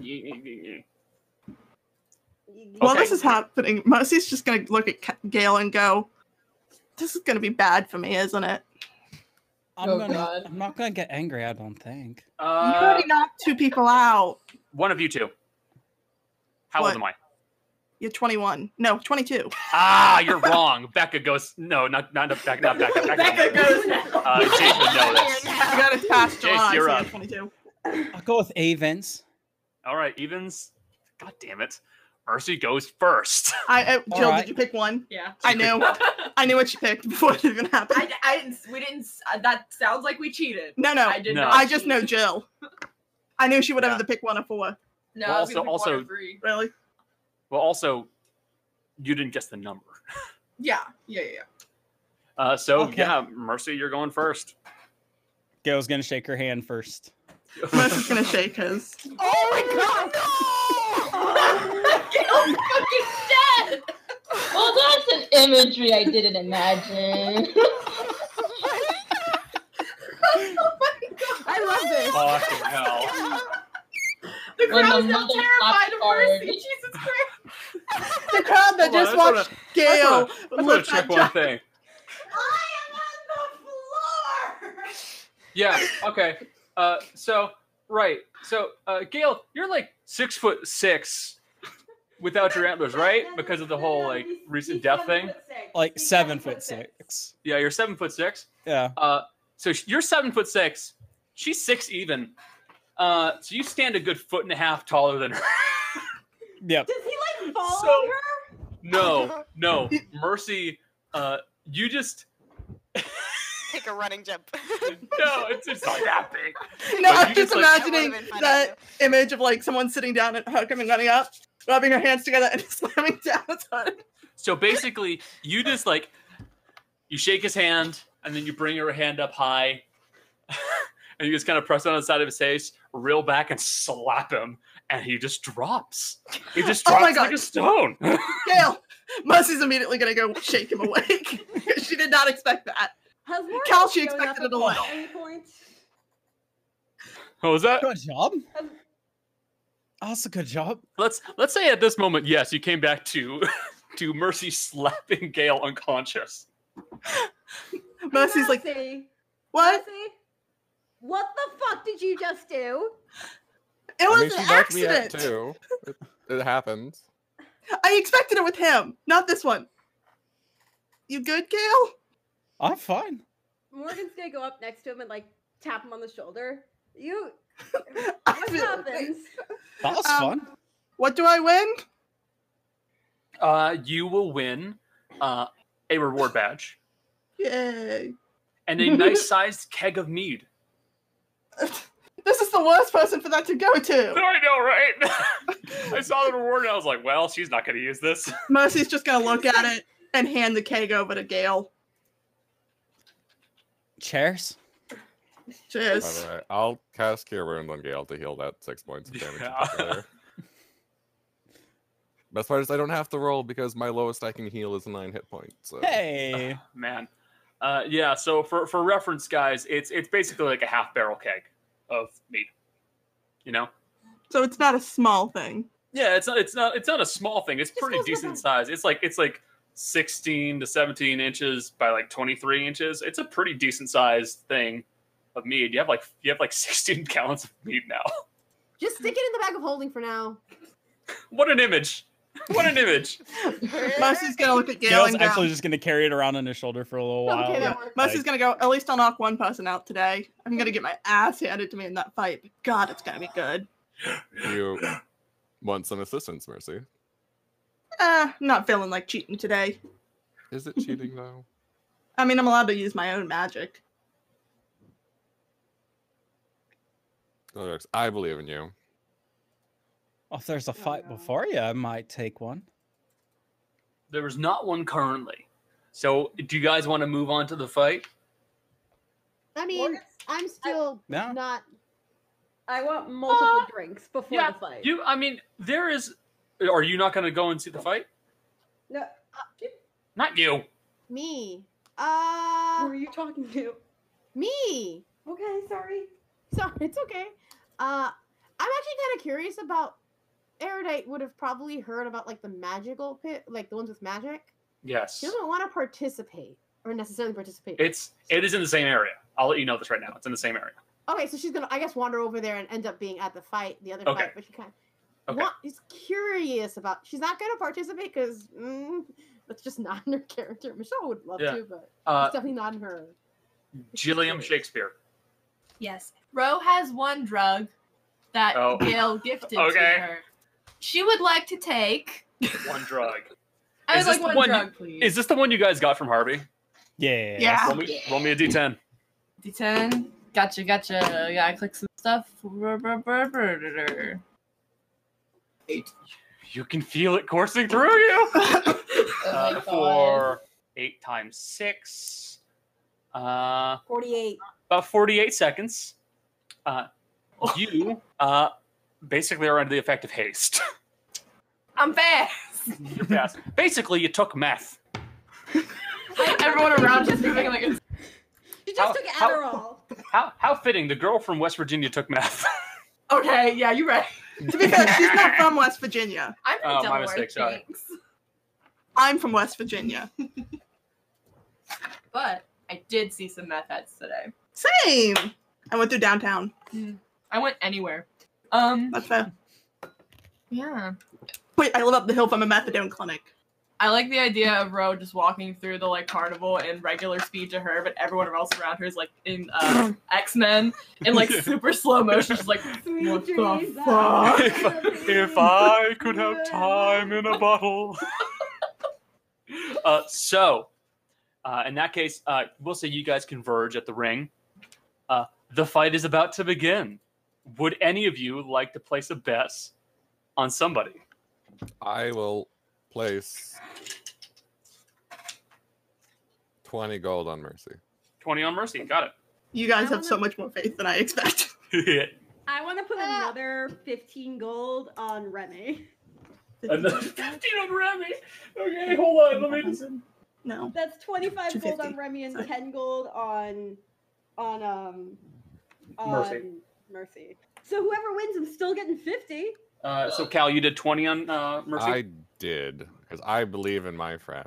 Speaker 5: While this is happening, Mercy's just going to look at Ca- Gail and go, This is going to be bad for me, isn't it?
Speaker 10: I'm,
Speaker 5: Oh,
Speaker 10: gonna,
Speaker 5: God.
Speaker 10: I'm not going to get angry, I don't think.
Speaker 5: you
Speaker 9: Uh,
Speaker 5: already knocked two people out.
Speaker 9: one of you two. How
Speaker 5: What?
Speaker 9: old am I?
Speaker 5: You're 21. No, 22.
Speaker 9: Ah, you're wrong. Becca goes. No, not not Becca. Not Becca. Becca, goes. Uh, Jake would know this.
Speaker 5: I got it past
Speaker 9: Jake,
Speaker 5: July.
Speaker 9: you're
Speaker 5: so
Speaker 9: up.
Speaker 5: 22.
Speaker 10: I'll go with Avens.
Speaker 9: All right, evens. God damn it. Mercy goes first.
Speaker 5: I, uh,
Speaker 9: All
Speaker 5: Jill,
Speaker 9: right.
Speaker 5: did you pick one?
Speaker 6: Yeah.
Speaker 5: I knew. I knew what you picked before it even happened.
Speaker 6: I, I didn't. We didn't. s- uh, That sounds like we cheated.
Speaker 5: No, no.
Speaker 6: I did not.
Speaker 5: I just
Speaker 6: cheat.
Speaker 5: know Jill. I knew she would have the pick one or four.
Speaker 6: No.
Speaker 9: Well, also-
Speaker 6: we would want
Speaker 9: also-
Speaker 6: a free.
Speaker 5: Really?
Speaker 9: Well, also, you didn't guess the number.
Speaker 6: Yeah. Yeah. Yeah. yeah.
Speaker 9: Uh, so yeah, Mercy, you're going first.
Speaker 10: Gail's going to shake her hand first.
Speaker 5: Mercy's going to shake his.
Speaker 7: Oh my god!
Speaker 8: Gail's fucking dead! Well, that's an imagery I didn't imagine.
Speaker 6: Oh
Speaker 9: Oh,
Speaker 7: I love this.
Speaker 9: Fucking hell.
Speaker 6: The
Speaker 8: When
Speaker 6: crowd's
Speaker 8: the
Speaker 6: still
Speaker 8: mother
Speaker 6: terrified of
Speaker 8: fucked
Speaker 6: Mercy. Jesus Christ.
Speaker 5: The crowd that
Speaker 9: Hold on,
Speaker 5: just
Speaker 9: I just wanna-
Speaker 5: watched
Speaker 9: I
Speaker 5: Gail.
Speaker 9: just wanna- I just
Speaker 5: lift
Speaker 9: want to check
Speaker 5: that
Speaker 9: one
Speaker 5: giant-
Speaker 9: thing. Yeah. Okay. Uh, so right. So uh, Gail, you're like six foot six without your antlers, right? Because of the whole like recent death thing.
Speaker 10: Like seven foot six.
Speaker 9: Yeah, you're seven foot six.
Speaker 10: Yeah.
Speaker 9: Uh, so sh- you're seven foot six. She's six even. Uh, so you stand a good foot and a half taller than her.
Speaker 10: Yep.
Speaker 7: Does he like follow
Speaker 9: So-
Speaker 7: her?
Speaker 9: No, no, Mercy. Uh, you just
Speaker 2: Take a running jump.
Speaker 9: no. It's, it's not that big.
Speaker 5: No,
Speaker 9: But
Speaker 5: I'm
Speaker 9: you just,
Speaker 5: just
Speaker 9: like-
Speaker 5: imagining
Speaker 2: That would've been fun,
Speaker 5: that image of like someone sitting down and her coming running up, rubbing her hands together and slamming down. on it.
Speaker 9: So basically, you just like you shake his hand, and then you bring your hand up high, and you just kind of press on the side of his face, reel back, and slap him, and he just drops. He just
Speaker 5: Oh
Speaker 9: drops
Speaker 5: my
Speaker 9: like
Speaker 5: God.
Speaker 9: a stone.
Speaker 5: Gail, Mercy's immediately gonna go shake him awake. she did not expect that.
Speaker 7: Has Morgan
Speaker 5: Cal, she
Speaker 7: shown up
Speaker 5: expected
Speaker 7: at
Speaker 5: it a lot.
Speaker 7: Any point?
Speaker 9: what was that?
Speaker 10: Good job. That's a good job.
Speaker 9: Let's let's say at this moment, yes, you came back to to Mercy slapping Gail unconscious.
Speaker 5: Mercy's like,
Speaker 7: Mercy,
Speaker 5: what?
Speaker 7: Mercy, what the fuck did you just do?
Speaker 5: It
Speaker 4: I
Speaker 5: was
Speaker 4: mean, she
Speaker 5: an
Speaker 4: knocked me out
Speaker 5: accident.
Speaker 4: too. It, it happens.
Speaker 5: I expected it with him, not this one. You good, Gail?
Speaker 10: I'm fine.
Speaker 7: Morgan's gonna go up next to him and like tap him on the shoulder. You,
Speaker 5: I
Speaker 7: what
Speaker 5: feel-
Speaker 7: happens?
Speaker 10: That was
Speaker 5: Um,
Speaker 10: fun.
Speaker 5: What do I win?
Speaker 9: Uh, you will win uh, a reward badge
Speaker 5: Yay.
Speaker 9: and a nice sized keg of mead.
Speaker 5: This is the worst person for that to go
Speaker 9: I
Speaker 5: to.
Speaker 9: know, right? I saw the reward and I was like, well, she's not going to use this.
Speaker 5: Mercy's just gonna look at it and hand the keg over to Gail.
Speaker 10: Cheers.
Speaker 4: By
Speaker 5: Cheers.
Speaker 4: the way, I'll cast Cure Wounds on Gale to heal that six points of damage. you
Speaker 9: Yeah.
Speaker 4: took earlier. Best part is I don't have to roll because my lowest I can heal is nine hit points. So.
Speaker 10: Hey.
Speaker 9: Man. Uh, yeah, so for, for reference, guys, it's it's basically like a half barrel keg of mead. You know?
Speaker 5: So it's not a small thing.
Speaker 9: Yeah, it's not it's not it's not a small thing. It's pretty decent size. It's like it's like 16 to 17 inches by like 23 inches. It's a pretty decent sized thing of mead. You have like you have like 16 gallons of mead now.
Speaker 3: Just stick it in the bag of holding for now.
Speaker 9: What an image. What an image.
Speaker 5: Mercy's gonna look at Gail
Speaker 10: Gail's
Speaker 5: and go.
Speaker 10: actually just going to carry it around on his shoulder for a little
Speaker 3: Okay,
Speaker 10: while.
Speaker 3: that
Speaker 10: yeah.
Speaker 3: works.
Speaker 5: Mercy's
Speaker 10: Like,
Speaker 5: gonna go. At least I'll knock one person out today. I'm gonna get my ass handed to me in that fight. But God, it's gonna be good.
Speaker 4: You want some assistance, Mercy?
Speaker 5: Uh, I'm not feeling like cheating today.
Speaker 4: Is it cheating though?
Speaker 5: I mean, I'm allowed to use my own magic.
Speaker 4: Lodrix, I believe in you.
Speaker 11: If there's
Speaker 5: Oh,
Speaker 11: a fight before you, I might take one.
Speaker 9: There is not one currently. So, do you guys want to move on to the fight?
Speaker 3: I mean, I'm still
Speaker 9: No.
Speaker 3: not.
Speaker 7: I want multiple drinks before
Speaker 9: Uh, yeah,
Speaker 7: the fight.
Speaker 9: You, I mean, there is. Are you not going to go and see the fight?
Speaker 7: No,
Speaker 9: uh, Not you.
Speaker 3: Me. Uh. Who
Speaker 7: are you talking to?
Speaker 3: Me.
Speaker 7: Okay, sorry.
Speaker 3: Sorry, it's okay. Uh, I'm actually kind of curious about. Erudite would have probably heard about like the magical pit, like the ones with magic.
Speaker 9: Yes.
Speaker 3: She doesn't want to participate or necessarily participate.
Speaker 9: It's it is in the same area. I'll let you know this right now. It's in the same area.
Speaker 3: Okay, so she's gonna, I guess, wander over there and end up being at the fight, the other
Speaker 9: Okay.
Speaker 3: fight. But she kind of,
Speaker 9: Okay.
Speaker 3: want, is curious about. She's not gonna participate because mm, that's just not in her character. Michelle would love
Speaker 9: Yeah.
Speaker 3: to, but
Speaker 9: Uh,
Speaker 3: it's definitely not in her.
Speaker 9: Gilliam Shakespeare.
Speaker 6: Yes. Ro has one drug that
Speaker 9: Oh.
Speaker 6: Gail gifted
Speaker 9: Okay.
Speaker 6: to her. She would like to take.
Speaker 9: One drug. Is
Speaker 6: I would
Speaker 9: this
Speaker 6: like
Speaker 9: the
Speaker 6: one,
Speaker 9: one you-
Speaker 6: drug, please.
Speaker 9: Is this the one you guys got from Harvey? Yeah.
Speaker 6: Yeah.
Speaker 9: Roll me, roll me a d10.
Speaker 6: D10. Gotcha, gotcha. Yeah, I click some stuff. Eight.
Speaker 9: You can feel it coursing through you. uh, for eight times six, uh,
Speaker 3: forty-eight.
Speaker 9: About forty-eight seconds. Uh, you uh, basically are under the effect of haste.
Speaker 6: I'm fast.
Speaker 9: You're fast. Basically, you took meth.
Speaker 6: Everyone around just moving like it's
Speaker 7: She
Speaker 9: just How-
Speaker 7: took
Speaker 9: how-
Speaker 7: Adderall.
Speaker 9: How how fitting. The girl from West Virginia took meth.
Speaker 6: Okay, yeah, you're right.
Speaker 5: to be fair, she's not from West Virginia.
Speaker 6: I'm
Speaker 9: from Oh, my Delaware, mistake, sorry.
Speaker 5: I'm from West Virginia.
Speaker 6: But I did see some meth heads today.
Speaker 5: Same. I went through downtown.
Speaker 6: I went anywhere. Mm. Um,
Speaker 5: That's fair.
Speaker 6: Yeah.
Speaker 5: Wait, I live up the hill from a methadone clinic.
Speaker 6: I like the idea of Ro just walking through the like carnival in regular speed to her, but everyone else around her is like in uh, X Men in like super slow motion, just like what the fuck?
Speaker 9: if, if I could have time in a bottle. uh, so, uh, in that case, uh, we'll say you guys converge at the ring. Uh, the fight is about to begin. Would any of you like to place a bet on somebody?
Speaker 4: I will place 20 gold on Mercy.
Speaker 9: 20 on Mercy. Got
Speaker 5: You guys have so much more faith than I expect.
Speaker 9: it.
Speaker 7: I want to
Speaker 9: uh,
Speaker 7: put another 15 gold on Remy.
Speaker 9: Another-
Speaker 7: 15
Speaker 9: on Remy? Okay, hold on. Let me just.
Speaker 5: No.
Speaker 7: That's 25 gold
Speaker 5: 250.
Speaker 7: on Remy and 10 gold on. on, um. On
Speaker 9: Mercy.
Speaker 7: Mercy. So whoever wins, I'm still getting 50.
Speaker 9: Uh, so, Cal, you did 20 on uh, Mercy?
Speaker 4: I did, because I believe in my friend.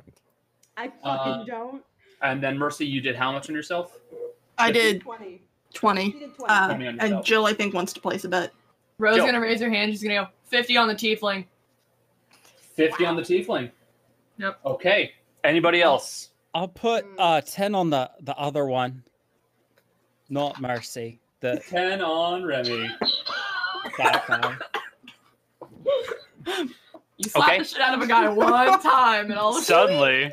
Speaker 7: I
Speaker 9: Uh,
Speaker 7: fucking don't.
Speaker 9: And then Mercy, you did how much on yourself?
Speaker 5: I did
Speaker 7: 20.
Speaker 5: 20. Uh,
Speaker 9: 20 on
Speaker 5: and
Speaker 9: yourself.
Speaker 5: Jill, I think, wants to place a bet.
Speaker 6: Ro's
Speaker 5: Yo.
Speaker 6: gonna raise her hand. She's gonna go fifty on the tiefling.
Speaker 9: 50 on the tiefling.
Speaker 6: Yep.
Speaker 9: Okay. Anybody else?
Speaker 11: I'll put
Speaker 5: Hmm.
Speaker 11: uh ten on the the other one. Not mercy. The
Speaker 9: 10 on Remy.
Speaker 11: that guy.
Speaker 6: You slap
Speaker 11: Okay.
Speaker 6: the shit out of a guy one time, and all of a sudden,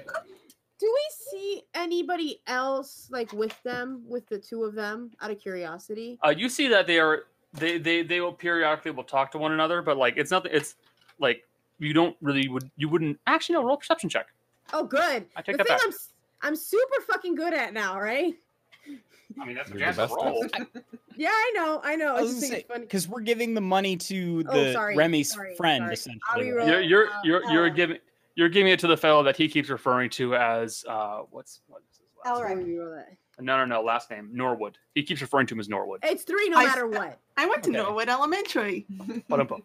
Speaker 3: Do we see anybody else like with them, with the two of them, out of curiosity?
Speaker 9: Uh, you see that they are they they they will periodically will talk to one another, but like it's nothing. It's like you don't really would you wouldn't actually no roll a perception check.
Speaker 3: Oh, good.
Speaker 9: I take
Speaker 3: the
Speaker 9: that
Speaker 3: thing
Speaker 9: back.
Speaker 3: I'm, s- I'm super fucking good at now, right?
Speaker 9: I mean that's
Speaker 4: You're the best
Speaker 11: roll.
Speaker 3: Yeah, I know, I know.
Speaker 11: I
Speaker 3: I
Speaker 11: was
Speaker 3: just think
Speaker 11: gonna
Speaker 3: it's funny.
Speaker 11: because we're giving the money to
Speaker 3: Oh,
Speaker 11: the
Speaker 3: sorry,
Speaker 11: Remy's
Speaker 3: sorry,
Speaker 11: friend
Speaker 3: sorry.
Speaker 11: essentially.
Speaker 3: I'll reroll.
Speaker 9: You're you're you're you're giving you're giving it to the fellow that he keeps referring to as uh what's what is his last
Speaker 3: All right, reroll that.
Speaker 9: no no no last name Norwood. He keeps referring to him as Norwood.
Speaker 3: It's three no
Speaker 5: I-
Speaker 3: matter what.
Speaker 5: I went to
Speaker 9: Okay.
Speaker 5: Norwood Elementary.
Speaker 9: Ba-dum-bum.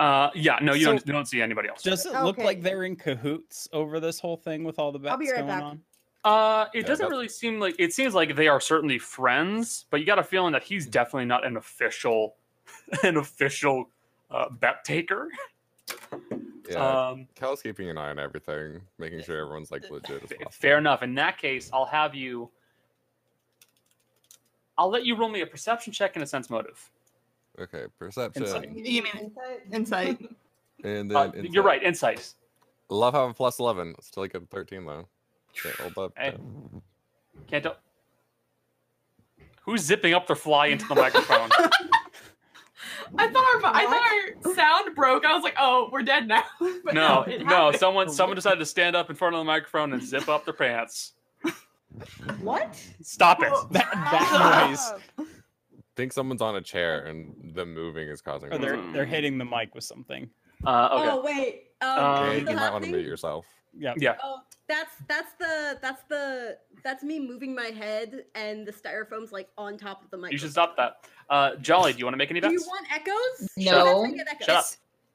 Speaker 9: uh yeah no you
Speaker 11: So-
Speaker 9: don't you don't see anybody else.
Speaker 11: Does
Speaker 7: Oh.
Speaker 11: it look
Speaker 3: Okay.
Speaker 11: like they're in cahoots over this whole thing with all the bets
Speaker 3: I'll be right
Speaker 11: going
Speaker 3: back.
Speaker 11: on?
Speaker 9: Uh, it
Speaker 11: Yeah,
Speaker 9: doesn't
Speaker 11: that-
Speaker 9: really seem like it seems like they are certainly friends, but you got a feeling that he's definitely not an official, an official uh, bet taker.
Speaker 4: Yeah.
Speaker 9: Um,
Speaker 4: Cal's keeping an eye on everything, making sure everyone's like legit as possible.
Speaker 9: Fair enough. In that case, I'll have you. I'll let you roll me a perception check and a sense motive.
Speaker 4: Okay, perception.
Speaker 9: Insight.
Speaker 5: You mean insight?
Speaker 4: And then
Speaker 9: Uh, you're
Speaker 4: insight.
Speaker 9: right. Insights.
Speaker 4: Love having plus 11. Still like a 13 though. Okay, hold up.
Speaker 9: Hey. Can't tell. Who's zipping up their fly into the microphone?
Speaker 6: I thought our I thought our sound broke. I was like, oh, we're dead now. But
Speaker 9: no,
Speaker 6: it
Speaker 9: no, someone someone decided to stand up in front of the microphone and zip up their pants.
Speaker 7: What?
Speaker 9: Stop it.
Speaker 11: That, that noise.
Speaker 4: think someone's on a chair and them moving is causing.
Speaker 11: Or Oh, they're
Speaker 4: noise.
Speaker 11: they're hitting the mic with something.
Speaker 9: Uh, Um,
Speaker 7: Oh wait. Oh,
Speaker 4: Okay,
Speaker 7: the
Speaker 4: you might
Speaker 7: hot
Speaker 4: want to
Speaker 7: thing?
Speaker 4: mute yourself.
Speaker 11: Yeah.
Speaker 9: Yeah.
Speaker 7: Oh, that's that's the that's the that's me moving my head and the styrofoam's like on top of the mic.
Speaker 9: You should stop that. Uh, Jolly, do you want to make any
Speaker 7: Do
Speaker 9: bets?
Speaker 7: you want echoes?
Speaker 9: No.
Speaker 7: Let's make an echo.
Speaker 9: Shut up.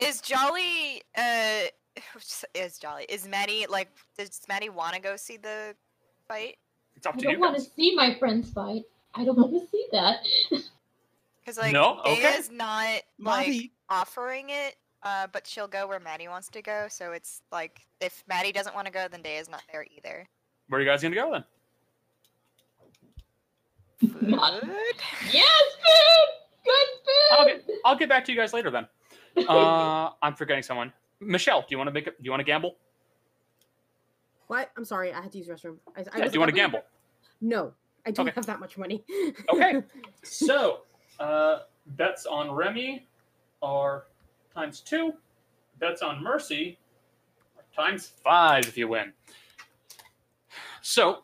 Speaker 2: Is Jolly uh is Jolly is Maddie like does Maddie want to go see the fight?
Speaker 9: It's up
Speaker 8: I
Speaker 9: to
Speaker 8: don't
Speaker 9: you
Speaker 8: want to
Speaker 9: guys.
Speaker 8: see my friends fight. I don't want to see that.
Speaker 2: Because like
Speaker 9: No? Okay.
Speaker 2: Daya's not like
Speaker 10: Maddie.
Speaker 2: offering it, uh, but she'll go where Maddie wants to go. So it's like if Maddie doesn't want to go, then Daya's not there either.
Speaker 9: Where are you guys gonna go then?
Speaker 8: Not-
Speaker 2: Good.
Speaker 8: yes, food. Good food.
Speaker 9: I'll get, I'll get back to you guys later then. Uh, I'm forgetting someone. Michelle, do you want to make it? Do you want to gamble?
Speaker 3: What? I'm sorry, I had to use the restroom. I, I
Speaker 9: Yeah,
Speaker 3: was
Speaker 9: do you want to
Speaker 3: like, "I'm
Speaker 9: gamble?
Speaker 3: gonna-" No, I don't
Speaker 9: Okay.
Speaker 3: have that much money.
Speaker 9: Okay. So, uh, bets on Remy are times two. Bets on Mercy are times five if you win. So,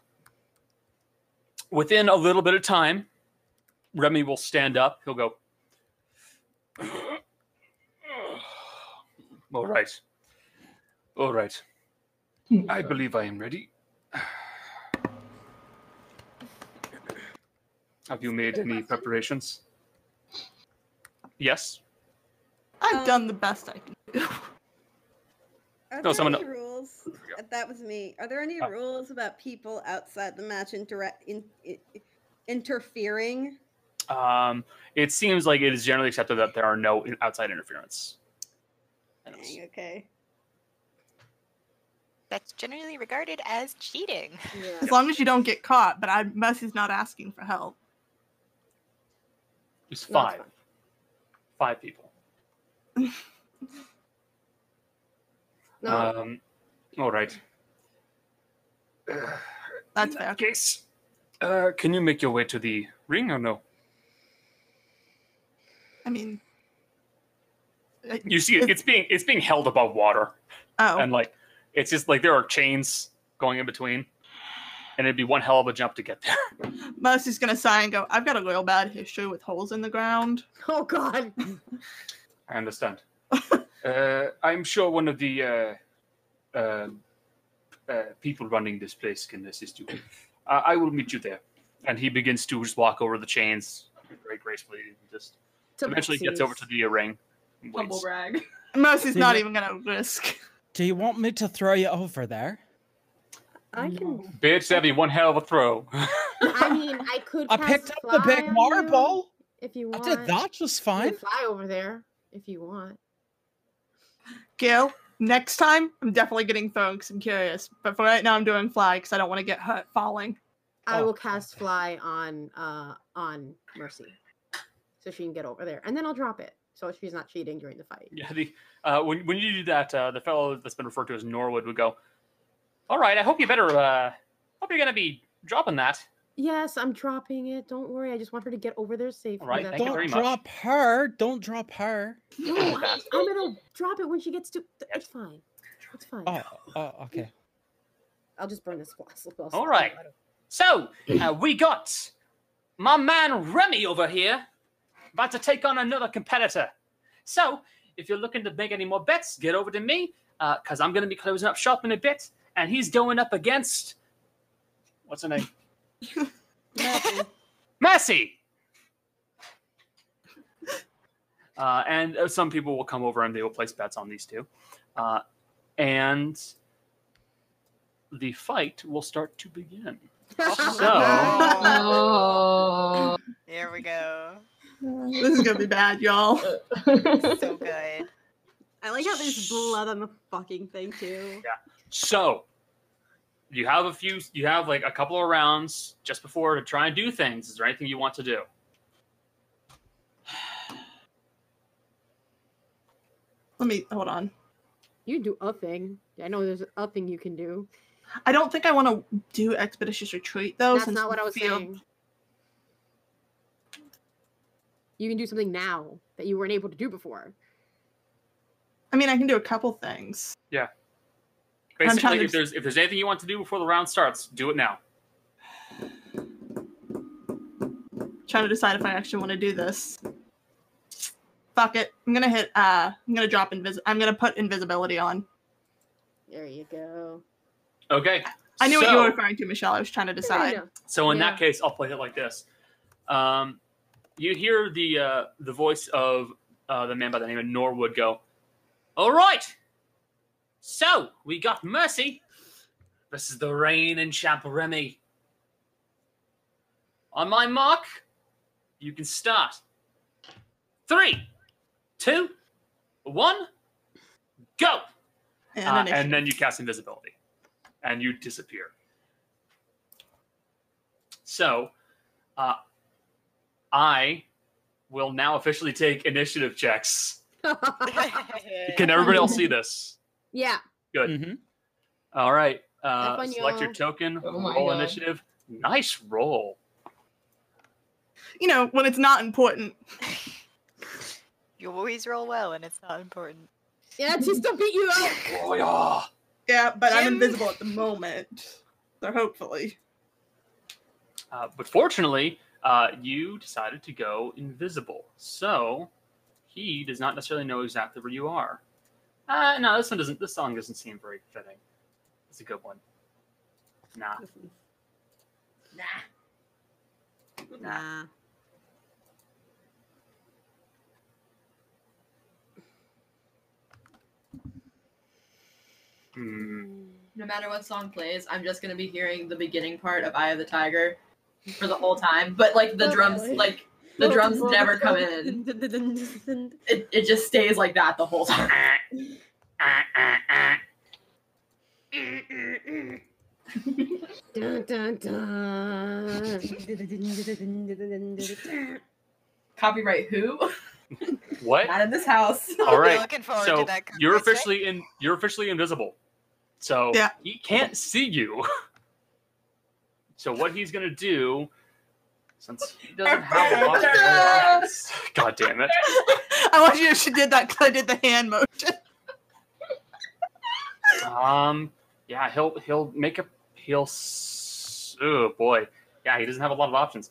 Speaker 9: within a little bit of time, Remy will stand up. He'll go, All right. All right.
Speaker 3: Hmm.
Speaker 9: I believe I am ready. Have you made any preparations? Yes.
Speaker 5: I've
Speaker 7: Um,
Speaker 5: done the best I can.
Speaker 7: Are
Speaker 9: No,
Speaker 7: there
Speaker 9: someone-
Speaker 7: any rules? uh, That was me. Are there any
Speaker 9: Oh.
Speaker 7: rules about people outside the match interact in, i interfering?
Speaker 9: Um, it seems like it is generally accepted that there are no in- outside interference. And it's-
Speaker 7: Dang, okay.
Speaker 2: That's generally regarded as cheating.
Speaker 3: Yeah.
Speaker 6: Um,
Speaker 5: As long as you don't get caught, but I Mercy's not asking for help.
Speaker 9: It's
Speaker 3: No, it's
Speaker 9: five. Five people.
Speaker 3: No.
Speaker 9: Um, all right.
Speaker 5: That's fair.
Speaker 9: Case, uh, can you make your way to the ring or no?
Speaker 5: I mean, I-
Speaker 9: You see, it- it's being it's being held above water,
Speaker 5: oh,
Speaker 9: and like it's just like there are chains going in between, and it'd be one hell of a jump to get there.
Speaker 5: Mercy's gonna sigh and go. I've got a real bad history with holes in the ground.
Speaker 3: Oh God.
Speaker 9: I understand. uh, I'm sure one of the uh, uh, uh, people running this place can assist you. Uh, I will meet you there. And he begins to just walk over the chains very gracefully. and Just eventually gets over to the ring. and
Speaker 6: Humble
Speaker 9: waits.
Speaker 6: brag.
Speaker 5: Mercy's not
Speaker 10: Yeah.
Speaker 5: even gonna risk.
Speaker 10: Do you want me to throw you over there?
Speaker 3: I can.
Speaker 9: Bitch, that'd be one hell of a throw.
Speaker 3: I mean, I could.
Speaker 10: I
Speaker 3: cast
Speaker 10: picked up the
Speaker 3: fly
Speaker 10: big
Speaker 3: on
Speaker 10: marble.
Speaker 3: you If you
Speaker 10: I
Speaker 3: want,
Speaker 10: did that just
Speaker 3: You
Speaker 10: fine.
Speaker 3: can fly over there if you want.
Speaker 5: Gail, next time I'm definitely getting thrown because I'm curious. But for right now, I'm doing fly because I don't want to get hurt falling.
Speaker 3: I
Speaker 10: Oh,
Speaker 3: will cast fly on uh on Mercy, so she can get over there, and then I'll drop it, so she's not cheating during the fight.
Speaker 9: yeah, the, uh, when, when you do that, uh, the fellow that's been referred to as Norwood would go, All right, I hope you better, uh, hope you're going to be dropping that.
Speaker 3: Yes, I'm dropping it. Don't worry. I just want her to get over there safely.
Speaker 9: right,
Speaker 3: that's
Speaker 9: thank you
Speaker 10: Don't
Speaker 3: all.
Speaker 9: very much.
Speaker 10: drop her. Don't drop her.
Speaker 3: No, I, I'm gonna drop it when she gets to. th- It's fine. It's fine.
Speaker 10: Oh, oh okay.
Speaker 3: I'll just burn this glass. as well, so
Speaker 9: All
Speaker 3: I don't
Speaker 9: right.
Speaker 3: let it-
Speaker 9: So uh, we got my man Remy over here about to take on another competitor. So if you're looking to make any more bets, get over to me because I'm going to be closing up shop in a bit, and he's going up against what's her name, Mercy. Uh, and uh, some people will come over and they will place bets on these two, uh, and the fight will start to begin. So.
Speaker 8: Oh.
Speaker 2: Here we go.
Speaker 5: This is gonna be bad, y'all.
Speaker 2: So good.
Speaker 7: I like how there's blood on the fucking thing too.
Speaker 9: So you have a few you have like a couple of rounds just before to try and do things. Is there anything you want to do?
Speaker 5: Let me hold on.
Speaker 3: You do a thing. I know there's a thing you can do.
Speaker 5: I don't think I want to do expeditious retreat though.
Speaker 3: That's
Speaker 5: since
Speaker 3: not what
Speaker 5: we
Speaker 3: I was
Speaker 5: feel-
Speaker 3: saying.
Speaker 12: You can do something now that you weren't able to do before.
Speaker 5: I mean, I can do a couple things.
Speaker 9: Yeah.
Speaker 5: I'm
Speaker 9: Basically,
Speaker 5: trying to
Speaker 9: if there's if there's anything you want to do before the round starts, do it now.
Speaker 5: Trying to decide if I actually want to do this. Fuck it. I'm gonna hit. Uh, I'm gonna drop invis. I'm gonna put invisibility on.
Speaker 12: There you go.
Speaker 9: Okay.
Speaker 5: I knew what you
Speaker 9: so-
Speaker 5: were referring to, Michelle. I was trying to decide.
Speaker 9: So in that case, I'll play it like this. Um, you hear the uh, the voice of uh, the man by the name of Norwood go, "All right, so we got Mercy versus the Rain and Champ Remy. On my mark, you can start. Three, two, one, go!"
Speaker 5: And
Speaker 9: Uh,
Speaker 5: initiative.
Speaker 9: and then you cast invisibility, and you disappear. So, uh, I will now officially take initiative checks. Can everybody else see this?
Speaker 12: Yeah.
Speaker 9: Good. All right.
Speaker 12: Up
Speaker 9: Uh,
Speaker 12: on
Speaker 9: select your
Speaker 12: y'all.
Speaker 9: token.
Speaker 12: Oh my
Speaker 9: roll
Speaker 12: God.
Speaker 9: initiative. Nice roll.
Speaker 5: You know, when it's not important.
Speaker 2: You always roll well, and it's not important.
Speaker 12: Yeah, just to beat you up.
Speaker 9: Oh yeah.
Speaker 5: Yeah, but I'm invisible at the moment. So hopefully.
Speaker 9: Uh, but fortunately, uh, you decided to go invisible. So he does not necessarily know exactly where you are. Uh, no, this one doesn't. This song doesn't seem very fitting. It's a good one. Nah.
Speaker 7: Nah.
Speaker 12: Nah.
Speaker 9: Hmm.
Speaker 6: No matter what song plays, I'm just gonna be hearing the beginning part of Eye of the Tiger for the whole time. But like
Speaker 3: Oh,
Speaker 6: the drums, like the drums never come in.
Speaker 12: in.
Speaker 6: It, it just stays like that the whole time.
Speaker 12: Dun, dun, dun.
Speaker 6: Copyright who?
Speaker 9: What?
Speaker 6: Not in this house.
Speaker 9: All right. so you're officially in. You're officially invisible. So
Speaker 6: Yeah.
Speaker 9: he can't see you. so what he's gonna do, since he doesn't have a lot of eyes, God damn it!
Speaker 5: I want you if she did that because I did the hand motion.
Speaker 9: Um, yeah, he'll he'll make a he'll. s- Oh boy, yeah, he doesn't have a lot of options.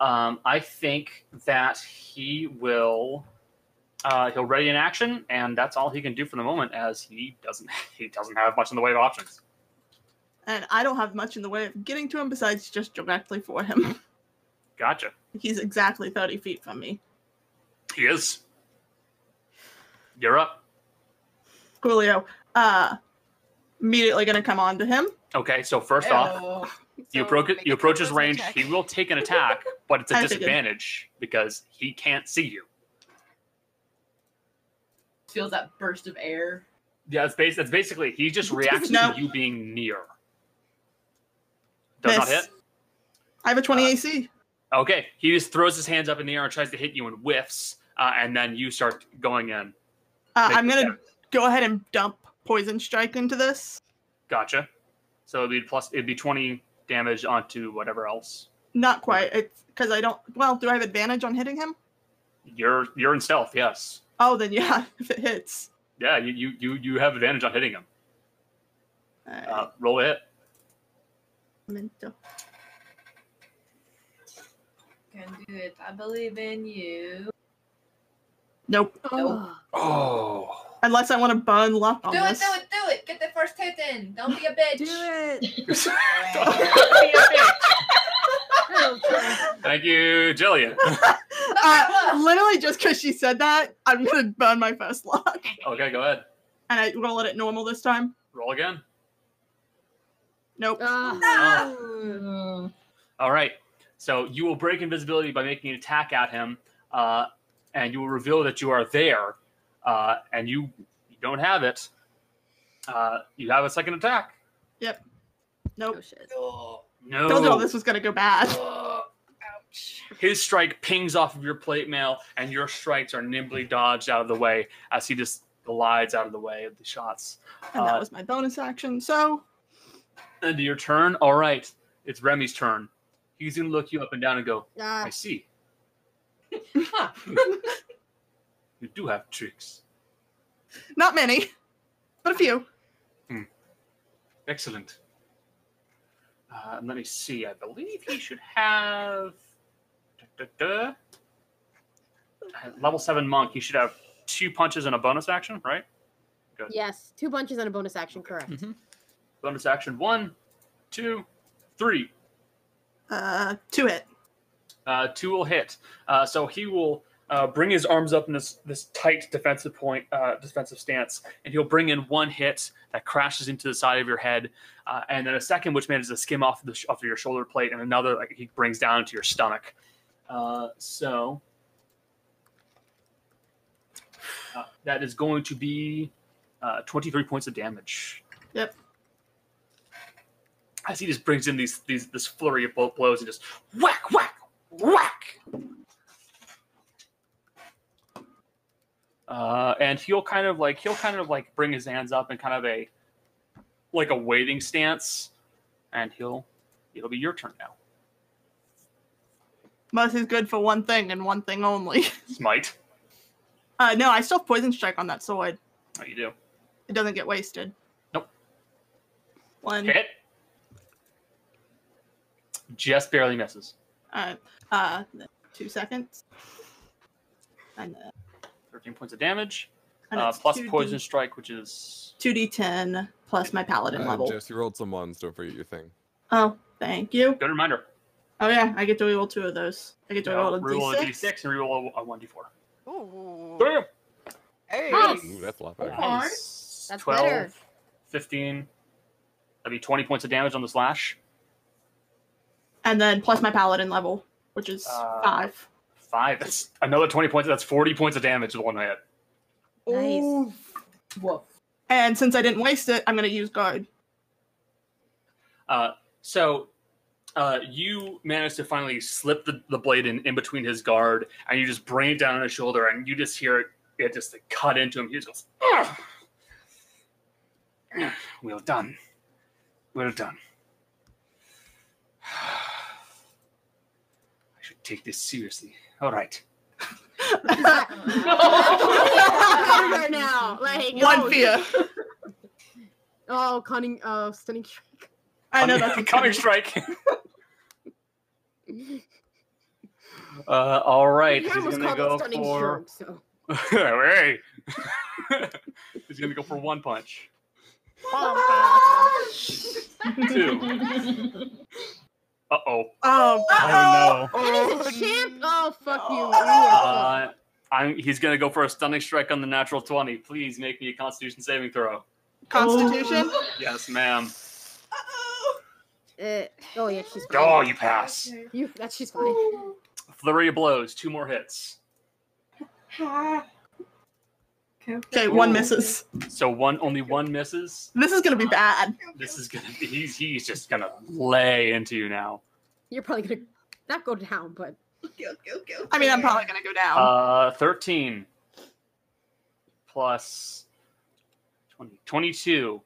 Speaker 9: Um, I think that he will. Uh, he'll ready an action, and that's all he can do for the moment, as he doesn't he doesn't have much in the way of options.
Speaker 5: And I don't have much in the way of getting to him besides just directly for him.
Speaker 9: Gotcha.
Speaker 5: He's exactly 30 feet from me.
Speaker 9: He is. You're up.
Speaker 5: Coolio. Uh, immediately gonna come on to him.
Speaker 9: Okay, so first off, you approach you approach his range. He will take an attack, but it's a
Speaker 5: I figured.
Speaker 9: disadvantage because he can't see you.
Speaker 6: Feels that burst of air.
Speaker 9: Yeah, that's, bas- that's basically he just reacts
Speaker 6: No.
Speaker 9: to you being near. Does not
Speaker 5: Miss.
Speaker 9: hit.
Speaker 5: I have a
Speaker 9: uh,
Speaker 5: 20 AC.
Speaker 9: Okay, he just throws his hands up in the air and tries to hit you and whiffs, uh, and then you start going in.
Speaker 5: Uh,
Speaker 9: make
Speaker 5: I'm
Speaker 9: it
Speaker 5: gonna go ahead and dump poison strike into this.
Speaker 9: Gotcha. So it'd be plus it'd be twenty damage onto whatever else.
Speaker 5: Not quite. It's because I don't. Well, do I have advantage on hitting him?
Speaker 9: You're you're in stealth, yes.
Speaker 5: Oh, then yeah, if it hits.
Speaker 9: Yeah, you you you, you have advantage on hitting him. Uh, roll a hit.
Speaker 5: Memento.
Speaker 6: Can do it. I believe in you.
Speaker 5: Nope.
Speaker 6: Nope.
Speaker 9: Oh.
Speaker 5: Unless I want to burn luck
Speaker 6: Oh,
Speaker 5: on this.
Speaker 6: it, do it. Get the first hit in. Don't be a bitch. Do
Speaker 5: it.
Speaker 9: Thank you, Jillian.
Speaker 5: Uh, literally just because she said that, I'm gonna burn my first luck,
Speaker 9: okay, go ahead.
Speaker 5: and I roll it at normal this time.
Speaker 9: Roll again.
Speaker 5: Nope.
Speaker 9: All right. So you will break invisibility by making an attack at him, uh, and you will reveal that you are there, uh, and you, you don't have it. Uh, you have a second attack.
Speaker 5: Yep.
Speaker 6: Oh,
Speaker 5: Nope.
Speaker 9: No.
Speaker 5: Told y'all this was gonna go bad.
Speaker 9: His strike pings off of your plate mail, and your strikes are nimbly dodged out of the way as he just glides out of the way of the shots.
Speaker 5: And that
Speaker 9: Uh,
Speaker 5: was my bonus action. So
Speaker 9: End of your turn. All right, it's Remy's turn. He's gonna look you up and down and go,
Speaker 5: Ah.
Speaker 9: "I see."
Speaker 13: You do have tricks.
Speaker 5: Not many, but a few.
Speaker 13: Excellent. Uh, let me see. I believe he should have. Da-da-da.
Speaker 9: Level seven monk, you should have two punches and a bonus action, right? Good.
Speaker 3: Yes, two punches and a bonus action, correct.
Speaker 9: Bonus action one,
Speaker 13: two, three.
Speaker 5: Uh, two hit.
Speaker 9: Uh, two will hit. Uh, so he will uh, bring his arms up in this this tight defensive point uh, defensive stance, and he'll bring in one hit that crashes into the side of your head, uh, and then a second which manages to skim off the sh- off your shoulder plate, and another like he brings down into your stomach. Uh, so uh, that is going to be uh, twenty three points of damage
Speaker 5: Yep.
Speaker 9: as he just brings in these these this flurry of both blows and just whack whack whack. Uh, and he'll kind of like he'll kind of like bring his hands up in kind of a like a waiting stance, and he'll it'll be your turn now.
Speaker 5: Must is good for one thing and one thing only.
Speaker 9: Smite.
Speaker 5: Uh, no, I still have poison strike on that sword.
Speaker 9: Oh, you do.
Speaker 5: It doesn't get wasted.
Speaker 9: Nope.
Speaker 5: One.
Speaker 9: Hit. Just barely misses.
Speaker 5: All right. Uh, two seconds. And uh,
Speaker 9: Thirteen points of damage,
Speaker 5: And
Speaker 9: uh,
Speaker 5: it's
Speaker 9: plus
Speaker 5: 2D.
Speaker 9: poison strike, which is
Speaker 5: 2d10 plus my paladin
Speaker 4: Uh,
Speaker 5: level.
Speaker 4: Jess, you rolled some ones. Don't forget your thing.
Speaker 5: Oh, thank you.
Speaker 9: good reminder.
Speaker 5: Oh yeah, I get to roll two of those. I get to roll a
Speaker 9: Reroll a
Speaker 5: d6.
Speaker 9: d6 and reroll a, a 1d4.
Speaker 2: Ooh.
Speaker 9: Damn.
Speaker 2: Hey.
Speaker 9: Ooh,
Speaker 4: that's a lot
Speaker 9: better.
Speaker 2: Nice. That's
Speaker 9: 12,
Speaker 2: better.
Speaker 9: 15. That'd be 20 points of damage on the slash.
Speaker 5: and then plus my paladin level, which is
Speaker 9: Uh,
Speaker 5: five.
Speaker 9: Five. That's another 20 points. That's 40 points of damage with one hit.
Speaker 5: Nice. And since I didn't waste it, I'm gonna use guard.
Speaker 9: Uh, so uh, you manage to finally slip the, the blade in, in between his guard, and you just bring it down on his shoulder, and you just hear it, it just like, cut into him. He just goes, "Ugh." "Ugh, Well done. Well done. I should take this seriously. All right.
Speaker 3: Everywhere now, like
Speaker 5: One
Speaker 3: oh,
Speaker 5: fear.
Speaker 3: Oh, cunning, uh, stunning strike.
Speaker 5: I know that's
Speaker 9: coming strike. Uh, all right.
Speaker 3: You
Speaker 9: He's
Speaker 3: almost
Speaker 9: gonna
Speaker 3: called
Speaker 9: go
Speaker 3: it stunning
Speaker 9: for.
Speaker 3: stroke, so.
Speaker 9: hey. He's gonna go for one punch. Two. Uh oh.
Speaker 5: Oh,
Speaker 9: Oh no.
Speaker 3: What is it, champ? Oh, fuck you.
Speaker 9: Uh, I'm, he's gonna go for a stunning strike on the natural twenty. Please make me a Constitution saving throw.
Speaker 5: Constitution.
Speaker 9: Yes, ma'am.
Speaker 3: Uh, oh yeah, she's. Fine.
Speaker 9: Oh, you pass.
Speaker 3: You that she's fine.
Speaker 9: Flurry of blows. Two more hits.
Speaker 5: Okay, one misses.
Speaker 9: So one, only one misses.
Speaker 5: This is gonna be bad.
Speaker 9: This is gonna be. He's, he's just gonna lay into you now.
Speaker 3: You're probably gonna not go down, but.
Speaker 5: I mean, I'm probably gonna go down.
Speaker 9: Uh, 13 plus 20, 22.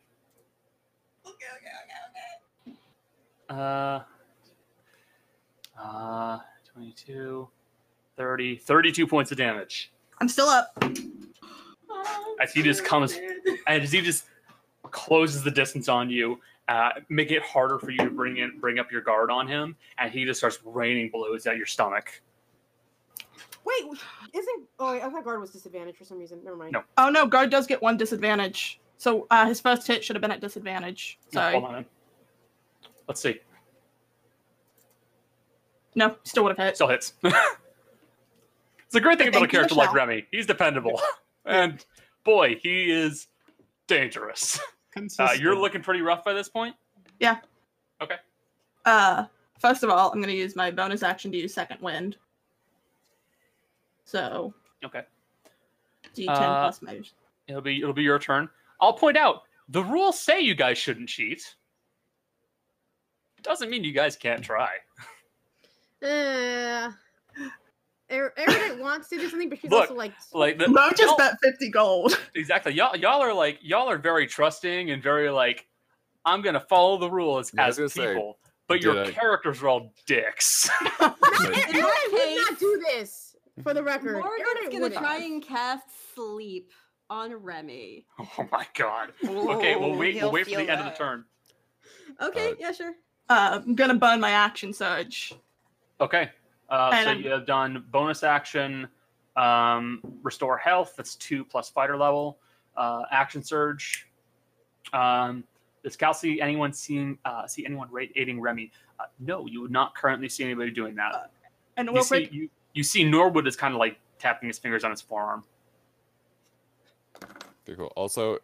Speaker 9: Uh, uh, 22, 30, 32 points of damage.
Speaker 5: I'm still up.
Speaker 9: As he just comes, and as he just closes the distance on you, uh, making it harder for you to bring in, bring up your guard on him, and he just starts raining blows at your stomach.
Speaker 3: Wait, isn't? Oh, I thought guard was disadvantaged for some reason. Never mind.
Speaker 9: No.
Speaker 5: Oh no, guard does get one disadvantage. So uh, his first hit should have been at disadvantage.
Speaker 9: No,
Speaker 5: Sorry.
Speaker 9: hold on. Let's see.
Speaker 5: No, still would have hit.
Speaker 9: Still hits. it's the great thing about a
Speaker 5: Thank you,
Speaker 9: character like
Speaker 5: Michelle.
Speaker 9: Remy. He's dependable. and boy, he is dangerous. Uh, you're
Speaker 5: Consistent.
Speaker 9: looking pretty rough by this point.
Speaker 5: Yeah.
Speaker 9: Okay.
Speaker 5: Uh, first of all, I'm gonna use my bonus action to use second wind. So
Speaker 9: Okay.
Speaker 5: D10
Speaker 9: Uh,
Speaker 5: plus my.
Speaker 9: It'll be it'll be your turn. I'll point out the rules say you guys shouldn't cheat. Doesn't mean you guys can't try.
Speaker 3: Uh, Er- Erudite wants to do something, but she's
Speaker 9: Look,
Speaker 3: also like.
Speaker 9: Like the,
Speaker 5: Mo just
Speaker 9: y'all-
Speaker 5: bet 50 gold.
Speaker 9: exactly. Y'all y'all are like y'all are very trusting and very like I'm gonna follow the rules
Speaker 4: Yeah, I was
Speaker 9: as people.
Speaker 4: gonna say,
Speaker 9: but your
Speaker 4: did I-
Speaker 9: characters are all dicks.
Speaker 3: Erudite would not do this. For the record,
Speaker 7: Morgan's
Speaker 3: Aaron
Speaker 7: gonna
Speaker 3: wouldn't.
Speaker 7: try and cast sleep on Remy.
Speaker 9: Oh my god. Okay, we'll
Speaker 5: Ooh,
Speaker 9: wait. We'll
Speaker 5: he'll
Speaker 9: wait for the
Speaker 5: feel
Speaker 9: end of the
Speaker 5: that.
Speaker 9: turn.
Speaker 7: Okay, yeah, sure.
Speaker 5: Uh, I'm gonna burn my action surge.
Speaker 9: Okay. Uh, so
Speaker 5: And-
Speaker 9: you have done bonus action, um, restore health. That's two plus fighter level. Uh, action surge. Um, does Cal see anyone seeing uh, see anyone ra- aiding Remy? Uh, no, you would not currently see anybody doing that.
Speaker 5: And
Speaker 9: you
Speaker 5: real
Speaker 9: see
Speaker 5: quick,
Speaker 9: you, you see Norwood is kind of like tapping his fingers on his forearm.
Speaker 4: Pretty cool. Also,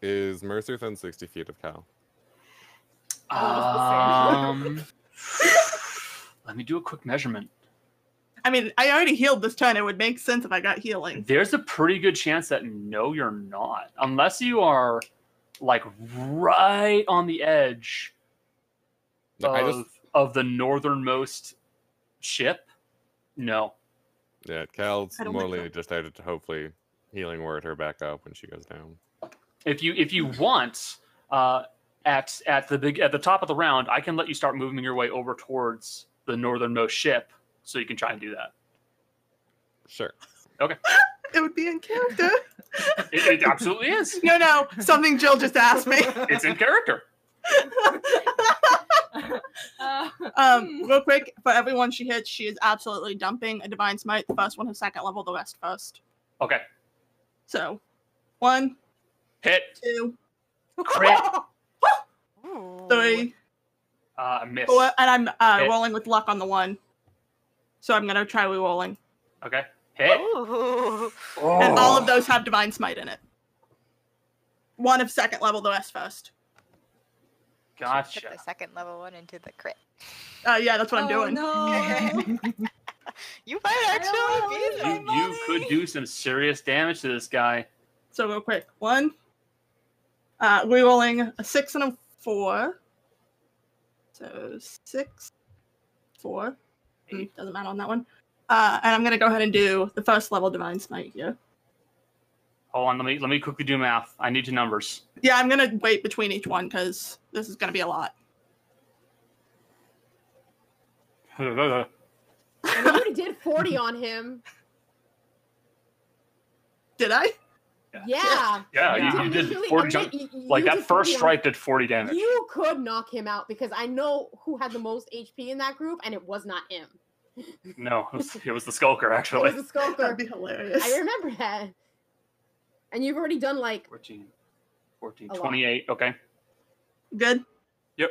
Speaker 4: is Mercer within 60 feet of Cal?
Speaker 9: Um, let me do a quick measurement.
Speaker 5: I mean, I already healed this turn. It would make sense if I got healing.
Speaker 9: There's a pretty good chance that no, you're not, unless you are like right on the edge
Speaker 4: No, I
Speaker 9: of,
Speaker 4: just-
Speaker 9: of the northernmost ship. No,
Speaker 4: Yeah, Cal's
Speaker 9: I don't
Speaker 4: more
Speaker 9: think so.
Speaker 4: likely just out to hopefully healing word her back up when she goes down.
Speaker 9: if you if you want, uh, at at the big at the top of the round, I can let you start moving your way over towards the northernmost ship, so you can try and do that.
Speaker 4: Sure.
Speaker 9: Okay.
Speaker 5: It would be in character.
Speaker 9: It, it absolutely is.
Speaker 5: No, no, something Jill just asked me.
Speaker 9: It's in character.
Speaker 5: Um, real quick, for everyone she hits, she is absolutely dumping a divine smite. The first one, her second level, the rest first.
Speaker 9: Okay.
Speaker 5: So, one,
Speaker 9: Hit.
Speaker 5: two,
Speaker 9: Crit.
Speaker 5: three,
Speaker 9: Uh, miss.
Speaker 5: four, and I'm uh,
Speaker 9: Hit.
Speaker 5: rolling with luck on the one. So I'm gonna try re-rolling,
Speaker 9: Okay. Hit.
Speaker 5: Oh, and all
Speaker 9: Oh.
Speaker 5: of those have divine smite in it. One of second level, the rest first.
Speaker 9: Gotcha.
Speaker 2: Put the second level one into the crit.
Speaker 5: Uh, yeah, that's what I'm doing.
Speaker 2: You might actually be.
Speaker 9: You, you could do some serious damage to this guy.
Speaker 5: So real quick, one. Uh, we're rolling a six and a four. So six, four. Hmm, doesn't matter on that one. Uh, and I'm gonna go ahead and do the first level divine smite here.
Speaker 9: Hold on, let me let me quickly do math. I need your numbers.
Speaker 5: Yeah, I'm gonna wait between each one because this is gonna be a lot.
Speaker 9: Did
Speaker 3: I mean, you did 40 on him.
Speaker 5: I?
Speaker 3: Yeah.
Speaker 9: Yeah, you- you, did
Speaker 3: Usually-
Speaker 9: four
Speaker 3: I
Speaker 9: jump.
Speaker 3: mean, you-
Speaker 9: Like
Speaker 3: you
Speaker 9: that
Speaker 3: did
Speaker 9: first
Speaker 3: 40 on-
Speaker 9: strike did forty damage.
Speaker 3: You could knock him out because I know who had the most HP in that group, and it was not him.
Speaker 9: No, it was, it was the skulker actually.
Speaker 3: It was a skulker. That'd
Speaker 5: be hilarious.
Speaker 3: I remember that. And you've already done like
Speaker 9: 14, 14,
Speaker 3: A lot.
Speaker 9: 28. Okay.
Speaker 5: Good.
Speaker 9: Yep.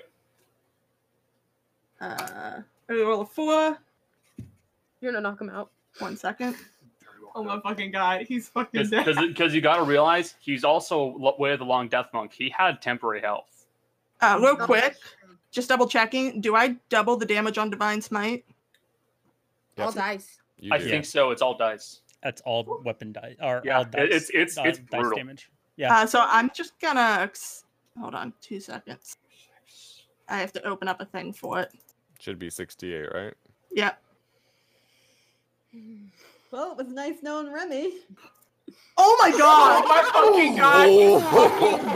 Speaker 5: Uh, we roll a four.
Speaker 3: You're gonna knock him out.
Speaker 5: One second.
Speaker 6: Oh my fucking god, he's fucking dead.
Speaker 9: Because you got to realize he's also lo- way of the long death monk. He had temporary health.
Speaker 5: Uh, real quick, just double checking. Do I double the damage on divine smite?
Speaker 4: All
Speaker 3: dice.
Speaker 9: I think so. It's all dice.
Speaker 1: That's all weapon dice. Or
Speaker 9: Yeah,
Speaker 1: all dice.
Speaker 9: it's- it's-
Speaker 1: di-
Speaker 9: it's
Speaker 1: dice
Speaker 9: brutal.
Speaker 1: damage. Yeah.
Speaker 5: Uh, so I'm just gonna ex- hold on two seconds. I have to open up a thing for it.
Speaker 4: Should be 68, right?
Speaker 5: Yep.
Speaker 7: Well, it was nice knowing Remy.
Speaker 5: Oh my god! my fucking
Speaker 7: god!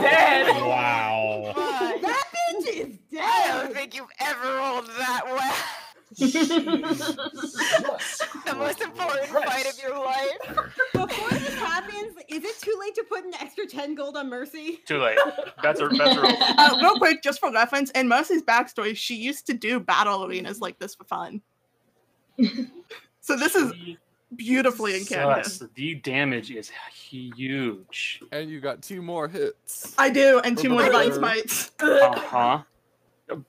Speaker 5: dead.
Speaker 1: Wow.
Speaker 7: that bitch is dead.
Speaker 2: I don't think you've ever rolled that well. the most important fight of your life.
Speaker 7: Before this happens, is it too late to put an extra ten gold on Mercy?
Speaker 9: Too late. That's a that's a.
Speaker 5: Uh, real quick, just for reference, in Mercy's backstory, she used to do battle arenas like this for fun. so this is beautifully in character.
Speaker 9: Sus, the damage is huge.
Speaker 4: And you got two more hits.
Speaker 5: I do, and two more divine
Speaker 4: Brother.
Speaker 5: smites.
Speaker 9: Uh huh.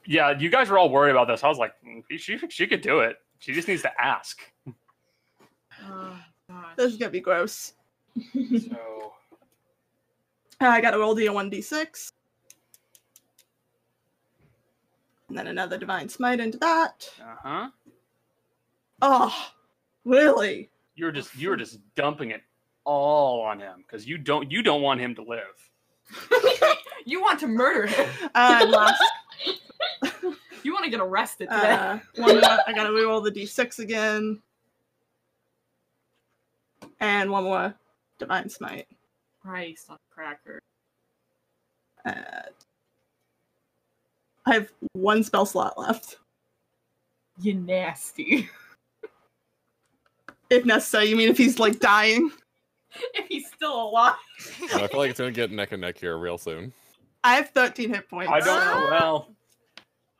Speaker 9: Yeah, you guys were all worried about this. I was like, "Mm, she she could do it. She just needs to ask.
Speaker 6: Oh,
Speaker 5: This is gonna be gross.
Speaker 9: So
Speaker 5: Uh, I got to roll d one d6. And then another divine smite into that.
Speaker 9: uh huh.
Speaker 5: Oh, really?
Speaker 9: You were just you were just dumping it all on him because you don't you don't want him to live.
Speaker 6: You want to murder him.
Speaker 5: Uh, last,
Speaker 6: You want to get arrested today.
Speaker 5: uh, one more. I gotta reroll the d6 again. And one more divine smite.
Speaker 6: Christ on a cracker.
Speaker 5: Uh, I have one spell slot left.
Speaker 6: You nasty.
Speaker 5: If necessary, you mean if he's like dying?
Speaker 6: if he's still alive.
Speaker 4: I feel like it's gonna get neck and neck here real soon.
Speaker 5: I have 13 hit points.
Speaker 9: I don't
Speaker 5: "Ah!"
Speaker 9: know. Well,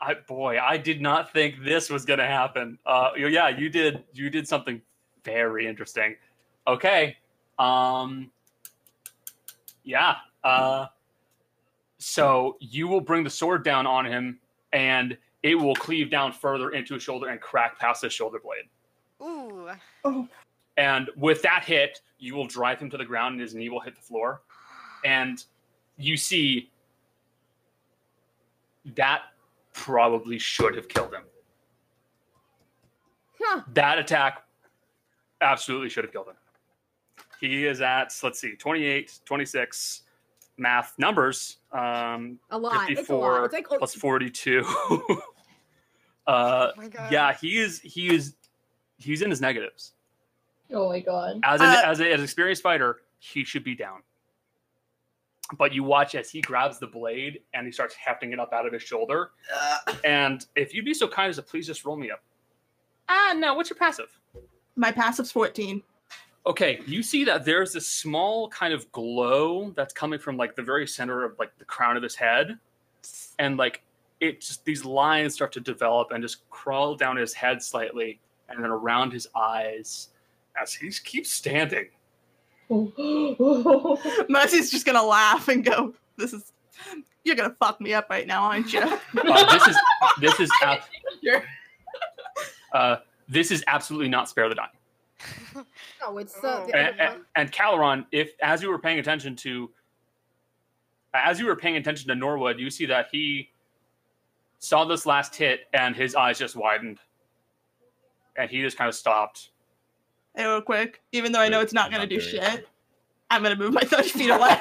Speaker 9: I boy, I did not think this was gonna happen. Uh, you- yeah, you did. You did something very interesting. Okay. Um. Yeah. Uh. So you will bring the sword down on him, and it will cleave down further into his shoulder and crack past his shoulder blade.
Speaker 8: Ooh.
Speaker 3: Oh,
Speaker 9: And with that hit, you will drive him to the ground and his knee will hit the floor. And you see that probably should have killed him.
Speaker 3: Huh.
Speaker 9: That attack absolutely should have killed him. He is at, let's see, 28, 26 math numbers. Um,
Speaker 3: A lot. It's a
Speaker 9: 54
Speaker 3: lot. It's like- oh,
Speaker 9: plus 42. uh, yeah, he is, he is, he's in his negatives.
Speaker 14: Oh my god.
Speaker 9: As an
Speaker 6: Uh,
Speaker 9: as, a, as an experienced fighter, he should be down. But you watch as he grabs the blade and he starts hefting it up out of his shoulder. And if you'd be so kind as to please just roll me up. Ah, no. What's your passive?
Speaker 5: My passive's 14.
Speaker 9: Okay, you see that there's this small kind of glow that's coming from like the very center of like the crown of his head, and like it just these lines start to develop and just crawl down his head slightly and then around his eyes as he keeps standing.
Speaker 5: Mercy's just gonna laugh and go, "This is you're gonna fuck me up right now, aren't you?"
Speaker 9: Uh, this is this is ab- uh, this is absolutely not spare the dying.
Speaker 3: No, it's uh, the
Speaker 9: and,
Speaker 3: other
Speaker 9: and, and Caloron, if as you were paying attention to, as you were paying attention to Norwood, you see that he saw this last hit and his eyes just widened, and he just kind of stopped.
Speaker 5: Hey, real quick, even though I know it's not gonna do shit, I'm gonna move my 30 feet away.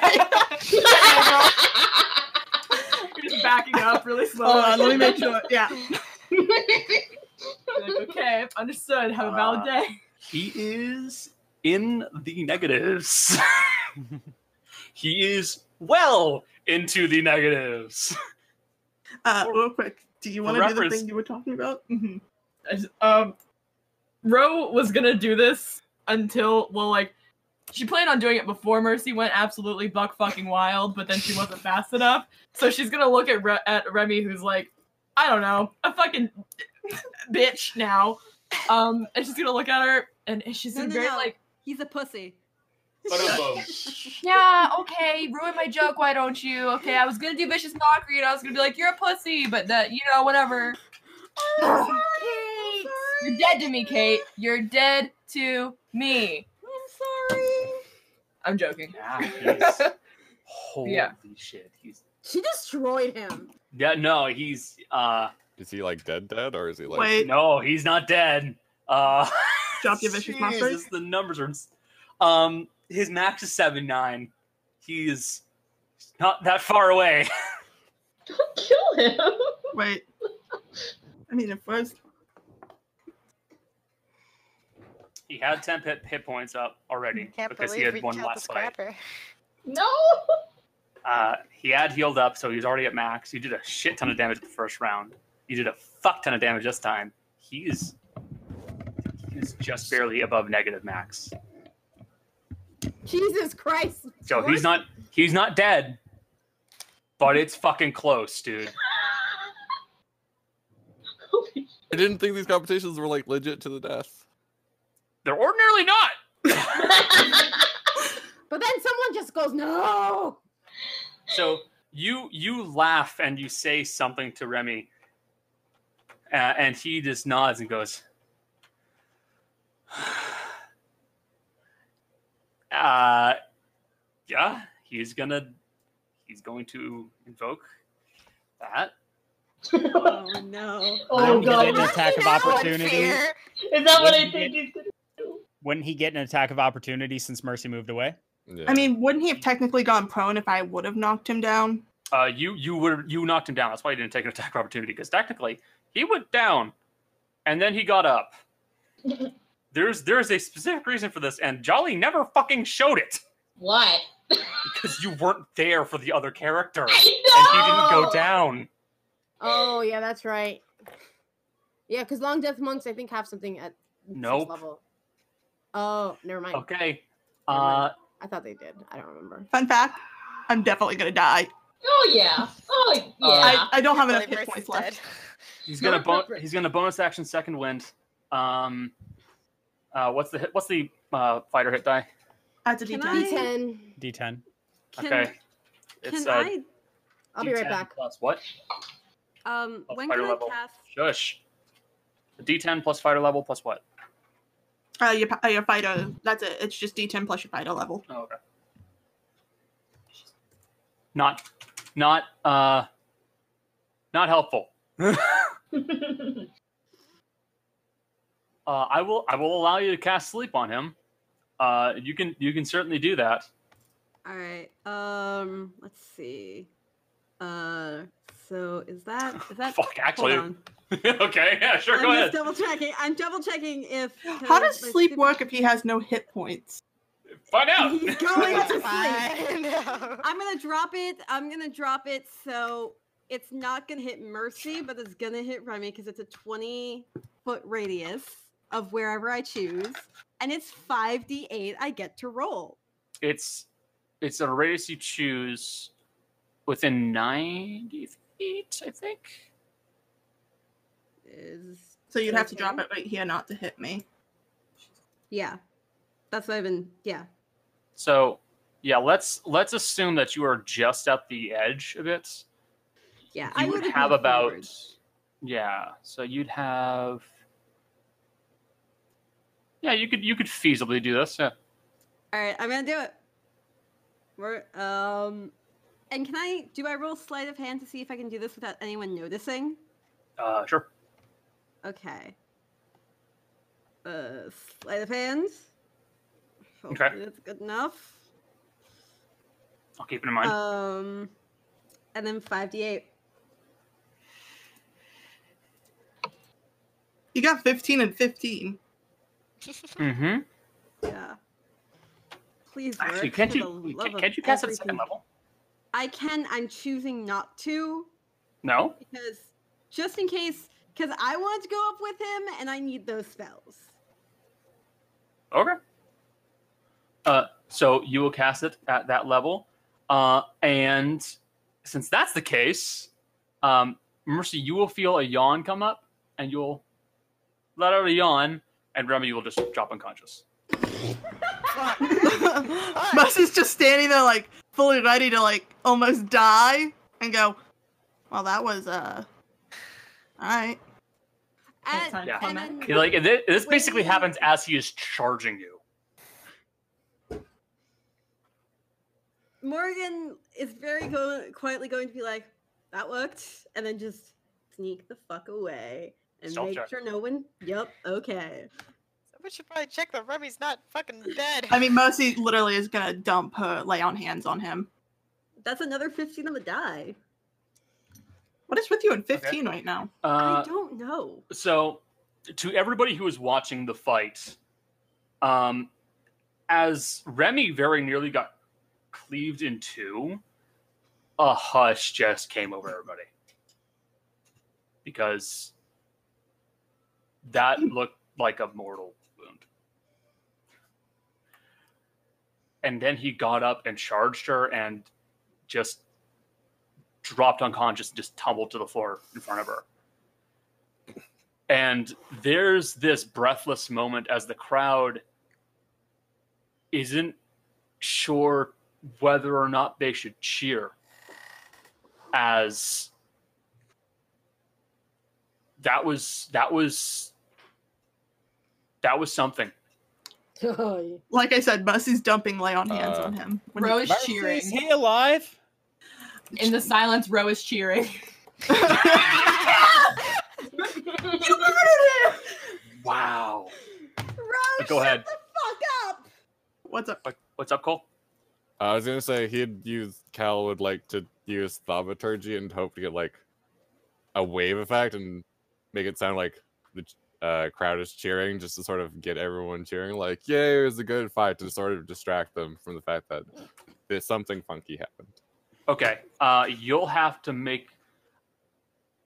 Speaker 6: You're just backing up really slowly.
Speaker 5: Hold on, let me make sure. Yeah.
Speaker 6: Like, okay, understood. Have a valid
Speaker 9: Uh,
Speaker 6: day.
Speaker 9: He is in the negatives. he is well into the negatives.
Speaker 5: Uh, real quick, do you
Speaker 9: For
Speaker 5: want to do the
Speaker 9: reference-
Speaker 5: thing you were talking about?
Speaker 9: Mm-hmm.
Speaker 6: I just- um, Ro was gonna do this until well, like she planned on doing it before Mercy went absolutely buck fucking wild, but then she wasn't fast enough, so she's gonna look at Re- at Remy, who's like, I don't know, a fucking bitch now, um, and she's gonna look at her and she's
Speaker 7: No,
Speaker 6: gonna
Speaker 7: no,
Speaker 6: very
Speaker 7: no.
Speaker 6: like,
Speaker 7: He's a pussy.
Speaker 6: yeah, okay, ruin my joke, why don't you? Okay, I was gonna do vicious mockery and I was gonna be like, you're a pussy, but that you know, whatever. Kate, you're dead to me, Kate. You're dead to me.
Speaker 7: I'm sorry.
Speaker 6: I'm joking.
Speaker 9: Holy
Speaker 6: Yeah.
Speaker 9: shit! He's
Speaker 3: She destroyed him.
Speaker 9: yeah, no, he's uh.
Speaker 4: Is he like dead dead or is he like
Speaker 9: Wait. No, he's not dead. Uh,
Speaker 5: Drop your vicious mockery.
Speaker 9: Jesus, The numbers are. ins- Um, his max is seven nine. He's not that far away.
Speaker 5: Kill him. Wait. I mean, at first,
Speaker 9: He had ten hit, hit points up already
Speaker 8: Can't
Speaker 9: because he
Speaker 8: believe
Speaker 9: had
Speaker 8: we
Speaker 9: one
Speaker 8: killed the
Speaker 9: last fight.
Speaker 8: scrapper.
Speaker 14: No.
Speaker 9: Uh, he had healed up, so he's already at max. You did a shit ton of damage the first round. You did a fuck ton of damage this time. He's he's just barely above negative max.
Speaker 3: Jesus Christ.
Speaker 9: So he's not he's not dead, but it's fucking close, dude.
Speaker 4: I didn't think these competitions were like legit to the death.
Speaker 9: They're ordinarily not.
Speaker 3: But then someone just goes, no.
Speaker 9: So you you laugh and you say something to Remy, uh, and he just nods and goes, "Uh, yeah, he's gonna he's going to invoke that."
Speaker 7: Oh no.
Speaker 1: Wouldn't he get an attack of opportunity?
Speaker 7: Is that
Speaker 1: what I think Wouldn't he get an attack of opportunity since Mercy moved away?
Speaker 5: I mean, wouldn't he have technically gone prone if I would have knocked him down?
Speaker 9: Uh, you you were you knocked him down. That's why he didn't take an attack of opportunity because technically he went down, and then he got up. There's there's a specific reason for this, and Jolly never fucking showed it
Speaker 14: What?
Speaker 9: because you weren't there for the other character, and he didn't
Speaker 3: I
Speaker 9: go
Speaker 3: know!
Speaker 9: down.
Speaker 3: Oh yeah, that's right. Yeah, because long death monks I think have something at sixth
Speaker 9: Nope.
Speaker 3: level. Oh, never mind.
Speaker 9: Okay.
Speaker 5: Uh,
Speaker 3: I thought they did. I don't remember.
Speaker 5: Fun fact: I'm definitely gonna die.
Speaker 8: Oh yeah. Oh yeah.
Speaker 5: Uh, I, I don't have enough hit points left.
Speaker 9: He's gonna bon- he's gonna bonus action second wind. Um, uh, what's the hit, what's the uh, fighter hit die?
Speaker 5: That's a
Speaker 3: Can
Speaker 5: D10.
Speaker 15: D10.
Speaker 7: Can-
Speaker 9: okay. It's
Speaker 7: Can
Speaker 9: uh,
Speaker 7: I?
Speaker 3: I'll be right
Speaker 9: D10
Speaker 3: back.
Speaker 9: Plus what?
Speaker 7: Um,
Speaker 9: Plus
Speaker 7: when
Speaker 9: fighter
Speaker 7: can I
Speaker 9: level.
Speaker 7: cast?
Speaker 9: Shush. A D10 plus fighter level plus what?
Speaker 5: Uh, your, pa- uh, your fighter. That's it. It's just D10 plus your fighter level.
Speaker 9: Oh, okay. Not, not, uh, not helpful. uh, I will, I will allow you to cast sleep on him. Uh, you can, you can certainly do that.
Speaker 7: All right. Um, let's see. Uh, so is that is that?
Speaker 9: Fuck, actually.
Speaker 7: Hold on.
Speaker 9: okay, yeah, sure,
Speaker 7: I'm
Speaker 9: go
Speaker 7: just
Speaker 9: ahead.
Speaker 7: double checking. I'm double checking if.
Speaker 5: How does
Speaker 7: my
Speaker 5: sleep work if he has no hit points?
Speaker 9: Find out.
Speaker 7: He's going to sleep.
Speaker 6: Fine.
Speaker 7: I'm gonna drop it. I'm gonna drop it. So it's not gonna hit Mercy, but it's gonna hit Remy because it's a 20 foot radius of wherever I choose, and it's 5d8. I get to roll.
Speaker 9: It's, it's a radius you choose within ninety feet, I think.
Speaker 7: Is
Speaker 5: So you'd have to drop
Speaker 7: okay?
Speaker 5: it right here not to hit me.
Speaker 7: Yeah, that's what I've been. Yeah,
Speaker 9: So, yeah, let's let's assume that you are just at the edge of it.
Speaker 7: yeah.
Speaker 9: You
Speaker 7: I
Speaker 9: would
Speaker 7: would've
Speaker 9: have
Speaker 7: moved
Speaker 9: about
Speaker 7: forward.
Speaker 9: yeah. So you'd have yeah. You could you could feasibly do this. Yeah.
Speaker 7: All right, I'm gonna do it. We're um, and can I do I roll sleight of hand to see if I can do this without anyone noticing?
Speaker 9: Uh, sure.
Speaker 7: Okay. Uh, sleight of hand.
Speaker 9: Okay.
Speaker 7: Hopefully That's good enough.
Speaker 9: I'll keep it in mind.
Speaker 7: Um, and then five d eight.
Speaker 5: You got 15 and 15.
Speaker 9: mm-hmm.
Speaker 7: Yeah. Please work.
Speaker 9: Actually, can't
Speaker 7: for
Speaker 9: you-
Speaker 7: the love
Speaker 9: can't-
Speaker 7: of
Speaker 9: can't you cast it at second
Speaker 7: everything.
Speaker 9: level?
Speaker 7: I can. I'm choosing not to.
Speaker 9: No.
Speaker 7: because just in case, because I wanted to go up with him and I need those spells.
Speaker 9: Okay. Uh, so you will cast it at that level, uh, and since that's the case, um, Mercy, you will feel a yawn come up, and you'll let out a yawn, and Remy, you will just drop unconscious.
Speaker 5: Bus is just standing there, like fully ready to like almost die, and go. Well, that was uh. All right.
Speaker 7: And,
Speaker 5: time
Speaker 9: Yeah.
Speaker 7: and then,
Speaker 9: Okay, Like this, this basically happens as he is charging you.
Speaker 7: Morgan is very go- quietly going to be like, "That worked," and then just sneak the fuck away and
Speaker 6: Stealth
Speaker 7: make
Speaker 6: check.
Speaker 7: sure no one. Yep. Okay.
Speaker 6: We should probably check that Remy's not fucking dead.
Speaker 5: I mean, Mercy literally is gonna dump her lay on hands on him.
Speaker 7: That's another fifteen on the die.
Speaker 5: What is with you in 15 right now?
Speaker 9: Uh,
Speaker 7: I don't know.
Speaker 9: so to everybody who is watching the fight um as remy very nearly got cleaved in two a hush just came over everybody because that looked like a mortal wound and then he got up and charged her and just dropped unconscious and just tumbled to the floor in front of her and there's this breathless moment as the crowd isn't sure whether or not they should cheer as that was that was that was something
Speaker 5: Like I said, Busty's dumping lay on hands
Speaker 9: Uh,
Speaker 5: on him.
Speaker 16: Ro is
Speaker 5: Mercy,
Speaker 16: cheering.
Speaker 5: is
Speaker 17: he alive?
Speaker 16: In the silence, Ro is cheering.
Speaker 9: wow
Speaker 7: Rose,
Speaker 4: Go ahead.
Speaker 7: fuck up.
Speaker 5: What's up?
Speaker 9: What's up, Cole?
Speaker 4: I was gonna say he'd use Cal would like to use thaumaturgy and hope to get like a wave effect and make it sound like the ch- uh, crowd is cheering, just to sort of get everyone cheering, like "Yay, it was a good fight," to sort of distract them from the fact that there's something funky happened.
Speaker 9: okay uh you'll have to make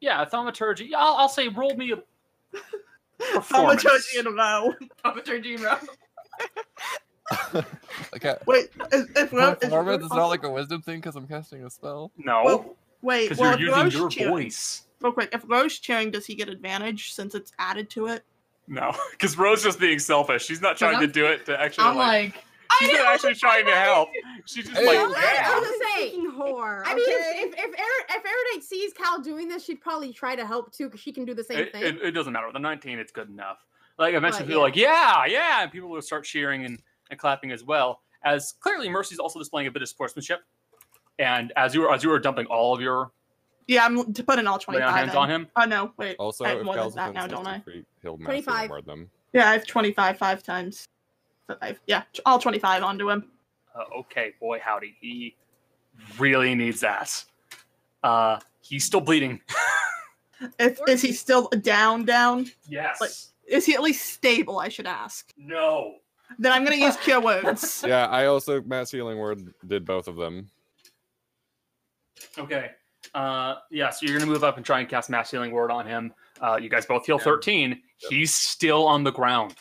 Speaker 9: yeah a thaumaturgy i'll, I'll say roll me a
Speaker 5: How much
Speaker 9: performance.
Speaker 5: in a row?
Speaker 16: Thaumaturgy and Ro.
Speaker 4: Okay.
Speaker 5: Wait, if, if we're- if we're-
Speaker 4: performance is not like a wisdom thing because I'm casting a spell.
Speaker 9: No.
Speaker 5: Well, wait,
Speaker 9: 'Cause
Speaker 5: well,
Speaker 9: you're
Speaker 5: if
Speaker 9: using
Speaker 5: Roche
Speaker 9: your
Speaker 5: cheering,
Speaker 9: voice.
Speaker 5: Real quick, if Roche cheering, does he get advantage since it's added to it?
Speaker 9: No, because Rose just being selfish. She's not trying to do it to actually.
Speaker 5: I'm
Speaker 9: like, she's not actually trying to help. She's just like,
Speaker 3: Well, I
Speaker 9: yeah.
Speaker 3: was gonna say,
Speaker 7: whore.
Speaker 3: I mean,
Speaker 7: okay?
Speaker 3: if if if, er- if Erudite sees Cal doing this, she'd probably try to help too, because she can do the same
Speaker 9: It,
Speaker 3: thing.
Speaker 9: it, it doesn't matter. With a 19, it's good enough. Like eventually,
Speaker 3: Right,
Speaker 9: people are like, yeah, yeah, and people will start cheering and, and clapping as well. As clearly, Mercy's also displaying a bit of sportsmanship. And as you were as you were dumping all of your
Speaker 5: Yeah, I'm to put in all
Speaker 9: Lay on
Speaker 5: 25.
Speaker 9: hands
Speaker 5: in.
Speaker 9: on him?
Speaker 5: Oh, no, wait.
Speaker 4: Also,
Speaker 5: I have
Speaker 4: if
Speaker 5: more than
Speaker 4: Cal's
Speaker 5: that
Speaker 4: within
Speaker 5: now, don't
Speaker 4: 60
Speaker 5: I?
Speaker 4: feet, he'll master
Speaker 5: 25.
Speaker 4: ward them.
Speaker 5: Yeah, I have 25 five times. But I've, yeah, t- all 25 onto him.
Speaker 9: Uh, okay, boy, howdy. He really needs that. Uh, he's still bleeding.
Speaker 5: If, is he still down, down?
Speaker 9: Yes.
Speaker 5: Like, is he at least stable, I should ask?
Speaker 9: No.
Speaker 5: Then I'm going to use Cure Wounds.
Speaker 4: yeah, I also mass healing word did both of them.
Speaker 9: Okay. Uh, yeah, so you're going to move up and try and cast Mass Healing Word on him. Uh, you guys both heal 13. He's still on the ground.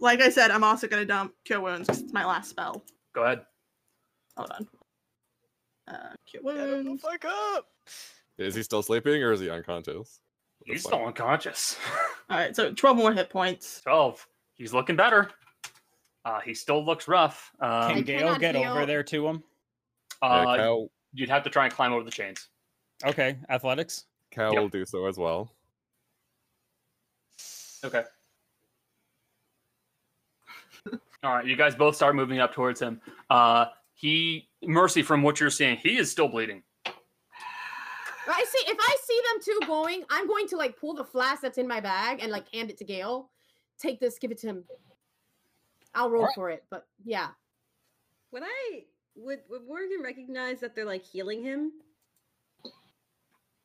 Speaker 5: Like I said, I'm also going to dump Cure Wounds 'cause it's my last spell.
Speaker 9: Go ahead.
Speaker 5: Hold on. Uh, Cure Wounds.
Speaker 2: Fuck up!
Speaker 4: Is he still sleeping or is he unconscious?
Speaker 9: He's still unconscious.
Speaker 5: All right, so 12 more hit points.
Speaker 9: 12. He's looking better. Uh, he still looks rough. Um,
Speaker 1: Can Gale get over there to him?
Speaker 9: Uh, You'd have to try and climb over the chains.
Speaker 1: Okay, athletics.
Speaker 4: Cal will do so as well.
Speaker 9: Okay. All right, you guys both start moving up towards him. Uh, he, Mercy, from what you're seeing, he is still bleeding.
Speaker 3: But I see if I see them two going, I'm going to like pull the flask that's in my bag and like hand it to Gail. Take this, give it to him. I'll roll
Speaker 7: Alright.
Speaker 3: for it, but yeah.
Speaker 7: Would I would would Morgan recognize that they're like healing him?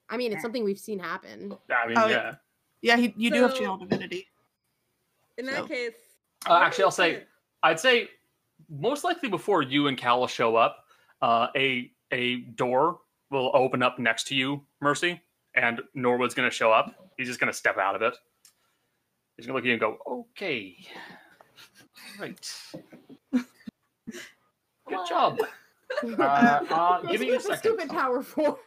Speaker 3: I mean, it's something we've seen happen.
Speaker 9: I mean,
Speaker 5: Oh,
Speaker 9: yeah.
Speaker 5: Yeah, he, you do have
Speaker 7: So-
Speaker 5: Channel Divinity.
Speaker 7: In that
Speaker 5: So-
Speaker 7: case,
Speaker 9: Uh, actually, I'll say, I'd say, most likely before you and Cal show up, uh, a a door will open up next to you, Mercy, and Norwood's going to show up. He's just going to step out of it. He's going to look at you and go, "Okay, right, good job." Uh, uh, give me a
Speaker 3: Super
Speaker 9: second.
Speaker 3: Stupid, powerful.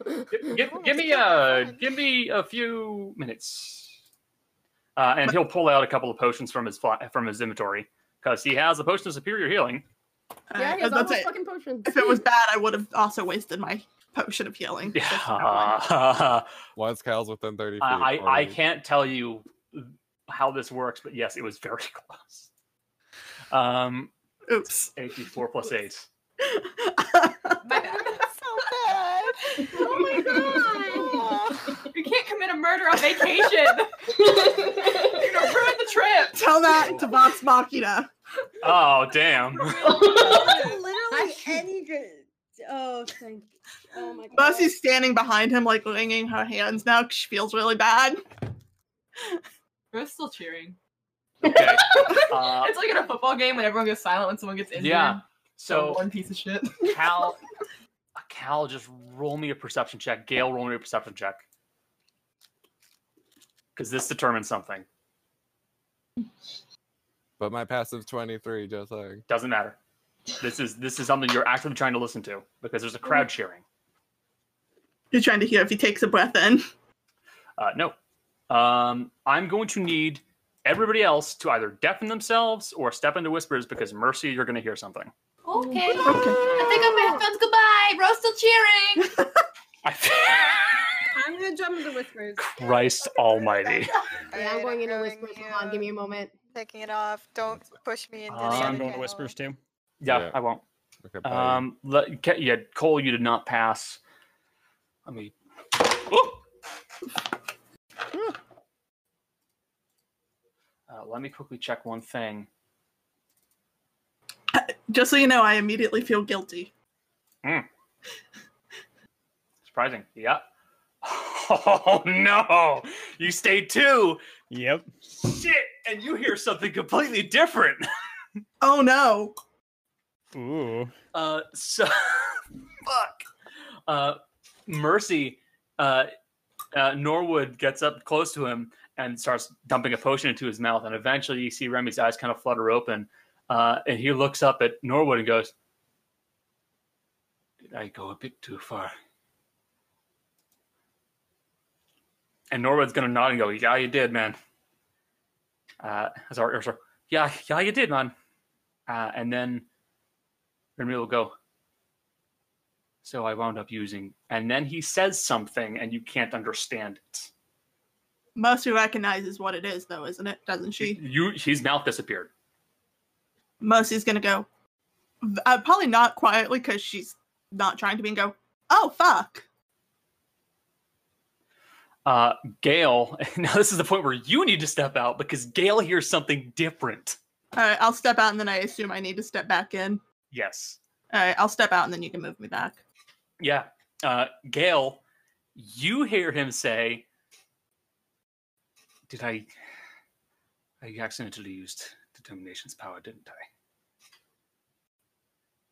Speaker 9: Give, give me a give me a few minutes, uh, and he'll pull out a couple of potions from his fla- from his inventory because he has a potion of superior healing.
Speaker 3: yeah, he has
Speaker 5: Uh,
Speaker 3: all
Speaker 5: that's
Speaker 3: those
Speaker 5: it.
Speaker 3: fucking potions.
Speaker 5: If it was bad, I would have also wasted my potion of healing.
Speaker 4: Once Cal's within 30 feet.
Speaker 9: Uh-huh. I,
Speaker 4: or
Speaker 9: I, I
Speaker 4: me.
Speaker 9: can't tell you how this works, but yes, it was very close. Um,
Speaker 5: Oops.
Speaker 9: 84 plus 8.
Speaker 2: so bad.
Speaker 3: Oh my god.
Speaker 6: you can't commit a murder on vacation. You're gonna ruin the trip.
Speaker 5: Tell that to Vox Machina.
Speaker 9: Oh, damn.
Speaker 7: literally any good. Oh, thank. Oh my god.
Speaker 5: Mercy's standing behind him, like wringing her hands now 'cause she feels really bad.
Speaker 6: We're still cheering.
Speaker 9: Okay. Uh,
Speaker 6: It's like in a football game when everyone goes silent when someone gets injured.
Speaker 9: yeah. So
Speaker 6: one piece of shit.
Speaker 9: Cal, Cal, just roll me a perception check. Gail, roll me a perception check. Because this determines something.
Speaker 4: But my passive's 23, just like.
Speaker 9: Doesn't matter. This is this is something you're actively trying to listen to because there's a crowd cheering.
Speaker 5: You're trying to hear if he takes a breath in.
Speaker 9: Uh, no. Um, I'm going to need everybody else to either deafen themselves or step into whispers because Mercy, you're going to hear something.
Speaker 3: Oh,
Speaker 6: Okay. I think I'm headphones. Goodbye. Bro's still cheering.
Speaker 7: I'm gonna jump into whispers.
Speaker 9: Christ Almighty.
Speaker 3: Yeah, I'm going into whispers. Hold on, give me a moment.
Speaker 2: Taking it off. Don't push me into
Speaker 9: Um,
Speaker 2: the
Speaker 1: I'm
Speaker 9: I'm
Speaker 2: other
Speaker 1: going to
Speaker 2: guy.
Speaker 1: whispers too.
Speaker 9: Yeah,
Speaker 1: Yeah.
Speaker 9: I won't.
Speaker 4: Okay,
Speaker 1: bye.
Speaker 9: um, let, Ca- yeah, Cole, you did not pass. Let me. Oh! Uh, let me quickly check one thing.
Speaker 5: Just so you know, I immediately feel guilty.
Speaker 9: Hmm. Surprising. Yeah. Oh no! You stayed two.
Speaker 1: Yep.
Speaker 9: Shit! And you hear something completely different.
Speaker 5: Oh no.
Speaker 1: Ooh.
Speaker 9: Uh, so fuck. Uh, Mercy. Uh, uh, Norwood gets up close to him and starts dumping a potion into his mouth, and eventually you see Remy's eyes kind of flutter open, Uh, and he looks up at Norwood and goes, Did I go a bit too far? And Norwood's going to nod and go, Yeah, you did, man. Uh, sorry, or sorry, yeah, yeah, you did, man. Uh, and then Renmu will go, So I wound up using. And then he says something and you can't understand it.
Speaker 5: Mercy recognizes what it is, though, isn't it? Doesn't she?
Speaker 9: You, His mouth disappeared.
Speaker 5: Mercy's gonna go, uh, probably not quietly because she's not trying to be, and go, oh fuck.
Speaker 9: Uh, Gail, now this is the point where you need to step out because Gail hears something different.
Speaker 5: All right, I'll step out, and then I assume I need to step back in.
Speaker 9: Yes.
Speaker 5: All right, I'll step out, and then you can move me back.
Speaker 9: Yeah. Uh, Gail, you hear him say, Did I. I accidentally used determination's power, didn't I?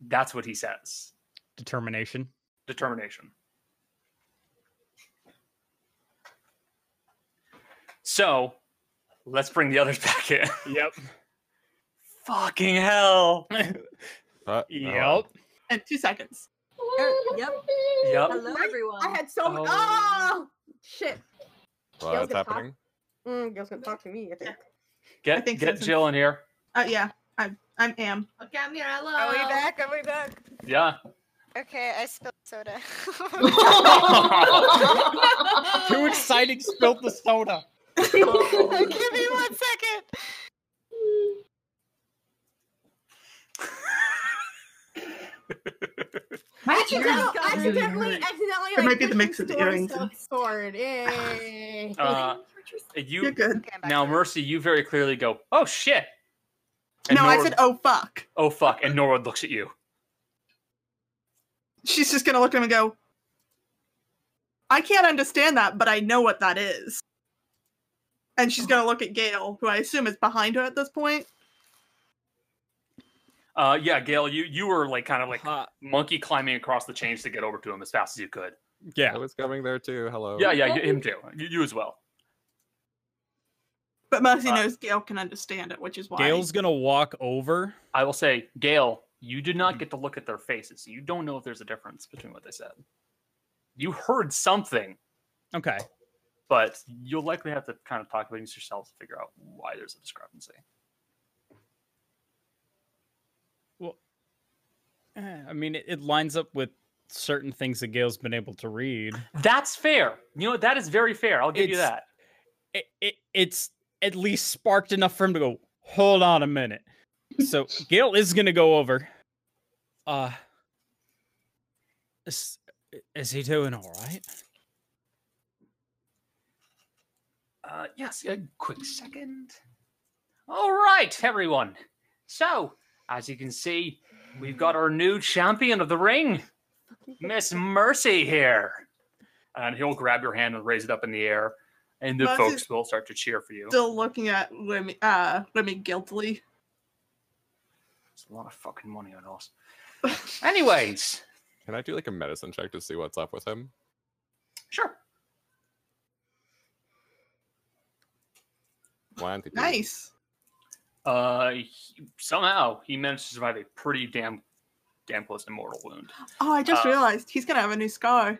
Speaker 9: That's what he says.
Speaker 1: Determination.
Speaker 9: Determination. So, let's bring the others back in. Yep. Fucking hell.
Speaker 1: yep.
Speaker 5: In Uh, two seconds.
Speaker 7: Yep.
Speaker 9: Yep.
Speaker 7: Hello, everyone.
Speaker 3: I had so much. Oh, shit. Gail's
Speaker 4: What's
Speaker 3: gonna talk-
Speaker 4: happening?
Speaker 3: Mm, Gail's gonna talk to me. I think.
Speaker 9: Get,
Speaker 5: think
Speaker 9: get
Speaker 5: so,
Speaker 9: Jill in here.
Speaker 5: Uh, yeah, I'm. I'm am.
Speaker 2: Look at me, hello. Are we back? Are we back?
Speaker 9: Yeah.
Speaker 2: Okay, I spilled soda.
Speaker 1: Too exciting, spilled the soda.
Speaker 2: Give me one second.
Speaker 3: Accidentally, accidentally, accidentally.
Speaker 5: It
Speaker 3: like,
Speaker 5: might be the
Speaker 3: pushing
Speaker 5: mix of the
Speaker 3: story
Speaker 5: earrings.
Speaker 3: stuff forward. Yay.
Speaker 9: Uh, you
Speaker 5: You're good.
Speaker 9: now, Mercy. You very clearly go, "Oh shit!" And
Speaker 5: no, I
Speaker 9: Norwood-
Speaker 5: said, oh fuck.
Speaker 9: "Oh fuck!" And Norwood looks at you.
Speaker 5: She's just gonna look at him and go, I can't understand that, but I know what that is. And she's gonna look at Gail, who I assume is behind her at this point.
Speaker 9: Uh, yeah, Gail, you you were like kind of like monkey climbing across the chains to get over to him as fast as you could.
Speaker 1: Yeah.
Speaker 4: I was coming there too. Hello.
Speaker 9: Yeah, yeah, y- him too. You, you as well.
Speaker 5: But Mercy
Speaker 9: Uh,
Speaker 5: knows Gail can understand it, which is why.
Speaker 1: Gail's gonna walk over. Hmm.
Speaker 9: I will say, Gail, you did not get to look at their faces. You don't know if there's a difference between what they said. You heard something,
Speaker 1: Okay.
Speaker 9: but you'll likely have to kind of talk about it yourselves to figure out why there's a discrepancy.
Speaker 1: Eh, I mean, it, it lines up with certain things that Gail's been able to read.
Speaker 9: That's fair. You know, that is very fair. I'll give you
Speaker 1: It's-
Speaker 9: that.
Speaker 1: It, it it's at least sparked enough for him to go. Hold on a minute. So Gail is gonna go over. Uh, is, is he doing all right?
Speaker 9: Uh, yes, a quick second. All right, everyone. So, as you can see, we've got our new champion of the ring, Miss Mercy here. And he'll grab your hand and raise it up in the air, and the
Speaker 5: Mercy's
Speaker 9: folks will start to cheer for you.
Speaker 5: Still looking at Lemmy, uh, Lemmy guiltily.
Speaker 9: It's a lot of fucking money on us. Anyways,
Speaker 4: Can I do like a medicine check to see what's up with him?
Speaker 9: Sure.
Speaker 4: One, two, three.
Speaker 5: Nice.
Speaker 9: uh, he- somehow he managed to survive a pretty damn, damn close to mortal wound.
Speaker 5: Oh, I just
Speaker 9: Uh,
Speaker 5: realized he's gonna have a new scar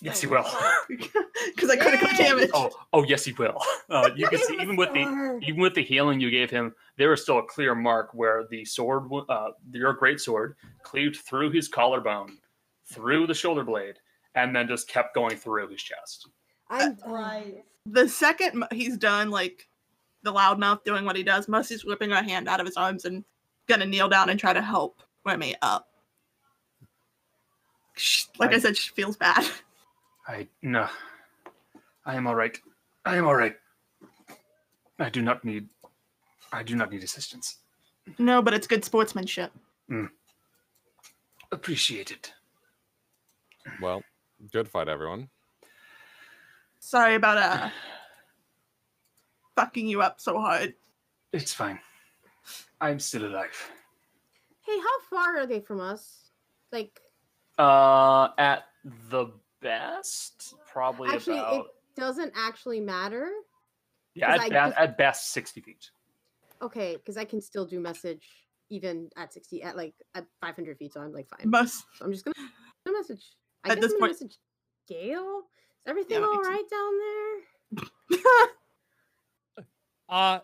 Speaker 9: Yes, he will.
Speaker 5: because I critical damage.
Speaker 9: Oh, oh yes, he will. Uh, you can see even with the
Speaker 5: scar.
Speaker 9: even with the healing you gave him, there was still a clear mark where the sword, w- uh, your great sword, cleaved through his collarbone, through the shoulder blade, and then just kept going through his chest.
Speaker 5: I'm right. The second Mo- he's done, like the loudmouth doing what he does, Musty's whipping her hand out of his arms and gonna kneel down and try to help Remy up. She, like I,
Speaker 9: I-
Speaker 5: said, she feels bad.
Speaker 9: I no, I am all right. I am all right. I do not need. I do not need assistance.
Speaker 5: no, but it's good sportsmanship.
Speaker 9: Mm. Appreciate it.
Speaker 4: Well, good fight, everyone.
Speaker 5: Sorry about uh fucking you up so hard.
Speaker 9: It's fine. I'm still alive.
Speaker 3: Hey, how far are they from us? Like,
Speaker 9: Uh, at the best, probably
Speaker 3: actually,
Speaker 9: about.
Speaker 3: it doesn't actually matter.
Speaker 9: Yeah,
Speaker 3: 'Cause
Speaker 9: at,
Speaker 3: I
Speaker 9: ba-
Speaker 3: just-
Speaker 9: at best, 60 feet.
Speaker 3: Okay, because I can still do message. even at sixty at like at five hundred feet, so I'm like fine.
Speaker 5: Must-
Speaker 3: So I'm just gonna, gonna message. I
Speaker 5: At
Speaker 3: guess
Speaker 5: this
Speaker 3: I'm gonna
Speaker 5: point-
Speaker 3: message Gail. Is everything
Speaker 5: that
Speaker 3: all
Speaker 5: makes
Speaker 3: right down there?
Speaker 11: Uh,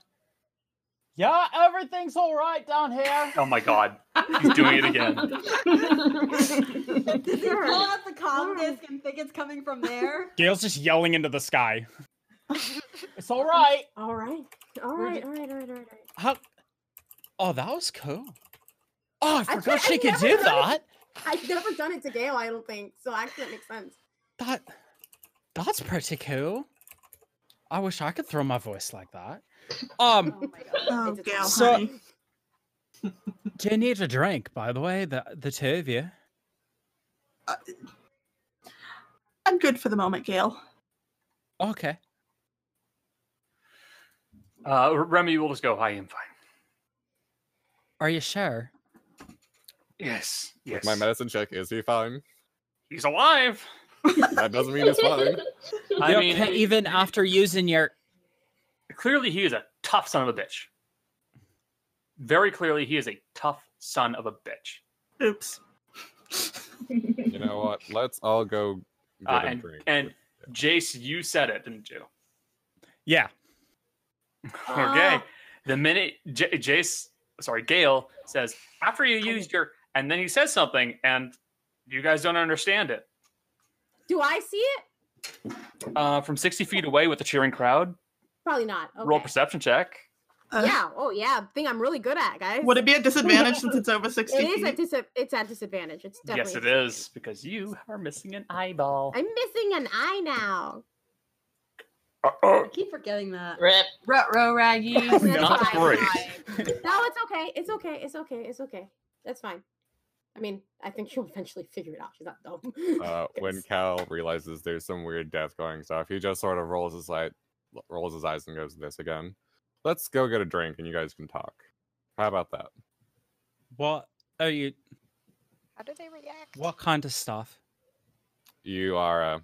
Speaker 11: yeah, everything's all right down here.
Speaker 9: Oh my god, he's doing it again.
Speaker 7: Does he
Speaker 6: Sure.
Speaker 7: pull out the comm disc and think it's coming from there?
Speaker 11: Gail's just yelling into the sky. it's all right.
Speaker 3: All right. All
Speaker 11: We're
Speaker 3: right.
Speaker 11: ju-
Speaker 3: All right. All right. All right.
Speaker 11: How? Oh, that was cool. Oh, I
Speaker 3: I
Speaker 11: forgot
Speaker 3: tried-
Speaker 11: she
Speaker 3: I
Speaker 11: could
Speaker 3: never
Speaker 11: do
Speaker 3: done it.
Speaker 11: that.
Speaker 3: I've never done it to Gail, I don't think. So actually, it makes sense.
Speaker 11: That that's pretty cool. I wish I could throw my voice like that. Um,
Speaker 5: Oh, Gail,
Speaker 11: So-
Speaker 5: honey.
Speaker 11: do you need a drink, by the way? The the two of you.
Speaker 5: I'm good for the moment, Gail.
Speaker 11: Okay.
Speaker 9: Uh, Remy will just go. I am fine.
Speaker 11: Are you sure?
Speaker 9: Yes. Yes.
Speaker 4: With my medicine check, is he fine?
Speaker 9: He's alive.
Speaker 4: That doesn't mean he's fine.
Speaker 9: I
Speaker 11: You're
Speaker 9: mean,
Speaker 11: okay even after using your
Speaker 9: clearly he is a tough son of a bitch. Very clearly, he is a tough son of a bitch.
Speaker 5: Oops.
Speaker 4: You know what? Let's all go get
Speaker 9: Uh,
Speaker 4: a
Speaker 9: and
Speaker 4: drink.
Speaker 9: and Jace, you said it, didn't you?
Speaker 11: yeah.
Speaker 3: Ah.
Speaker 9: Okay. The minute J- Jace, sorry, Gail says, after you used your, and then he says something, and you guys don't understand it.
Speaker 3: Do I see it?
Speaker 9: Uh, from 60 feet away with the cheering crowd,
Speaker 3: Probably not. Okay.
Speaker 9: roll perception check.
Speaker 3: yeah. Oh yeah. Thing I'm really good at, guys.
Speaker 5: Would it be a disadvantage since it's over 60
Speaker 3: It is at
Speaker 5: feet?
Speaker 3: dis- it's at disadvantage. It's definitely.
Speaker 9: yes, it is, because you are missing an eyeball.
Speaker 3: I'm missing an eye now.
Speaker 4: Uh,
Speaker 9: Uh-oh.
Speaker 7: keep forgetting that.
Speaker 18: Rip.
Speaker 7: Rutro Raggy.
Speaker 9: Not great.
Speaker 3: No, it's okay. It's okay. It's okay. It's okay. That's fine. I mean, I think she'll eventually figure it out. She's not dumb.
Speaker 4: uh, when Cal realizes there's some weird death going stuff, he just sort of rolls his light, rolls his eyes and goes this again. Let's go get a drink and you guys can talk. How about that?
Speaker 11: What are you?
Speaker 19: How do they react?
Speaker 11: What kind of stuff?
Speaker 4: You are uh,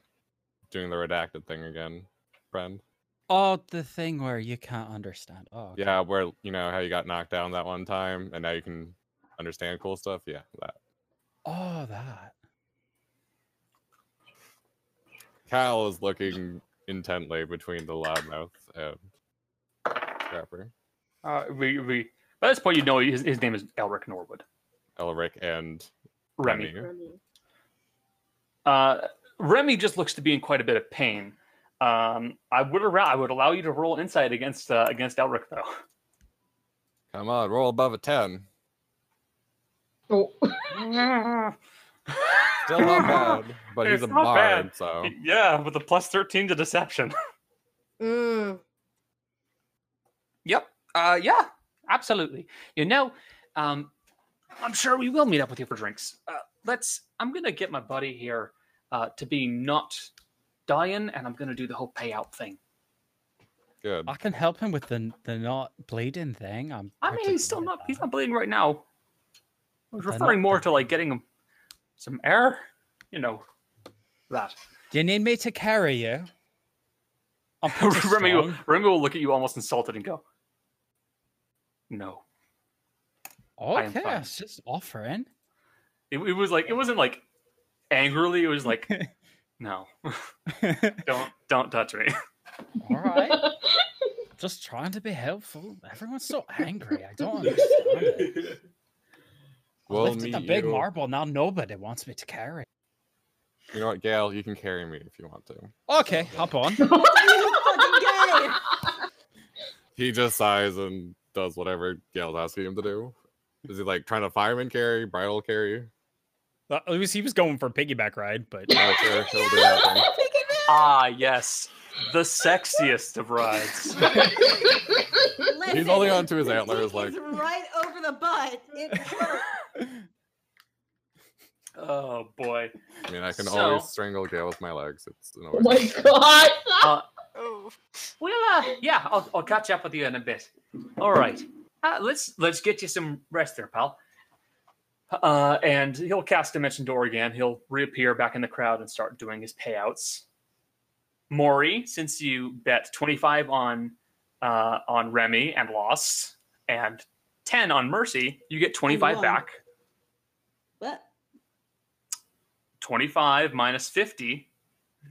Speaker 4: doing the redacted thing again, friend.
Speaker 11: Oh, the thing where you can't understand. Oh, okay.
Speaker 4: Yeah, where you know how you got knocked down that one time and now you can understand cool stuff. Yeah, that.
Speaker 11: oh, that.
Speaker 4: Cal is looking intently between the loudmouth and Scrapper,
Speaker 9: Uh, we, we, by this point, you know his, his name is Elric Norwood.
Speaker 4: Elric, and
Speaker 9: Remy.
Speaker 4: Remy.
Speaker 9: Uh, Remy just looks to be in quite a bit of pain. Um, I would allow, I would allow you to roll insight against uh, against Elric though.
Speaker 4: Come on, roll above a ten. Still not bad, but he's
Speaker 9: It's
Speaker 4: a
Speaker 9: not bad.
Speaker 4: bard, so
Speaker 9: Yeah, with a plus thirteen to deception.
Speaker 3: Mm.
Speaker 9: Yep. Uh, yeah. Absolutely. You know, um, I'm sure we will meet up with you for drinks. Uh, let's. I'm gonna get my buddy here uh, to be not dying, and I'm gonna do the whole payout thing.
Speaker 4: good.
Speaker 11: I can help him with the the not bleeding thing. I'm.
Speaker 9: I mean, he's still not. He's not bleeding right now. I was
Speaker 11: They're
Speaker 9: referring
Speaker 11: not-
Speaker 9: more to like getting him some air. You know that.
Speaker 11: Do you need me to carry you? I'm pretty
Speaker 9: Remy, will,
Speaker 11: strong.
Speaker 9: Remy will look at you almost insulted and go, "No." I am
Speaker 11: Okay,
Speaker 9: fine.
Speaker 11: I was just offering.
Speaker 9: It, it was like it wasn't like angrily. It was like, "No, don't don't touch me."
Speaker 11: All right. just trying to be helpful. Everyone's so angry. I don't understand it. I
Speaker 4: We'll
Speaker 11: lifted the
Speaker 4: meet
Speaker 11: big
Speaker 9: uh,
Speaker 4: you-
Speaker 11: marble. Now nobody wants me to carry.
Speaker 4: You know what, Gail? You can carry me if you want to.
Speaker 11: Okay, hop on.
Speaker 4: He just sighs and does whatever Gail's asking him to do. Is he like trying to fireman carry, bridal carry?
Speaker 11: At least he was going for a piggyback ride, but
Speaker 4: Oh, sure, he'll do that thing.
Speaker 9: Ah, yes, the sexiest of rides.
Speaker 7: Listen,
Speaker 4: He's only onto his antlers,
Speaker 7: it's
Speaker 4: like
Speaker 7: right over the butt. It hurt.
Speaker 9: oh boy.
Speaker 4: I mean, I can
Speaker 9: So-
Speaker 4: always strangle Gail with my legs. It's an always.
Speaker 18: God.
Speaker 9: Uh, well, uh, yeah, I'll, I'll catch up with you in a bit. All right, uh, let's let's get you some rest there, pal. Uh, and he'll cast Dimension Door again. He'll reappear back in the crowd and start doing his payouts. Maury, since you bet twenty five on uh, on Remy and lost, and 10 on Mercy, you get 25
Speaker 8: one.
Speaker 9: back.
Speaker 8: What?
Speaker 9: 25 minus 50.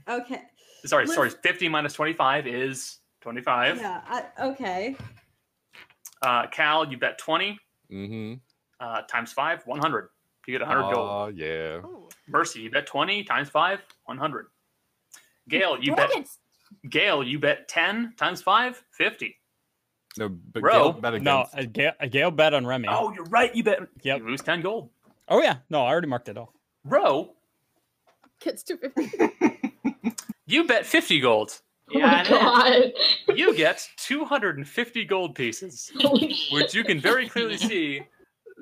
Speaker 8: Okay.
Speaker 9: Sorry,
Speaker 8: Let's-
Speaker 9: sorry. 50 minus 25 is 25.
Speaker 8: Yeah. I, okay.
Speaker 9: Uh, Cal, you bet 20
Speaker 4: Mm-hmm.
Speaker 9: uh, times 5, 100. You get 100 gold.
Speaker 4: Oh yeah.
Speaker 9: Mercy, you bet 20 times 5, 100. Gail, you bet
Speaker 3: Dragons!
Speaker 9: Gail, you bet 10 times 5, 50.
Speaker 4: No, but
Speaker 9: Bro,
Speaker 1: Gail bet no, uh, Gail, uh, Gail bet on Remy.
Speaker 9: Oh, you're right. You bet.
Speaker 1: Yep.
Speaker 9: You lose 10 gold.
Speaker 1: Oh, yeah. No, I already marked it off.
Speaker 9: Bro,
Speaker 3: Gets to 50.
Speaker 9: you bet 50 gold.
Speaker 20: Oh my
Speaker 9: I know. you get 250 gold pieces, which you can very clearly see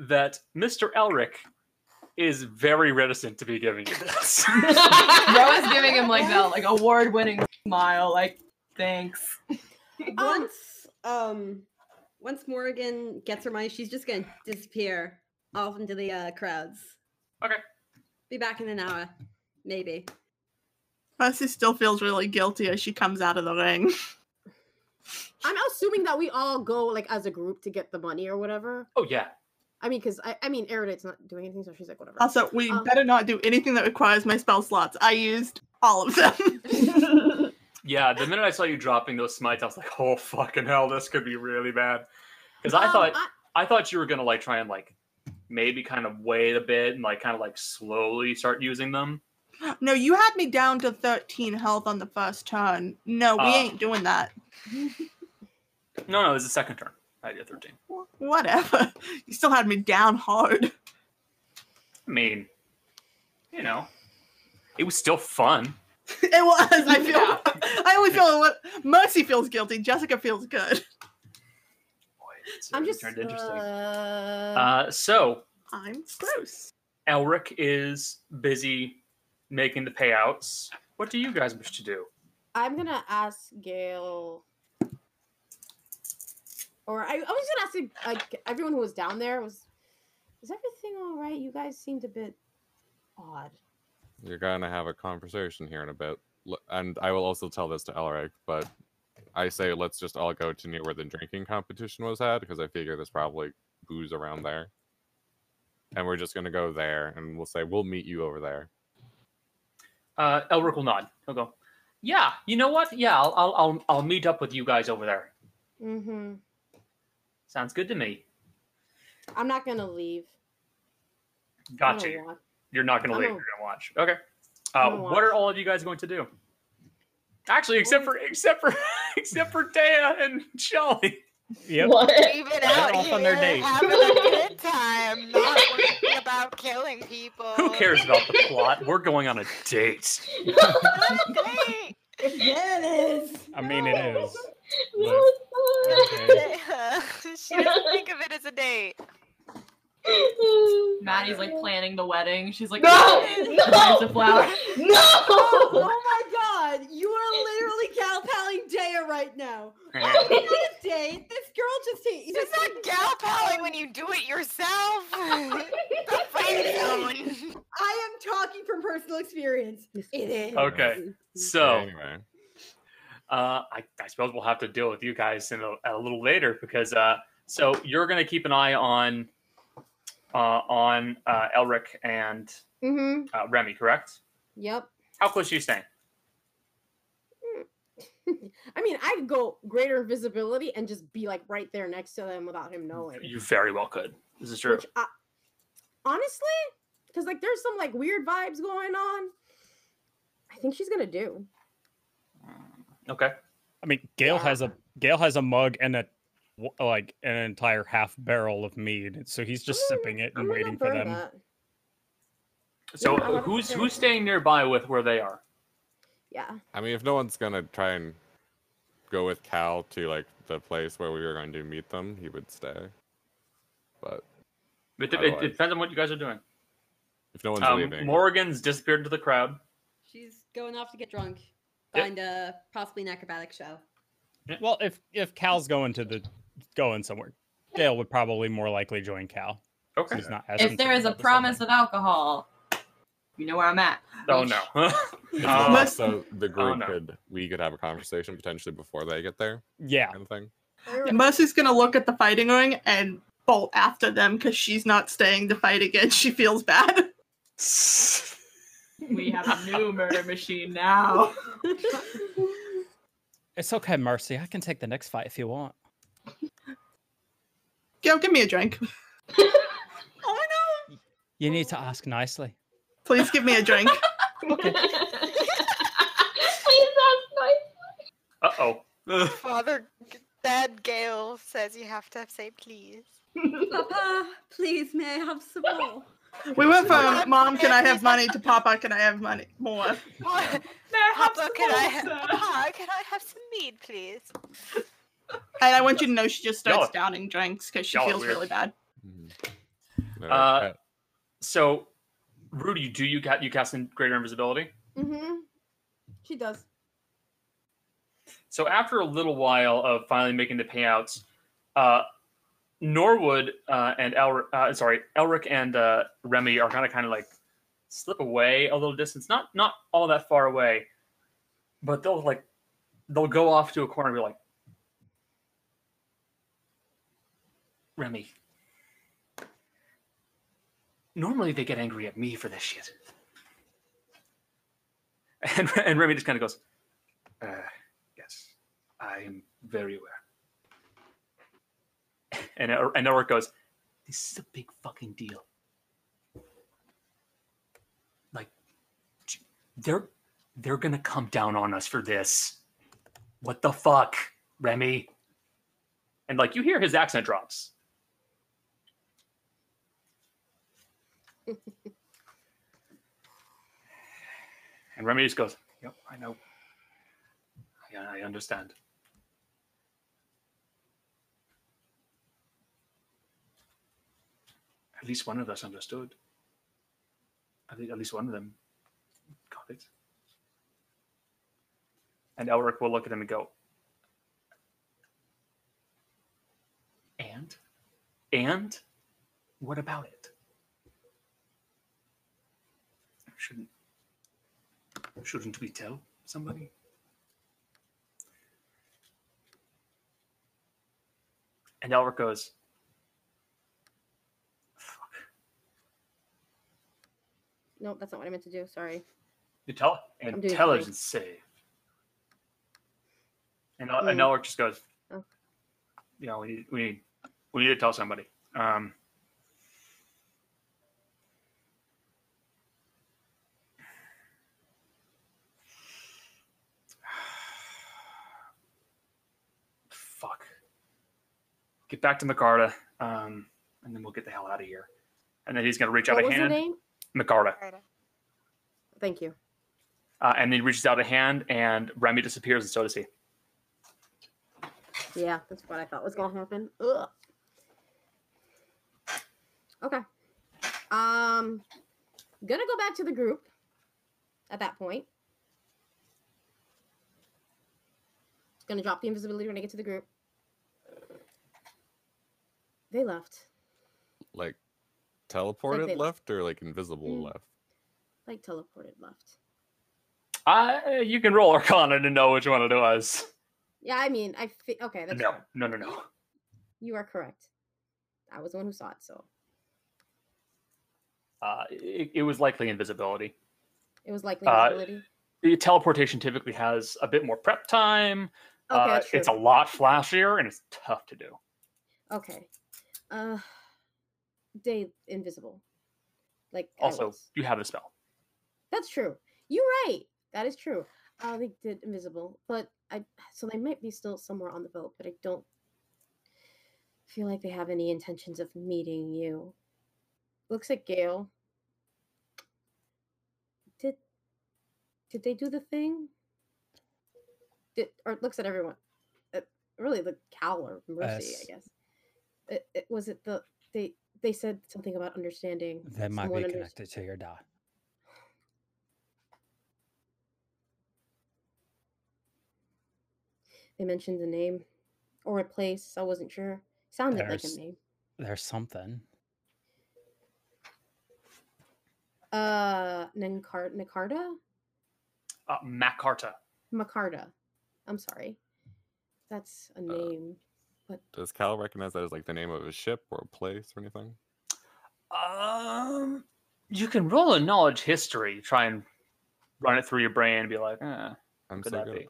Speaker 9: that Mr. Elric is very reticent to be giving you this.
Speaker 6: Ro is giving him like that, like award-winning smile, like thanks.
Speaker 7: Once um once Morgan gets her money, she's just gonna disappear off into the uh, crowds.
Speaker 9: Okay.
Speaker 7: Be back in an hour, maybe.
Speaker 5: Mercy still feels really guilty as she comes out of the ring.
Speaker 3: I'm assuming that we all go like as a group to get the money or whatever.
Speaker 9: Oh yeah.
Speaker 3: I mean, because I, I mean, Erudite's not doing anything, so she's like, whatever.
Speaker 5: Also, we
Speaker 3: Um,
Speaker 5: better not do anything that requires my spell slots. I used all of them.
Speaker 9: yeah, the minute I saw you dropping those smites, I was like, oh fucking hell, this could be really bad. Because I
Speaker 3: Um,
Speaker 9: thought
Speaker 3: I-
Speaker 9: I... thought you were gonna like try and like maybe kind of wait a bit and like kind of like slowly start using them.
Speaker 5: No, you had me down to 13 health on the first turn. No, we
Speaker 9: Ah.
Speaker 5: ain't doing that.
Speaker 9: No, no, it was the second turn. I did 13.
Speaker 5: Whatever. You still had me down hard.
Speaker 9: I mean, you know, it was still fun.
Speaker 5: It was. I feel. I only feel what Mercy feels guilty. Jessica feels good.
Speaker 3: I'm just.
Speaker 9: turned interesting.
Speaker 3: Uh,
Speaker 9: Uh, so
Speaker 5: I'm gross.
Speaker 9: Elric is busy making the payouts. What do you guys wish to do?
Speaker 3: I'm gonna ask Gail. Or I, I was gonna ask like everyone who was down there was, is everything all right? You guys seemed a bit odd.
Speaker 4: You're gonna have a conversation here in a bit, L- and I will also tell this to Elric. But I say let's just all go to near where the drinking competition was had because I figure there's probably booze around there, and we're just gonna go there, and we'll say we'll meet you over there.
Speaker 9: Uh, Elric will nod. He'll go, "Yeah, you know what? Yeah, I'll, I'll, I'll, I'll meet up with you guys over there.
Speaker 3: Mm-hmm.
Speaker 9: Sounds good to me.
Speaker 3: I'm not gonna leave. I'm
Speaker 9: Gotcha.
Speaker 3: gonna
Speaker 9: you.
Speaker 3: walk.
Speaker 9: You're not gonna
Speaker 3: I'm
Speaker 9: leave.
Speaker 3: gonna-
Speaker 9: You're gonna watch. Okay.
Speaker 3: I'm
Speaker 9: Uh,
Speaker 3: gonna
Speaker 9: what are all of you guys going to do? Actually, except for except for except for Dea and Shelly.
Speaker 1: Yep.
Speaker 2: We've been out
Speaker 1: off
Speaker 2: here
Speaker 1: on their date.
Speaker 2: having a good time, not worrying about killing people.
Speaker 9: Who cares about the plot? We're going on a date.
Speaker 2: Date!
Speaker 7: yeah, it is.
Speaker 1: I mean, it is.
Speaker 2: she doesn't think of it as a date.
Speaker 6: Maddie's like planning the wedding. She's like,
Speaker 7: No! No!
Speaker 6: Finds the flower.
Speaker 7: Oh, my god, you are literally gal palling Daya right now. Oh, we not a date. This girl just hate.
Speaker 2: It's not gal palling when you do it yourself. Don't find someone.
Speaker 7: I am talking from personal experience. It is.
Speaker 9: Okay. So
Speaker 4: anyway,
Speaker 9: uh, I, I suppose we'll have to deal with you guys in a, a little later because uh, so you're gonna keep an eye on uh, on uh, Elric and
Speaker 3: Mm-hmm.
Speaker 9: uh, Remy, correct?
Speaker 3: Yep.
Speaker 9: How close are you staying?
Speaker 3: I mean, I could go greater visibility and just be like right there next to them without him knowing.
Speaker 9: You very well could. This is true.
Speaker 3: I, honestly, because like there's some like weird vibes going on. I think she's gonna do.
Speaker 9: Okay.
Speaker 1: I mean, Gail has a Gail has a mug and a w- like an entire half barrel of mead, so he's just sipping it and waiting for them.
Speaker 3: That.
Speaker 9: So
Speaker 3: Yeah, I'll have to
Speaker 9: who's
Speaker 3: say-
Speaker 9: who's staying nearby with where they are?
Speaker 3: Yeah.
Speaker 4: I mean, if no one's gonna try and go with Cal to like the place where we were going to meet them, he would stay. But
Speaker 9: It, de- it
Speaker 4: Otherwise-
Speaker 9: depends on what you guys are doing.
Speaker 4: if no one's
Speaker 9: Um,
Speaker 4: leaving,
Speaker 9: Morgan's disappeared into the crowd.
Speaker 7: She's going off to get drunk.
Speaker 9: Yep.
Speaker 7: Find a possibly an acrobatic show.
Speaker 1: Well, if if Cal's going to the going somewhere, Gail would probably more likely join Cal.
Speaker 9: Okay.
Speaker 1: He's not as
Speaker 6: If there
Speaker 1: concerned
Speaker 6: is a
Speaker 1: about the
Speaker 6: promise of alcohol, you know where I'm at.
Speaker 9: Oh no.
Speaker 4: It's
Speaker 9: Um,
Speaker 4: more so the group
Speaker 9: no.
Speaker 4: could we could have a conversation potentially before they get there.
Speaker 1: Yeah.
Speaker 4: Kind of thing.
Speaker 5: Mercy's gonna look at the fighting ring and bolt after them because she's not staying to fight again. She feels bad.
Speaker 6: We have a new murder machine now.
Speaker 11: It's okay, Mercy. I can take the next fight if you want.
Speaker 5: Yo, give me a drink.
Speaker 11: You need to ask nicely.
Speaker 5: Please give me a drink.
Speaker 11: Uh oh.
Speaker 2: Father, Dad Gale says you have to say please.
Speaker 7: Papa, please, may I have some more?
Speaker 5: We went from mom, can I have money to papa, can I have money more?
Speaker 2: Papa, can I have Papa, "Ah, can I have some mead, please?
Speaker 5: And I want you to know she just starts
Speaker 9: Y'all are-
Speaker 5: downing drinks because she
Speaker 9: y'all are
Speaker 5: feels
Speaker 9: weird.
Speaker 5: really bad.
Speaker 9: Uh, so, Rudy, do you ca- you cast in greater invisibility?
Speaker 3: Mm-hmm. She does.
Speaker 9: So after a little while of finally making the payouts, uh, Norwood uh, and El- uh, sorry, Elric and uh, Remy are kind of kind of like slip away a little distance, not not all that far away, but they'll like they'll go off to a corner and be like, Remy. Normally they get angry at me for this shit, and and Remy just kind of goes, uh, yes, I am very aware. And and Elric goes, this is a big fucking deal. Like, they're they're gonna come down on us for this. What the fuck, Remy? And like, you hear his accent drops. And Remy just goes, Yep, I know. I, I understand. At least one of us understood. At, le- at least one of them got it. And Elric will look at him and go, And? And? What about it? Shouldn't shouldn't we tell somebody? And Elric goes,
Speaker 3: No, that's not what I meant to do. Sorry.
Speaker 9: Intel-
Speaker 3: I'm doing
Speaker 9: intelligence save. And, El- and
Speaker 3: Mm.
Speaker 9: Elric just goes,
Speaker 3: Oh.
Speaker 9: you know, we need, we need, we need to tell somebody. Um, fuck. Get back to Macarta, um, and then we'll get the hell out of here. And then he's going to reach out
Speaker 3: What
Speaker 9: a
Speaker 3: was her
Speaker 9: hand.
Speaker 3: name?
Speaker 9: Macarta.
Speaker 3: Thank you.
Speaker 9: Uh, and then he reaches out a hand, and Remy disappears, and so does he.
Speaker 3: Yeah, that's what I thought was gonna happen. Ugh. Okay. Um, gonna go back to the group at that point. Gonna drop the invisibility when I get to the group. They left,
Speaker 4: Like teleported
Speaker 3: they-
Speaker 4: left or like invisible
Speaker 12: Mm.
Speaker 4: left?
Speaker 3: like teleported left.
Speaker 9: Uh, you can roll Arcana to know which one it was.
Speaker 3: Yeah, I mean, I fi- okay. That's
Speaker 9: No,
Speaker 3: fine.
Speaker 9: no, no, no.
Speaker 3: You are correct. I was the one who saw it, so
Speaker 9: Uh, it, it was likely invisibility.
Speaker 3: it was likely
Speaker 9: Uh,
Speaker 3: invisibility.
Speaker 9: The teleportation typically has a bit more prep time.
Speaker 3: Okay,
Speaker 9: uh,
Speaker 3: that's
Speaker 9: it's a
Speaker 3: true.
Speaker 9: lot flashier, and it's tough to do.
Speaker 3: Okay. Uh day invisible. Like I
Speaker 9: Also,
Speaker 3: was.
Speaker 9: you have the spell.
Speaker 3: That's true. You're right. That is true. Uh they did invisible, but I so they might be still somewhere on the boat, but I don't feel like they have any intentions of meeting you. Looks like Gail. Did did they do the thing? Did or it looks at everyone. Uh really the cow or mercy,
Speaker 11: Us.
Speaker 3: I guess. It, it was it the they they said something about understanding.
Speaker 11: That might
Speaker 3: someone
Speaker 11: be
Speaker 3: under-
Speaker 11: connected to your die.
Speaker 3: they mentioned a name or a place. I wasn't sure. Sounded like
Speaker 11: There's-
Speaker 3: a name.
Speaker 11: There's something.
Speaker 3: Uh, Nankar- Nakarta?
Speaker 9: Uh, Macarta.
Speaker 4: Uh,
Speaker 3: Makarta. I'm sorry. That's a name.
Speaker 4: Does Cal recognize that as like the name of a ship or a place or anything?
Speaker 9: Um, you can roll a knowledge history, try and run it through your brain, and be like, eh,
Speaker 4: I'm
Speaker 9: could
Speaker 4: so
Speaker 9: that
Speaker 4: good
Speaker 9: be?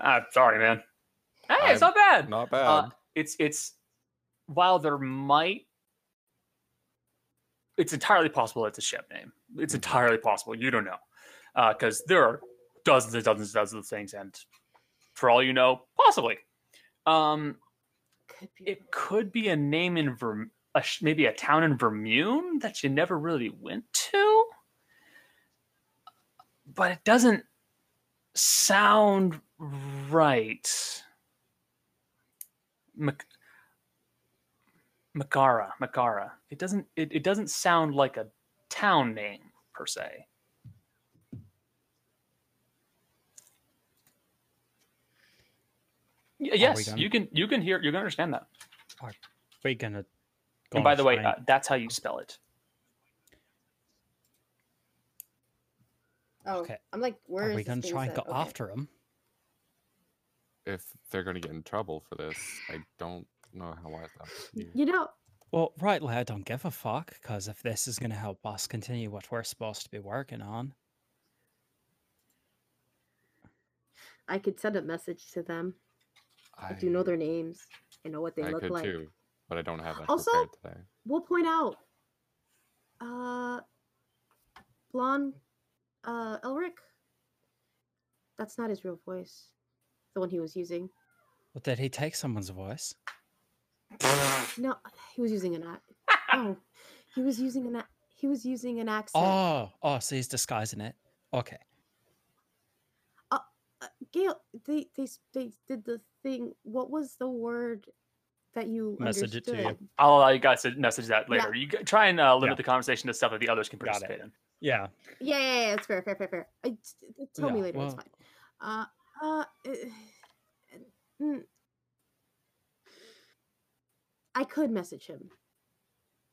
Speaker 9: Ah, sorry, man. Hey, it's not bad.
Speaker 4: Not bad.
Speaker 9: Uh, it's it's while there might, it's entirely possible it's a ship name.
Speaker 4: Hmm.
Speaker 9: It's entirely possible. You don't know because there are dozens and dozens and dozens of things, and for all you know, possibly, um, it could be a name in Verm- a, sh- maybe a town in Vermune that you never really went to, but it doesn't sound right. Mac- Makara, Makara. It doesn't. It, it doesn't sound like a town name per se. Y-
Speaker 11: Are we
Speaker 9: Yes,
Speaker 11: done?
Speaker 9: you can. You can hear. You can understand that.
Speaker 11: We're gonna.
Speaker 9: And by the way,
Speaker 11: gosh, I-
Speaker 9: uh, that's how you spell it.
Speaker 3: Oh,
Speaker 11: Okay.
Speaker 3: I'm like, where
Speaker 4: we
Speaker 3: is this
Speaker 4: gonna
Speaker 3: being
Speaker 4: try
Speaker 3: said?
Speaker 4: go
Speaker 3: Okay.
Speaker 11: after him.
Speaker 4: If they're gonna get in trouble for this, I don't know how wise that would be.
Speaker 3: You know,
Speaker 11: Well, rightly, I don't give a fuck because if this is gonna help us continue what we're supposed to be working on,
Speaker 12: I could send a message to them.
Speaker 4: I,
Speaker 12: do know their names. I know what they
Speaker 4: I
Speaker 12: look
Speaker 4: could
Speaker 12: like.
Speaker 4: too, but I don't have that
Speaker 12: Also-
Speaker 4: prepared today.
Speaker 3: we'll point out. Uh, blonde, uh, Elric. That's not his real voice. The one he was using.
Speaker 11: well, did he take someone's voice?
Speaker 3: No, he was using an act. Oh, he was using an. ac- He was using an accent.
Speaker 11: Oh, oh, so he's disguising it. Okay.
Speaker 3: uh, Gail, they, they s- they did the thing. What was the word that you
Speaker 9: Message it
Speaker 3: understood?
Speaker 9: to you. I'll allow you guys to message that later. You g- try and uh, limit
Speaker 11: Yeah.
Speaker 9: the conversation to stuff that the others can
Speaker 11: Got it.
Speaker 9: participate in.
Speaker 11: Yeah.
Speaker 3: Yeah, yeah, yeah, it's fair, fair, fair, fair. I, t- t- tell me
Speaker 9: Yeah,
Speaker 3: later. It's
Speaker 11: well-
Speaker 3: fine. Uh, uh, eh, eh, mm. I could message him.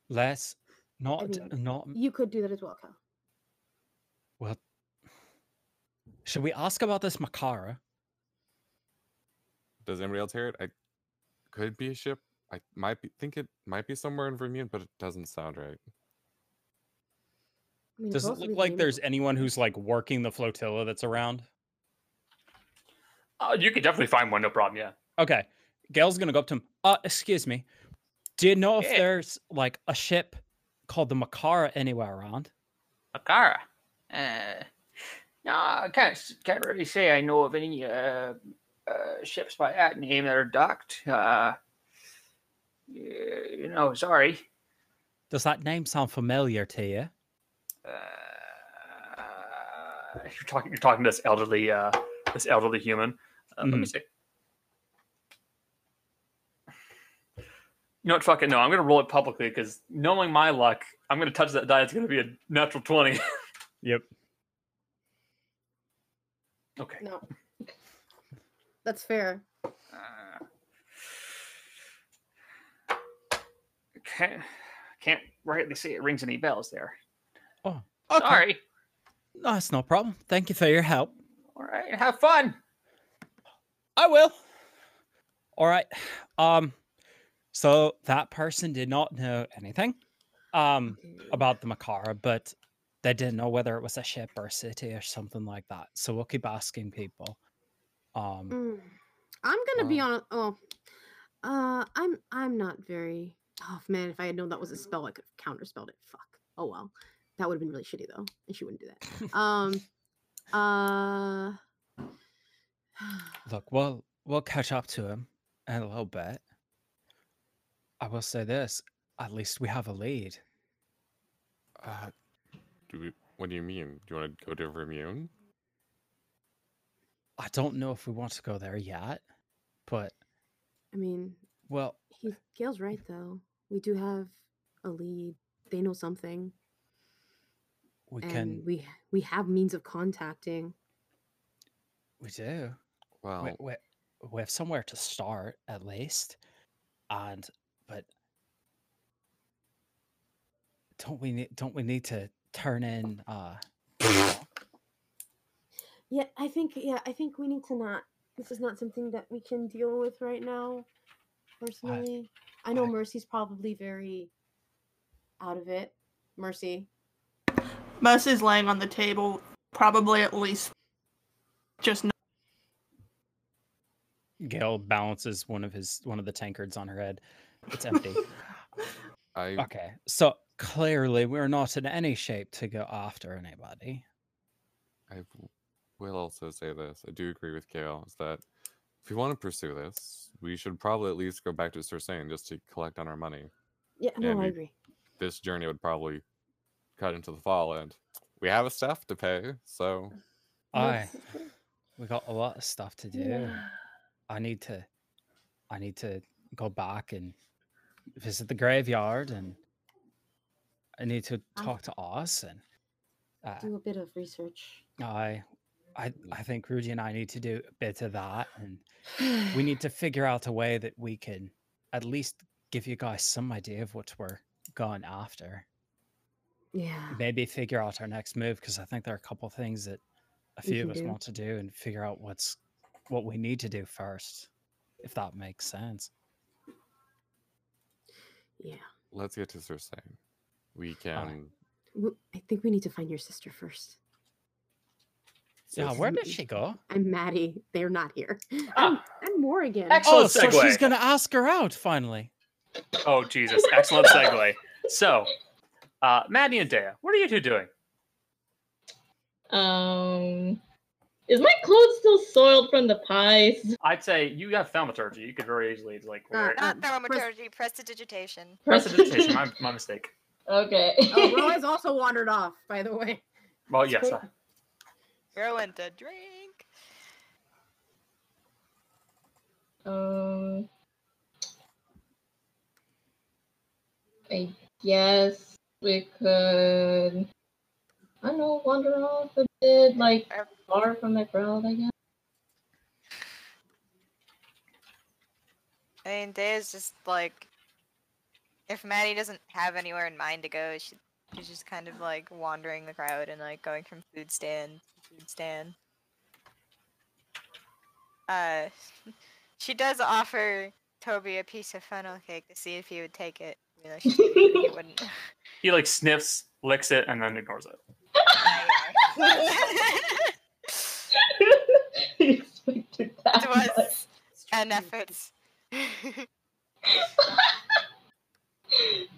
Speaker 11: Let's not,
Speaker 3: mean,
Speaker 11: not.
Speaker 3: You could do that as well, Cal.
Speaker 11: Well, should we ask about this Makara?
Speaker 4: Does anybody else hear it? I could be a ship. I might be, think it might be somewhere in Vermune, but it doesn't sound right.
Speaker 3: I mean,
Speaker 11: Does it
Speaker 3: both of
Speaker 11: look
Speaker 3: these
Speaker 11: like
Speaker 3: names-
Speaker 11: there's anyone who's like working the flotilla that's around?
Speaker 9: Uh, you can definitely find one, no problem. Yeah.
Speaker 11: Okay. Gail's gonna go up to him. Uh, excuse me. Do you know if
Speaker 9: Yeah.
Speaker 11: there's like a ship called the Makara anywhere around?
Speaker 9: Akara. Uh, no, I can't s- can't really say I know of any uh, uh, ships by that name that are docked. Uh, y- you know, sorry.
Speaker 11: Does that name sound familiar to you?
Speaker 9: Uh, You're talking. You're talking to this elderly, uh, this elderly human. Uh, Let me
Speaker 11: Mhm.
Speaker 9: see. You know what? Fuck it. No, I'm gonna roll it publicly because knowing my luck, I'm gonna touch that die. It's gonna be a natural twenty.
Speaker 11: Yep.
Speaker 9: Okay.
Speaker 3: No. That's fair.
Speaker 9: Uh, Can't can't rightly say it rings any bells there.
Speaker 11: Oh,
Speaker 9: sorry.
Speaker 11: No, it's no problem. Thank you for your help.
Speaker 9: All right. Have fun.
Speaker 11: I will. All right. Um, so that person did not know anything um about the Makara, but they didn't know whether it was a ship or a city or something like that. So we'll keep asking people. Um,
Speaker 3: Mm. I'm gonna be on. Oh, uh, I'm I'm not very. Oh man, if I had known that was a spell, I could have counterspelled it. Fuck. Oh well, that would have been really shitty though, and she wouldn't do that. Um, uh,
Speaker 11: look, we'll we'll catch up to him in a little bit. I will say this: at least we have a lead.
Speaker 4: Uh, do we, what do you mean? Do you want to go to Vermune?
Speaker 11: I don't know if we want to go there yet, but
Speaker 3: I mean,
Speaker 11: well,
Speaker 3: he Gail's right though. We do have a lead. They know something,
Speaker 11: we
Speaker 3: and
Speaker 11: can
Speaker 3: we we have means of contacting.
Speaker 11: We do.
Speaker 4: Well,
Speaker 11: we, we, we have somewhere to start at least, and but don't we need don't we need to turn in? uh
Speaker 3: Yeah, I think yeah, I think we need to not. This is not something that we can deal with right now. personally. I know Mercy's probably very out of it. Mercy.
Speaker 5: Mercy's laying on the table, probably at least just no-
Speaker 11: Gail balances one of his one of the tankards on her head. It's empty. Okay, so clearly we're not in any shape to go after anybody.
Speaker 4: I w- will also say this. I do agree with Kale. Is that if we want to pursue this, we should probably at least go back to Cersei just to collect on our money.
Speaker 3: Yeah, no,
Speaker 4: And
Speaker 3: I
Speaker 4: we-
Speaker 3: agree.
Speaker 4: This journey would probably cut into the fall, and we have a staff to pay. So,
Speaker 11: I we got a lot of stuff to do.
Speaker 4: Yeah.
Speaker 11: I need to I need to go back and visit the graveyard and I need to
Speaker 3: Um,
Speaker 11: talk to Oz and uh,
Speaker 3: Do a bit of research.
Speaker 11: I I I think Rudy and I need to do a bit of that and we need to figure out a way that we can at least give you guys some idea of what we're going after.
Speaker 3: Yeah.
Speaker 11: Maybe figure out our next move because I think there are a couple things that a
Speaker 3: We
Speaker 11: few
Speaker 3: can
Speaker 11: of us
Speaker 3: do.
Speaker 11: want to do and figure out what's what we need to do first, if that makes sense.
Speaker 3: Yeah.
Speaker 4: let's get to Cersei. We can.
Speaker 3: W- I think we need to find your sister first.
Speaker 11: Yeah,
Speaker 3: Yes.
Speaker 11: where did she go?
Speaker 3: I'm Maddie. They're not here. I'm, I'm Morrigan.
Speaker 11: oh, so she's gonna ask her out finally.
Speaker 13: Oh Jesus! Excellent segue. So, uh, Maddie and Dea, what are you two doing?
Speaker 8: Um, is my clothes still soiled from the pies?
Speaker 13: I'd say you have thaumaturgy. You could very easily like wear
Speaker 8: uh,
Speaker 2: Thaumaturgy, prestidigitation.
Speaker 13: prestidigitation. my, my mistake.
Speaker 8: Okay.
Speaker 3: oh, Ro has also wandered off, by the way.
Speaker 13: Well, yes.
Speaker 9: uh,
Speaker 13: I-
Speaker 2: Ruined a drink.
Speaker 8: Um, I guess we could. I don't know, wander off a bit, like far from the crowd. I guess.
Speaker 2: I mean, Daya's just like, if Maddie doesn't have anywhere in mind to go, she, she's just kind of like wandering the crowd and like going from food stand to food stand. Uh, she does offer Toby a piece of funnel cake to see if he would take it. You know, she he wouldn't.
Speaker 13: He like sniffs, licks it, and then ignores it.
Speaker 2: it was an effort.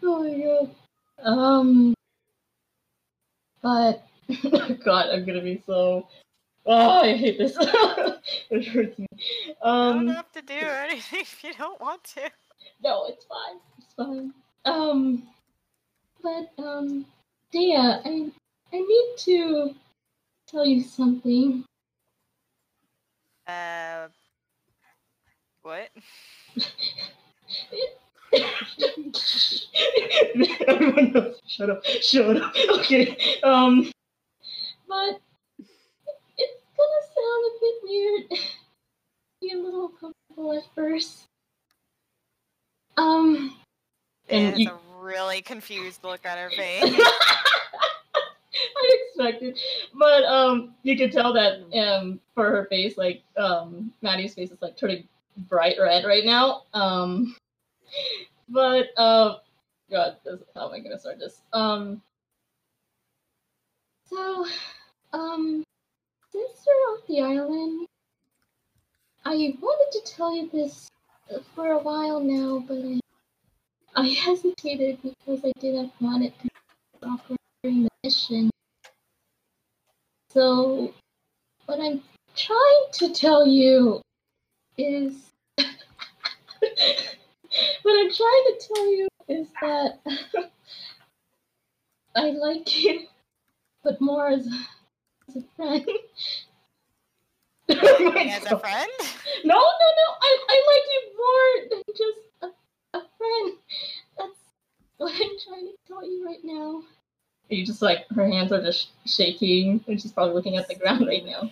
Speaker 8: Oh my god. Um. But God, I'm gonna be so. Oh, I hate this. it hurts me. Um.
Speaker 2: don't have to do anything if you don't want to.
Speaker 8: No, it's fine. It's fine. Um, but um, Dea, I I need to tell you something.
Speaker 2: Uh, what?
Speaker 8: Everyone knows. Shut up. Shut up. Okay. Um, but it's gonna sound a bit weird. Be a little uncomfortable at first. Um,
Speaker 2: There's
Speaker 8: and you,
Speaker 2: a really confused look on her face.
Speaker 8: unexpected. But um, you can tell that um, for her face, like um, Maddie's face is like turning bright red right now. Um, but uh, God, this, how am I gonna start this? Um, so um, since you're off the island, I wanted to tell you this uh, for a while now, but I, I hesitated because I didn't want it to be awkward during the mission. So, what I'm trying to tell you is. what I'm trying to tell you is that I like you, but more as, as a friend. Oh
Speaker 2: As a friend?
Speaker 8: No, no, no. I, I like you more than just a, a friend. That's what I'm trying to tell you right now. You just like her hands are just shaking, and she's probably looking at the ground right now.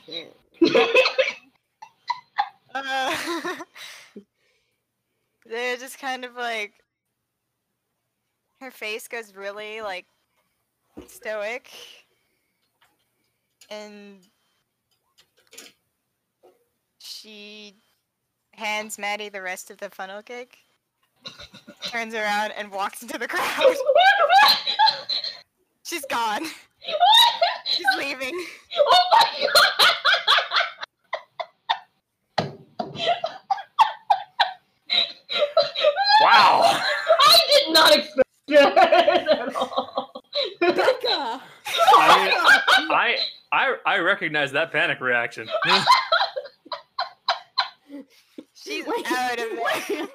Speaker 2: Uh, they're just kind of like her face goes really like stoic and she hands maddie the rest of the funnel cake
Speaker 6: turns around and walks into the crowd. She's gone. She's leaving.
Speaker 8: Oh my god!
Speaker 9: Wow.
Speaker 8: I did not expect that at all.
Speaker 7: Becca!
Speaker 9: I, I I I recognize that panic reaction. Uh,
Speaker 6: She's out of it.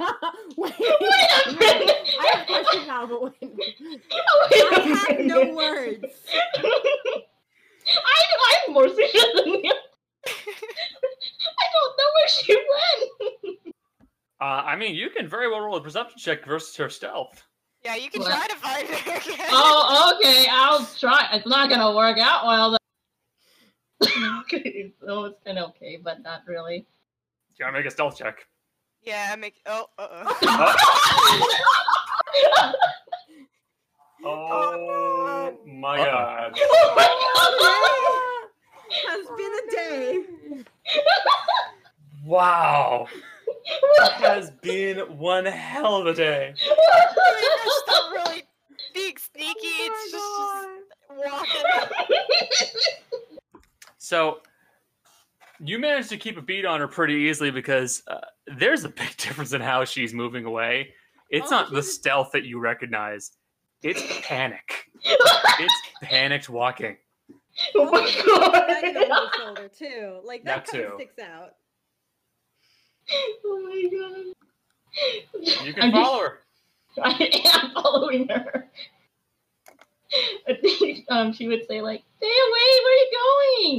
Speaker 3: Wait,
Speaker 8: a minute.
Speaker 3: I have a question now, but wait.
Speaker 8: Wait a
Speaker 7: I have no words.
Speaker 8: I, I'm more serious than you. I don't know where she went.
Speaker 9: Uh, I mean, you can very well roll a perception check versus her stealth.
Speaker 6: Yeah, you can
Speaker 8: What?
Speaker 6: try to find her again.
Speaker 8: oh, okay. I'll try. It's not gonna work out well. Though. okay, so it's been okay, but not really.
Speaker 9: You gotta make a stealth check.
Speaker 6: Yeah, I make. Oh, uh
Speaker 8: oh
Speaker 9: Oh, my
Speaker 8: Uh-oh.
Speaker 9: god.
Speaker 8: Oh my
Speaker 7: Has been a day.
Speaker 9: Wow.
Speaker 8: god!
Speaker 9: That has been one hell of a day.
Speaker 6: She's still really being sneaky. it's
Speaker 8: Oh
Speaker 6: just, just walking.
Speaker 9: So you managed to keep a beat on her pretty easily because uh, there's a big difference in how she's moving away. It's not the stealth that you recognize. It's panic. it's panicked walking.
Speaker 8: Oh my
Speaker 7: That
Speaker 8: god!
Speaker 7: over the shoulder too. Like that,
Speaker 9: That
Speaker 7: kind of
Speaker 9: too.
Speaker 7: sticks out.
Speaker 8: Oh my god!
Speaker 9: You can
Speaker 8: I'm just-
Speaker 9: follow her.
Speaker 8: I am following her. I think, um, she would say like, "Stay away! Where are you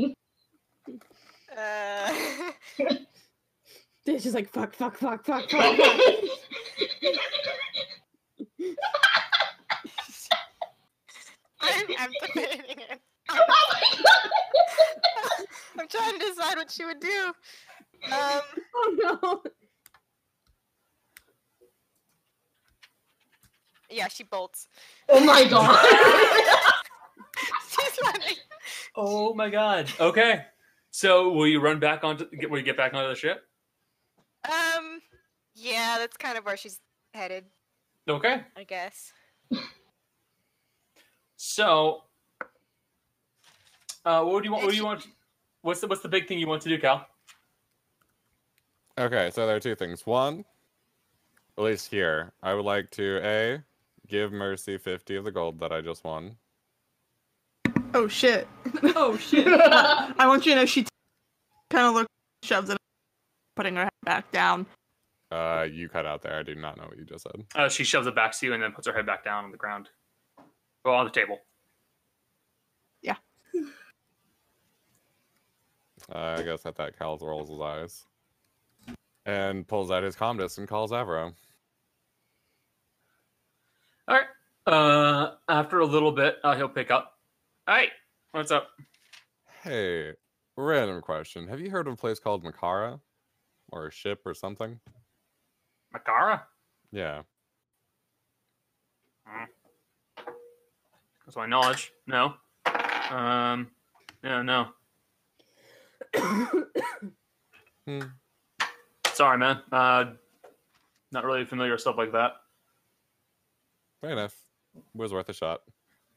Speaker 8: going?"
Speaker 6: Uh,
Speaker 3: It's just like fuck, fuck, fuck, fuck, fuck. fuck.
Speaker 8: oh
Speaker 6: I'm, I'm debating it.
Speaker 8: my god!
Speaker 6: I'm trying to decide what she would do. Um,
Speaker 3: Oh no.
Speaker 6: yeah, she bolts.
Speaker 8: Oh my god!
Speaker 6: She's running.
Speaker 9: Oh my god. Okay. So will you run back onto get will you get back onto the ship?
Speaker 6: Um, yeah, that's kind of where she's headed,
Speaker 9: Okay.
Speaker 6: I guess.
Speaker 9: So uh, what would you want what do you want what's the what's the big thing you want to do, Cal?
Speaker 4: Okay, so there are two things. One, at least here, I would like to A, give Mercy 50 of the gold that I just won.
Speaker 5: Oh shit.
Speaker 7: Oh shit.
Speaker 5: I want you to know she kind of looks, shoves it, putting her head back down.
Speaker 4: Uh, you cut out there. I do not know what you just said.
Speaker 9: Uh, she shoves it back to you and then puts her head back down on the ground. Well on the table.
Speaker 4: Uh, I guess at that, Cal rolls his eyes and pulls out his comdis and calls Avro.
Speaker 9: All right. Uh, after a little bit, uh, he'll pick up. All right. What's up?
Speaker 4: Hey, random question. Have you heard of a place called Makara? Or a ship or something?
Speaker 9: Makara?
Speaker 4: Yeah.
Speaker 9: That's my knowledge. No. Um, no, no.
Speaker 4: Hmm.
Speaker 9: Sorry, man. Uh, not really familiar with stuff like that.
Speaker 4: Fair enough. Was worth a shot.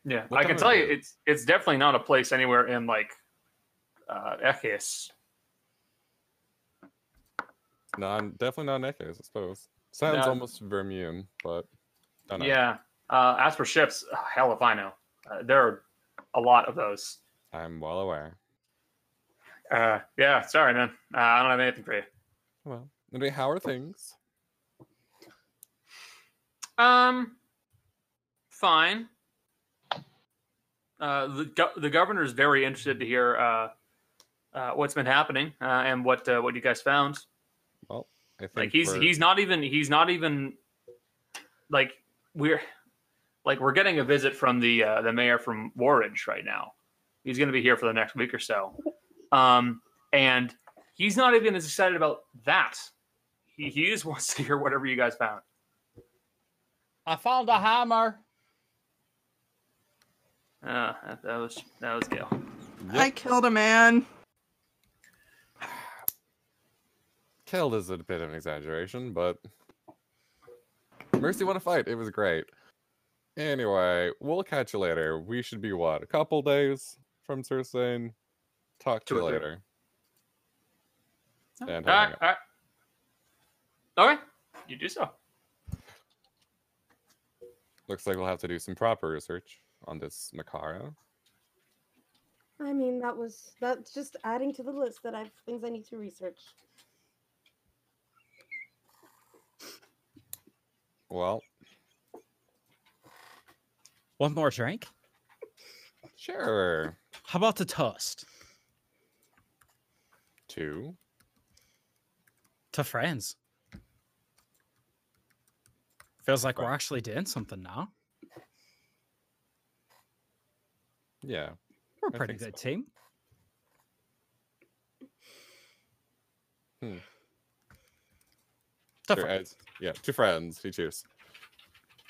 Speaker 9: Yeah,
Speaker 4: What
Speaker 9: I can
Speaker 4: time
Speaker 9: tell
Speaker 4: is
Speaker 9: you,
Speaker 4: it?
Speaker 9: it's it's definitely not a place anywhere in like uh, Echius.
Speaker 4: No, I'm definitely not Nekes, I suppose. Sounds
Speaker 9: No.
Speaker 4: almost Vermune, but I don't know.
Speaker 9: Yeah. Uh, as for ships, uh, hell if I know. Uh, there are a lot of those.
Speaker 4: I'm well aware.
Speaker 9: Uh, yeah. Sorry, man. Uh, I don't have anything for you.
Speaker 4: Well, anyway, how are things?
Speaker 9: Um, fine. Uh, the go- the governor is very interested to hear uh, uh, what's been happening uh, and what uh, what you guys found.
Speaker 4: Well, I think
Speaker 9: Like he's
Speaker 4: we're-
Speaker 9: he's not even he's not even like we're like we're getting a visit from the uh, the mayor from Warridge right now. He's going to be here for the next week or so, um, and he's not even as excited about that. He, he just wants to hear whatever you guys found.
Speaker 21: I found a hammer.
Speaker 9: Uh, that- that was that was Gail.
Speaker 5: I killed a man.
Speaker 4: killed is a bit of an exaggeration, but Mercy won a fight. It was great. Anyway, we'll catch you later. We should be what a couple days from Cersei. Talk to
Speaker 9: Two
Speaker 4: you
Speaker 9: or three.
Speaker 4: later. And uh,
Speaker 9: All
Speaker 4: hang
Speaker 9: right, all right. All right, you do so.
Speaker 4: Looks like we'll have to do some proper research on this Makara.
Speaker 3: I mean, that was that's just adding to the list that I've things I need to research.
Speaker 4: Well,
Speaker 11: One more drink?
Speaker 4: Sure.
Speaker 11: How about the toast?
Speaker 4: two.
Speaker 11: To friends. Feels like we're actually doing something now.
Speaker 4: Yeah.
Speaker 11: We're a
Speaker 4: I
Speaker 11: pretty
Speaker 4: think
Speaker 11: good team.
Speaker 4: Hmm.
Speaker 11: To
Speaker 4: Sure,
Speaker 11: friends.
Speaker 4: uh, yeah, to friends. He cheers.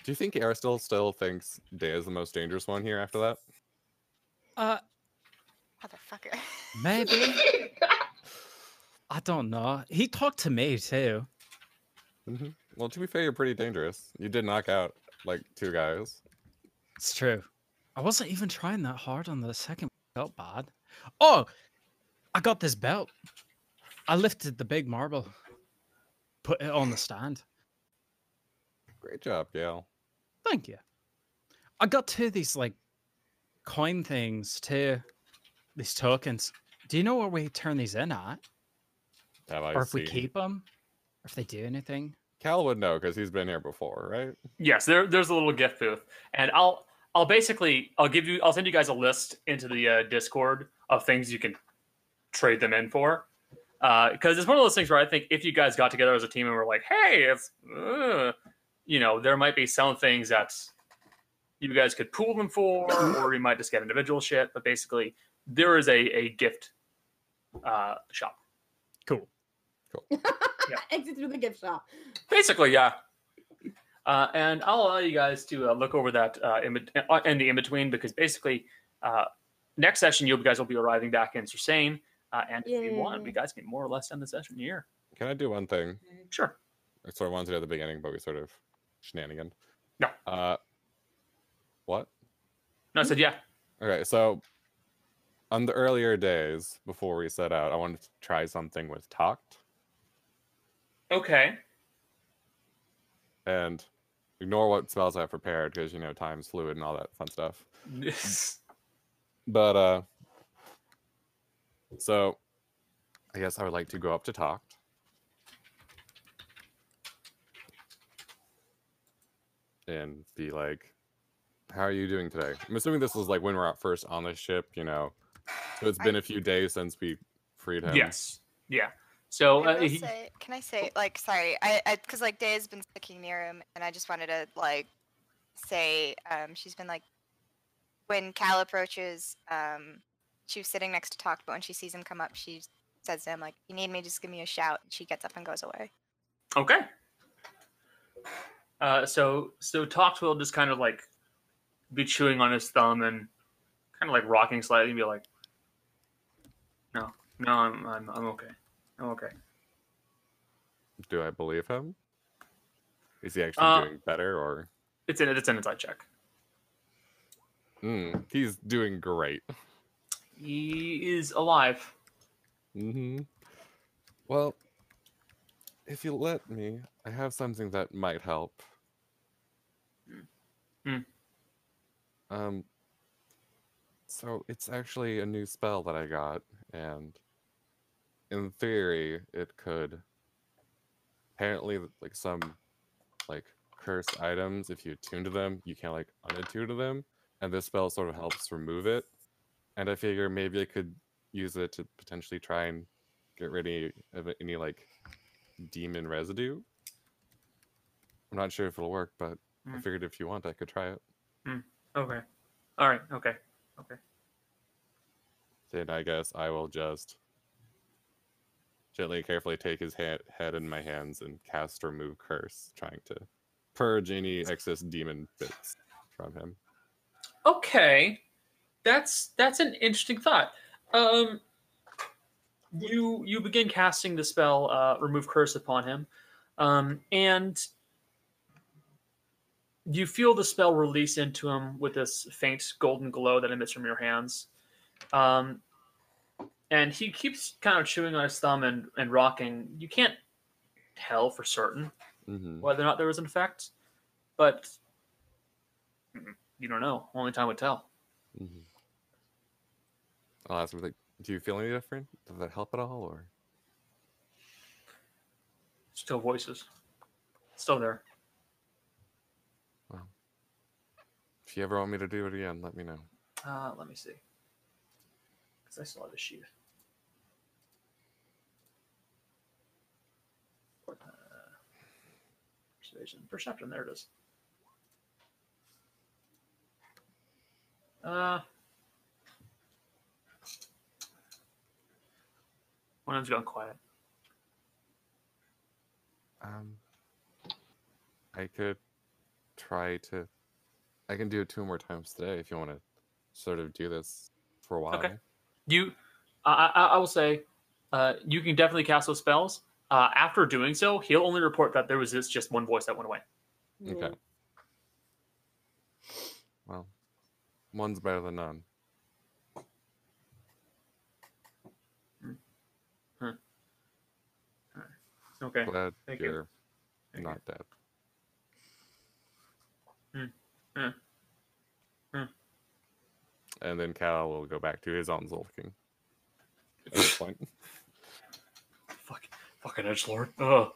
Speaker 4: Do you think Aristotle still thinks Day is the most dangerous one here after that?
Speaker 11: Uh,
Speaker 2: Motherfucker.
Speaker 11: Maybe. I don't know. He talked to me too.
Speaker 4: hmm Well, to be fair, you're pretty dangerous. You did knock out like two guys.
Speaker 11: It's true. I wasn't even trying that hard on the second felt bad. Oh, I got this belt. I lifted the big marble, put it on the stand.
Speaker 4: Great job, Gail.
Speaker 11: Thank you. I got two of these like coin things too. These tokens. Do you know where we turn these in at?
Speaker 4: Have I
Speaker 11: or if we
Speaker 4: seen-
Speaker 11: keep them? Or if they do anything?
Speaker 4: Cal would know because he's been here before, right?
Speaker 9: Yes, there, there's a little gift booth, and I'll I'll basically I'll give you I'll send you guys a list into the uh, Discord of things you can trade them in for, because it's one of those things where I think if you guys got together as a team and were like, hey, it's uh, you know there might be some things that you guys could pool them for, or you might just get individual shit. But basically, there is a a gift uh, shop.
Speaker 11: Cool.
Speaker 3: Exit through the gift shop.
Speaker 9: Basically, yeah. Uh, and I'll allow you guys to uh, look over that uh, in, bet- uh, in the in between because basically, uh, next session you guys will be arriving back in Sursane, uh, and if you want, you guys can more or less end the session here.
Speaker 4: Can I do one thing?
Speaker 9: Sure.
Speaker 4: I sort of wanted to at the beginning, but we sort of shenanigan.
Speaker 9: No.
Speaker 4: Uh, what?
Speaker 9: No, I said yeah.
Speaker 4: Okay, so on the earlier days before we set out, I wanted to try something with Talked
Speaker 9: Okay.
Speaker 4: and ignore what spells I've prepared because, you know, time's fluid and all that fun stuff. But uh so I guess I would like to go up to talk. And be like, How are you doing today? I'm assuming this was like when we're out first on the ship, you know. So it's been a few days since we freed him.
Speaker 9: Yes. Yeah. So uh,
Speaker 2: I will
Speaker 9: he,
Speaker 2: say, can I say, like, sorry, I, I, because like Day has been sticking near him, and I just wanted to like say, um, she's been like, when Cal approaches, um, she was sitting next to Talk, but when she sees him come up, she says to him like, "You need me? Just give me a shout." And she gets up and goes away.
Speaker 9: Okay. Uh, so so Tox will just kind of like be chewing on his thumb and kind of like rocking slightly and be like, "No, no, I'm I'm, I'm okay, I'm okay."
Speaker 4: Do I believe him? Is he actually
Speaker 9: Uh,
Speaker 4: doing better or
Speaker 9: It's an it's an inside check.
Speaker 4: Mm, he's doing great.
Speaker 9: He is alive.
Speaker 4: Mm-hmm. Well, if you let me, I have something that might help.
Speaker 9: Mm.
Speaker 4: Um, so it's actually a new spell that I got, and in theory, it could. Apparently, th- like some, like cursed items, if you attune to them, you can like unattune to them, and this spell sort of helps remove it. And I figure maybe I could use it to potentially try and get rid of any, of any like demon residue. I'm not sure if it'll work, but I
Speaker 9: Mm.
Speaker 4: figured if you want, I could try it.
Speaker 9: Mm, Okay. All right. Okay. Okay.
Speaker 4: Then I guess I will just gently and carefully take his hand, head in my hands and cast remove curse, trying to purge any excess demon bits from him.
Speaker 9: Okay. That's that's an interesting thought. Um you you begin casting the spell uh remove curse upon him. Um and you feel the spell release into him with this faint golden glow that emits from your hands. Um, and he keeps kind of chewing on his thumb and, and rocking. You can't tell for certain
Speaker 6: Mm-hmm.
Speaker 4: Mhm.
Speaker 9: whether or not there was an effect, but you don't know. Only time would tell.
Speaker 4: Mhm. I'll ask him like, do you feel any different? Does that help at all, or
Speaker 9: Still voices. Still there.
Speaker 4: if you ever want me to do it again, let me know.
Speaker 9: Uh, let me see. Because I still have a sheet. Uh, persuasion. Perception. There it is. Uh, one of them's gone quiet.
Speaker 4: Um, I could try to. I can do it two more times today if you want to sort of do this for a while.
Speaker 9: Okay. You, I, I, I will say, uh, you can definitely cast those spells. Uh, after doing so, he'll only report that there was this just one voice that went away.
Speaker 4: Okay. Well, one's better than none.
Speaker 9: Hmm. Okay.
Speaker 4: Glad
Speaker 9: Thank you.
Speaker 4: you're not dead.
Speaker 9: Hmm.
Speaker 4: And then Cal will go back to his own Zolking. At this point.
Speaker 9: Fucking edge lord. Ugh.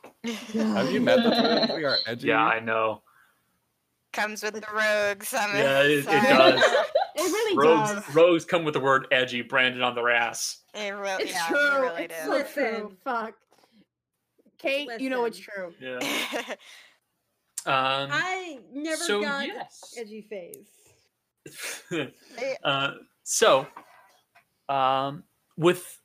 Speaker 4: Have you met the three? We are edgy.
Speaker 9: Yeah, I know.
Speaker 2: Comes with the rogues. I'm
Speaker 9: Yeah, it, it
Speaker 2: sorry.
Speaker 9: does.
Speaker 3: It really
Speaker 9: rogues,
Speaker 3: does.
Speaker 9: rogues come with the word edgy branded on their ass.
Speaker 2: It really,
Speaker 3: It's
Speaker 2: yeah,
Speaker 3: true.
Speaker 2: It really
Speaker 3: it's
Speaker 2: does.
Speaker 3: so true. Fuck. Kate, you know it's true.
Speaker 9: Yeah. Um,
Speaker 7: I never
Speaker 9: so,
Speaker 7: got
Speaker 9: yes.
Speaker 7: edgy phase.
Speaker 9: uh, so, um, with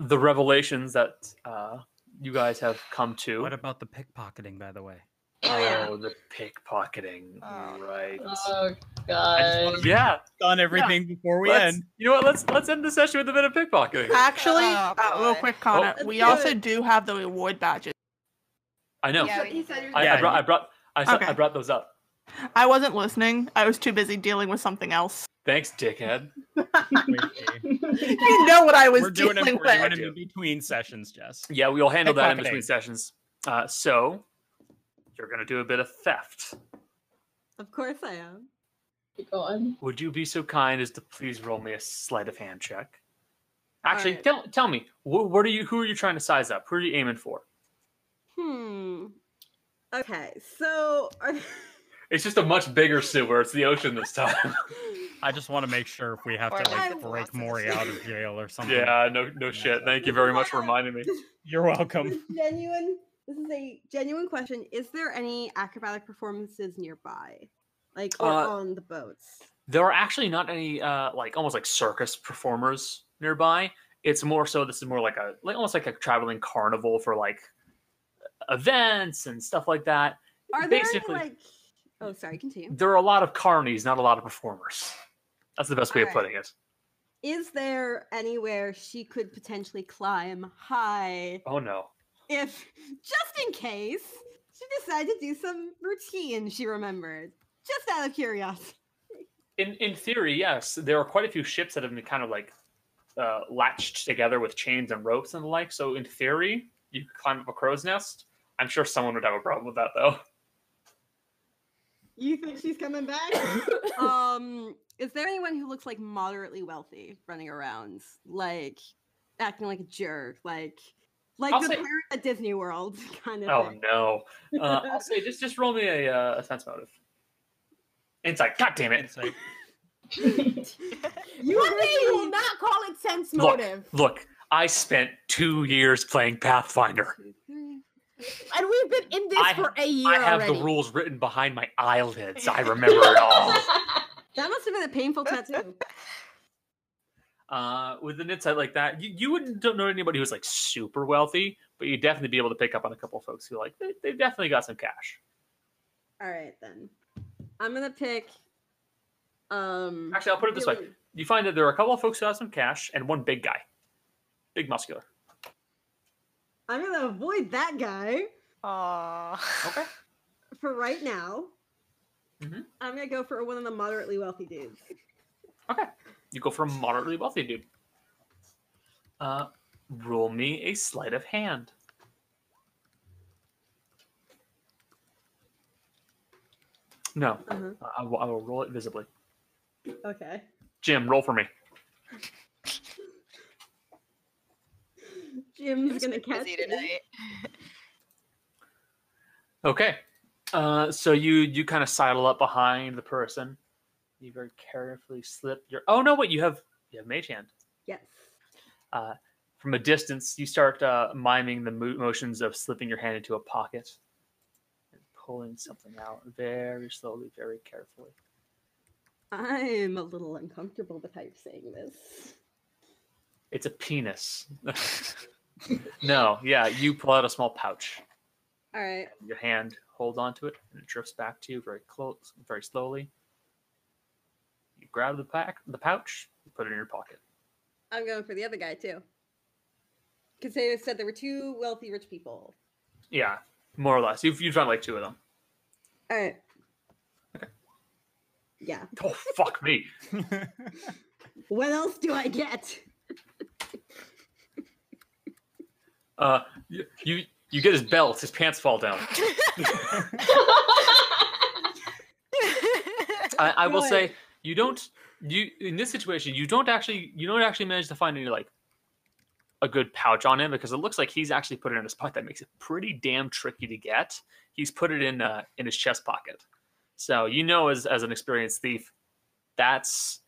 Speaker 9: the revelations that uh, you guys have come to. What
Speaker 1: about the pickpocketing, by the way?
Speaker 9: Oh, the pickpocketing. Right.
Speaker 1: Oh,
Speaker 9: I just wanna-
Speaker 1: God.
Speaker 9: yeah.
Speaker 1: On everything before we
Speaker 9: Let's-
Speaker 1: end.
Speaker 9: You know what? Let's let's end the session with a bit of pickpocketing.
Speaker 5: Actually, uh, real quick comment.
Speaker 9: Oh.
Speaker 5: we also do have the reward badges.
Speaker 9: I know.
Speaker 5: Yeah, he said he was
Speaker 9: I, I
Speaker 5: Yeah,
Speaker 9: brought.
Speaker 5: you-
Speaker 9: I brought. I, saw- I
Speaker 5: Okay.
Speaker 9: brought those up.
Speaker 5: I wasn't listening. I was too busy dealing with something else.
Speaker 9: Thanks, dickhead.
Speaker 5: you know what I was
Speaker 1: we're
Speaker 5: doing.
Speaker 1: doing it,
Speaker 5: dealing
Speaker 1: we're doing
Speaker 5: with.
Speaker 1: it in between sessions, Jess.
Speaker 9: Yeah, we'll handle that in
Speaker 1: Pickpocketing.
Speaker 9: between sessions. Uh, so, you're gonna do a bit of theft.
Speaker 7: Of course I am.
Speaker 22: Go on.
Speaker 9: Would you be so kind as to please roll me a sleight of hand check? Actually,
Speaker 7: Alright.
Speaker 9: tell tell me, wh- what are you? Who are you trying to size up? Who are you aiming for?
Speaker 7: Hmm. Okay, so are-
Speaker 9: It's just a much bigger sewer. It's the ocean this time.
Speaker 1: I just want to make sure if we have
Speaker 9: Or
Speaker 1: to
Speaker 9: I
Speaker 1: like break Maury out of jail or something.
Speaker 9: yeah, no, no shit. Thank you very much for reminding me.
Speaker 1: You're welcome.
Speaker 7: genuine. This is a genuine question. Is there any acrobatic performances nearby, like or
Speaker 9: Uh,
Speaker 7: on the boats?
Speaker 9: There are actually not any uh, like almost like circus performers nearby. It's more so. This is more like a like almost like a traveling carnival for like events and stuff like that.
Speaker 7: Are there any like? Oh, sorry. Continue.
Speaker 9: there are a lot of carnies, not a lot of performers. That's the best way of
Speaker 7: Alright.
Speaker 9: putting it.
Speaker 7: Is there anywhere she could potentially climb high
Speaker 9: Oh no.
Speaker 7: if, just in case, she decided to do some routine she remembered, just out of curiosity?
Speaker 9: In in theory, yes, there are quite a few ships that have been kind of like uh, latched together with chains and ropes and the like. So in theory, you could climb up a crow's nest. I'm sure someone would have a problem with that though.
Speaker 7: You think she's coming back? um, is there anyone who looks like moderately wealthy running around, like acting like a jerk, like like
Speaker 9: I'll
Speaker 7: the
Speaker 9: say-
Speaker 7: parent at Disney World kind of?
Speaker 9: Oh
Speaker 7: thing?
Speaker 9: no! Uh, I'll say just just roll me a, uh, a sense motive. Insight. God damn it!
Speaker 3: You will not call it sense
Speaker 9: Look,
Speaker 3: motive.
Speaker 9: look. I spent two years playing Pathfinder.
Speaker 3: And we've been in this
Speaker 9: I-
Speaker 3: for a year
Speaker 9: I have
Speaker 3: already.
Speaker 9: the rules written behind my eyelids. I remember it all.
Speaker 7: That must have been a painful tattoo.
Speaker 9: uh, with an insight like that, you, you wouldn't don't know anybody who's like super wealthy, but you'd definitely be able to pick up on a couple folks who like they, they've definitely got some cash.
Speaker 7: All right then, I'm gonna pick. Um,
Speaker 9: Actually, I'll put it this way:
Speaker 7: Billy.
Speaker 9: you find that there are a couple of folks who have some cash and one big guy, big muscular.
Speaker 7: I'm gonna avoid that guy.
Speaker 2: Aww.
Speaker 7: Okay. For right now. I'm gonna go for one of the moderately wealthy dudes.
Speaker 9: You go for a moderately wealthy dude. Uh, roll me a sleight of hand. No,
Speaker 7: Uh-huh.
Speaker 9: I, I will, I will roll it visibly.
Speaker 7: Okay.
Speaker 9: Jim, roll for me.
Speaker 7: Jim's gonna catch
Speaker 2: Busy tonight.
Speaker 9: Okay. Uh, so you you kind of sidle up behind the person. You very carefully slip your. Oh no! Wait, you have you have mage hand.
Speaker 7: Yes.
Speaker 9: Uh, from a distance, you start uh, miming the mo- motions of slipping your hand into a pocket and pulling something out very slowly, very carefully.
Speaker 7: I'm a little uncomfortable with how you're saying this.
Speaker 9: It's a penis. no, yeah, you pull out a small pouch.
Speaker 7: All right.
Speaker 9: Your hand holds onto it, and it drifts back to you very close, very slowly. You grab the pack, the pouch, you put it in your pocket.
Speaker 7: I'm going for the other guy too. Because they said there were two wealthy rich people.
Speaker 9: Yeah, more or less. You've you've done like two of them.
Speaker 7: All right. Yeah.
Speaker 9: Oh fuck me!
Speaker 7: What else do I get?
Speaker 9: Uh, you, you you get his belt. His pants fall down. I, I will say you don't. You in this situation, you don't actually you don't actually manage to find any like a good pouch on him because it looks like he's actually put it in his pocket. That makes it pretty damn tricky to get. He's put it in uh, in his chest pocket. So you know, as as an experienced thief, that's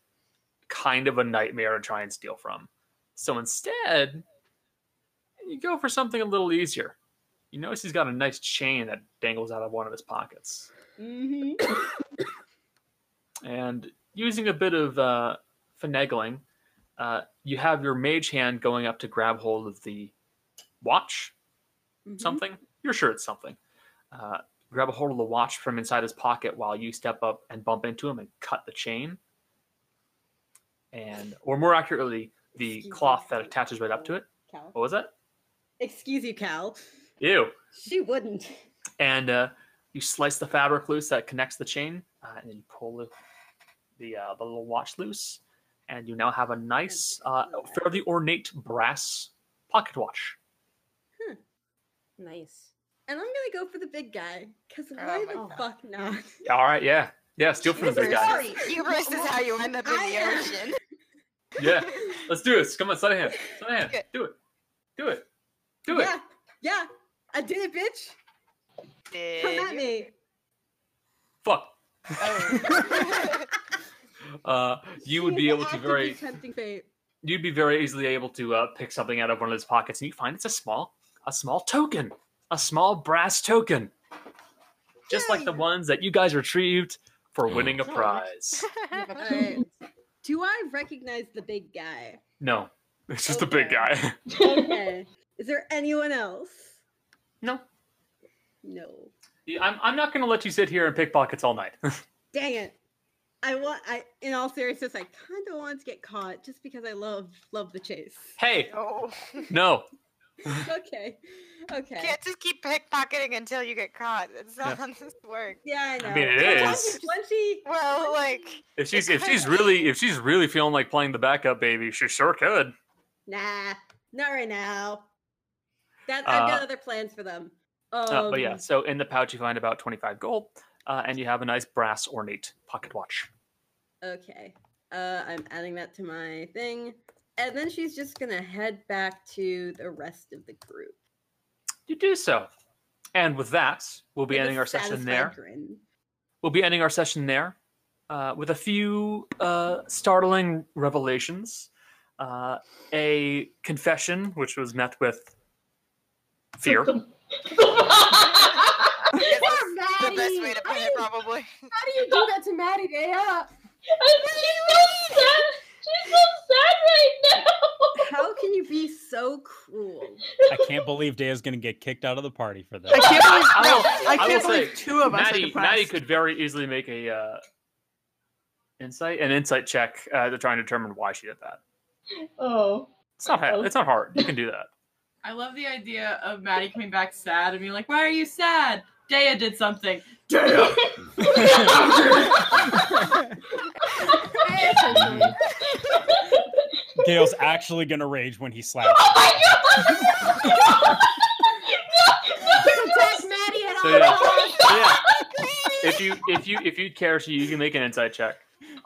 Speaker 9: kind of a nightmare to try and steal from. So instead, you go for something a little easier. You notice he's got a nice chain that dangles out of one of his pockets.
Speaker 7: hmm
Speaker 9: And using a bit of uh, finagling, uh, you have your mage hand going up to grab hold of the watch,
Speaker 7: Mm-hmm.
Speaker 9: something. You're sure it's something. Uh, grab a hold of the watch from inside his pocket while you step up and bump into him and cut the chain. And, or more accurately, the
Speaker 7: Excuse me.
Speaker 9: cloth that attaches right up to it.
Speaker 7: Cal.
Speaker 2: Oh.
Speaker 9: What was that?
Speaker 7: Excuse you, Cal.
Speaker 9: Ew.
Speaker 7: She wouldn't.
Speaker 9: and uh, you slice the fabric loose that connects the chain, uh, and then you pull the the, uh, the little watch loose, and you now have a nice, uh, fairly ornate brass pocket watch.
Speaker 3: Nice.
Speaker 7: And I'm gonna go for the big guy. Cause
Speaker 2: Oh
Speaker 7: why the fuck not?
Speaker 9: All right, yeah, yeah, steal from the big guy.
Speaker 2: Hubris is how you end up in the ocean.
Speaker 9: Yeah, let's do this. Come on, sleight of hand, sleight of hand. Do it, do it, do it.
Speaker 7: Yeah, yeah. I did it, bitch. Come at me.
Speaker 9: Fuck. uh, you would be able to
Speaker 7: Actively
Speaker 9: very
Speaker 7: tempting fate.
Speaker 9: you'd be very easily able to uh, pick something out of one of his pockets, and you find it's a small, a small token, a small brass token, just like the ones that you guys retrieved for
Speaker 7: Oh,
Speaker 9: winning a prize.
Speaker 7: Alright. Do I recognize the big guy?
Speaker 9: No, it's just a big guy.
Speaker 7: Okay. Is there anyone else?
Speaker 9: No.
Speaker 7: No.
Speaker 9: Yeah, I'm, I'm not going to let you sit here and pick pockets all night.
Speaker 7: Dang it. I want I in all seriousness, I kinda wanted to get caught just because I love love the chase.
Speaker 9: hey,
Speaker 2: Oh.
Speaker 9: no,
Speaker 7: okay. Okay.
Speaker 2: Can't just keep pickpocketing until you get caught. That's not
Speaker 9: Yeah.
Speaker 2: how this works.
Speaker 7: Yeah, I know.
Speaker 9: I mean, it
Speaker 7: Sometimes
Speaker 9: is.
Speaker 7: it's plenty-
Speaker 2: Well, like,
Speaker 9: if she's if she's really if she's really feeling like playing the backup baby, she sure could.
Speaker 7: Nah, not right now. That I've got
Speaker 9: Uh,
Speaker 7: other plans for them.
Speaker 9: Uh, but yeah,
Speaker 7: Um,
Speaker 9: so in the pouch you find about 25 gold, uh, and you have a nice brass ornate pocket watch.
Speaker 7: Okay. Uh, I'm adding that to my thing. And then she's just going to head back to the rest of the group.
Speaker 9: You do so. And with that, we'll be
Speaker 7: with a
Speaker 9: ending our session
Speaker 7: satisfied
Speaker 9: there.
Speaker 7: grin.
Speaker 9: We'll be ending our session there uh, with a few uh, startling revelations. Uh, a confession, which was met with fear.
Speaker 3: Poor
Speaker 2: the best way
Speaker 3: Maddie.
Speaker 2: to
Speaker 3: How
Speaker 2: put
Speaker 3: do
Speaker 2: it,
Speaker 3: you-
Speaker 2: probably.
Speaker 3: How do you do that to Maddie, Dea?
Speaker 23: She's so sad. She's so sad right now.
Speaker 7: How can you be so cruel?
Speaker 1: I can't believe Daya's gonna get kicked out of the party for this.
Speaker 24: I can't believe, no, I
Speaker 9: will
Speaker 24: can't
Speaker 9: say,
Speaker 24: believe two of us are
Speaker 9: Maddie,
Speaker 24: depressed.
Speaker 9: Maddie could very easily make a uh, insight an insight check uh, to try and determine why she did that.
Speaker 23: Oh.
Speaker 9: It's not ha- it's not hard. You can do that.
Speaker 6: I love the idea of Maddie coming back sad and being like, "Why are you sad?"
Speaker 25: Dea did something.
Speaker 26: Gail's actually gonna rage when he slaps.
Speaker 6: Maddie at
Speaker 9: So yeah, so, yeah. If you if you if you care to, you can make an insight check,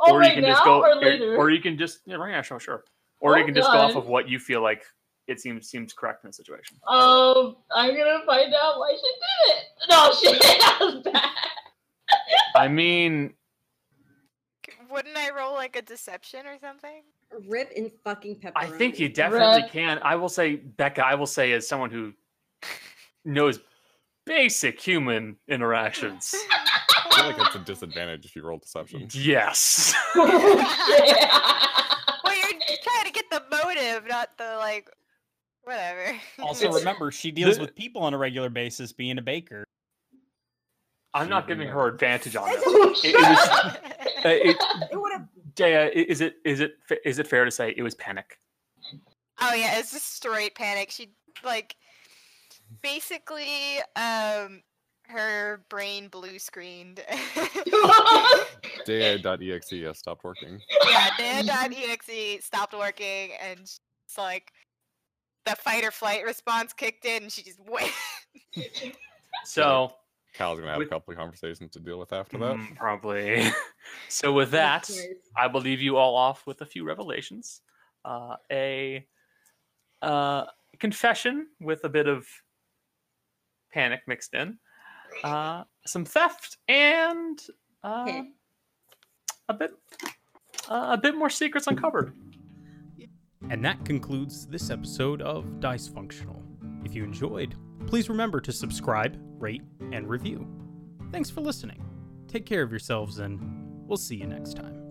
Speaker 8: Oh,
Speaker 9: you
Speaker 8: right
Speaker 9: can
Speaker 8: now
Speaker 9: just go,
Speaker 8: or later?
Speaker 9: or you can just yeah, right now, sure, sure, or
Speaker 8: Oh,
Speaker 9: you can just go off
Speaker 8: God.
Speaker 9: of what you feel like it seems seems correct in the situation.
Speaker 8: Um, I'm gonna find out why she did it. No, shit, that was bad.
Speaker 9: I mean,
Speaker 2: Wouldn't I roll like a deception or something?
Speaker 7: Rip in fucking pepper.
Speaker 9: I think you definitely can. I will say, Becca, I will say, as someone who knows basic human interactions,
Speaker 4: I feel like it's a disadvantage if you roll deception.
Speaker 9: yes.
Speaker 2: Well, you're trying to get the motive, not the like, whatever.
Speaker 26: Also, remember she deals with people on a regular basis, being a baker.
Speaker 9: I'm not giving her advantage on this.
Speaker 26: It's
Speaker 9: It, it was, uh, it, Dea, i- is it is it fa- is it fair to say it was panic?
Speaker 2: Oh yeah, it's just straight panic. She like basically um her brain blue screened.
Speaker 4: Da.exe E has stopped working.
Speaker 2: yeah, Dan.exe stopped working and it's like the fight or flight response kicked in and she just went.
Speaker 9: So
Speaker 4: Cal's gonna have a couple of conversations to deal with after that.
Speaker 9: Mm, probably. so with that, I will leave you all off with a few revelations. Uh, a uh, confession with a bit of panic mixed in, uh, some theft, and uh, a bit uh, a bit more secrets uncovered.
Speaker 1: And that concludes this episode of Dysfunctional. If you enjoyed, please remember to subscribe, rate, and review. Thanks for listening. Take care of yourselves, and we'll see you next time.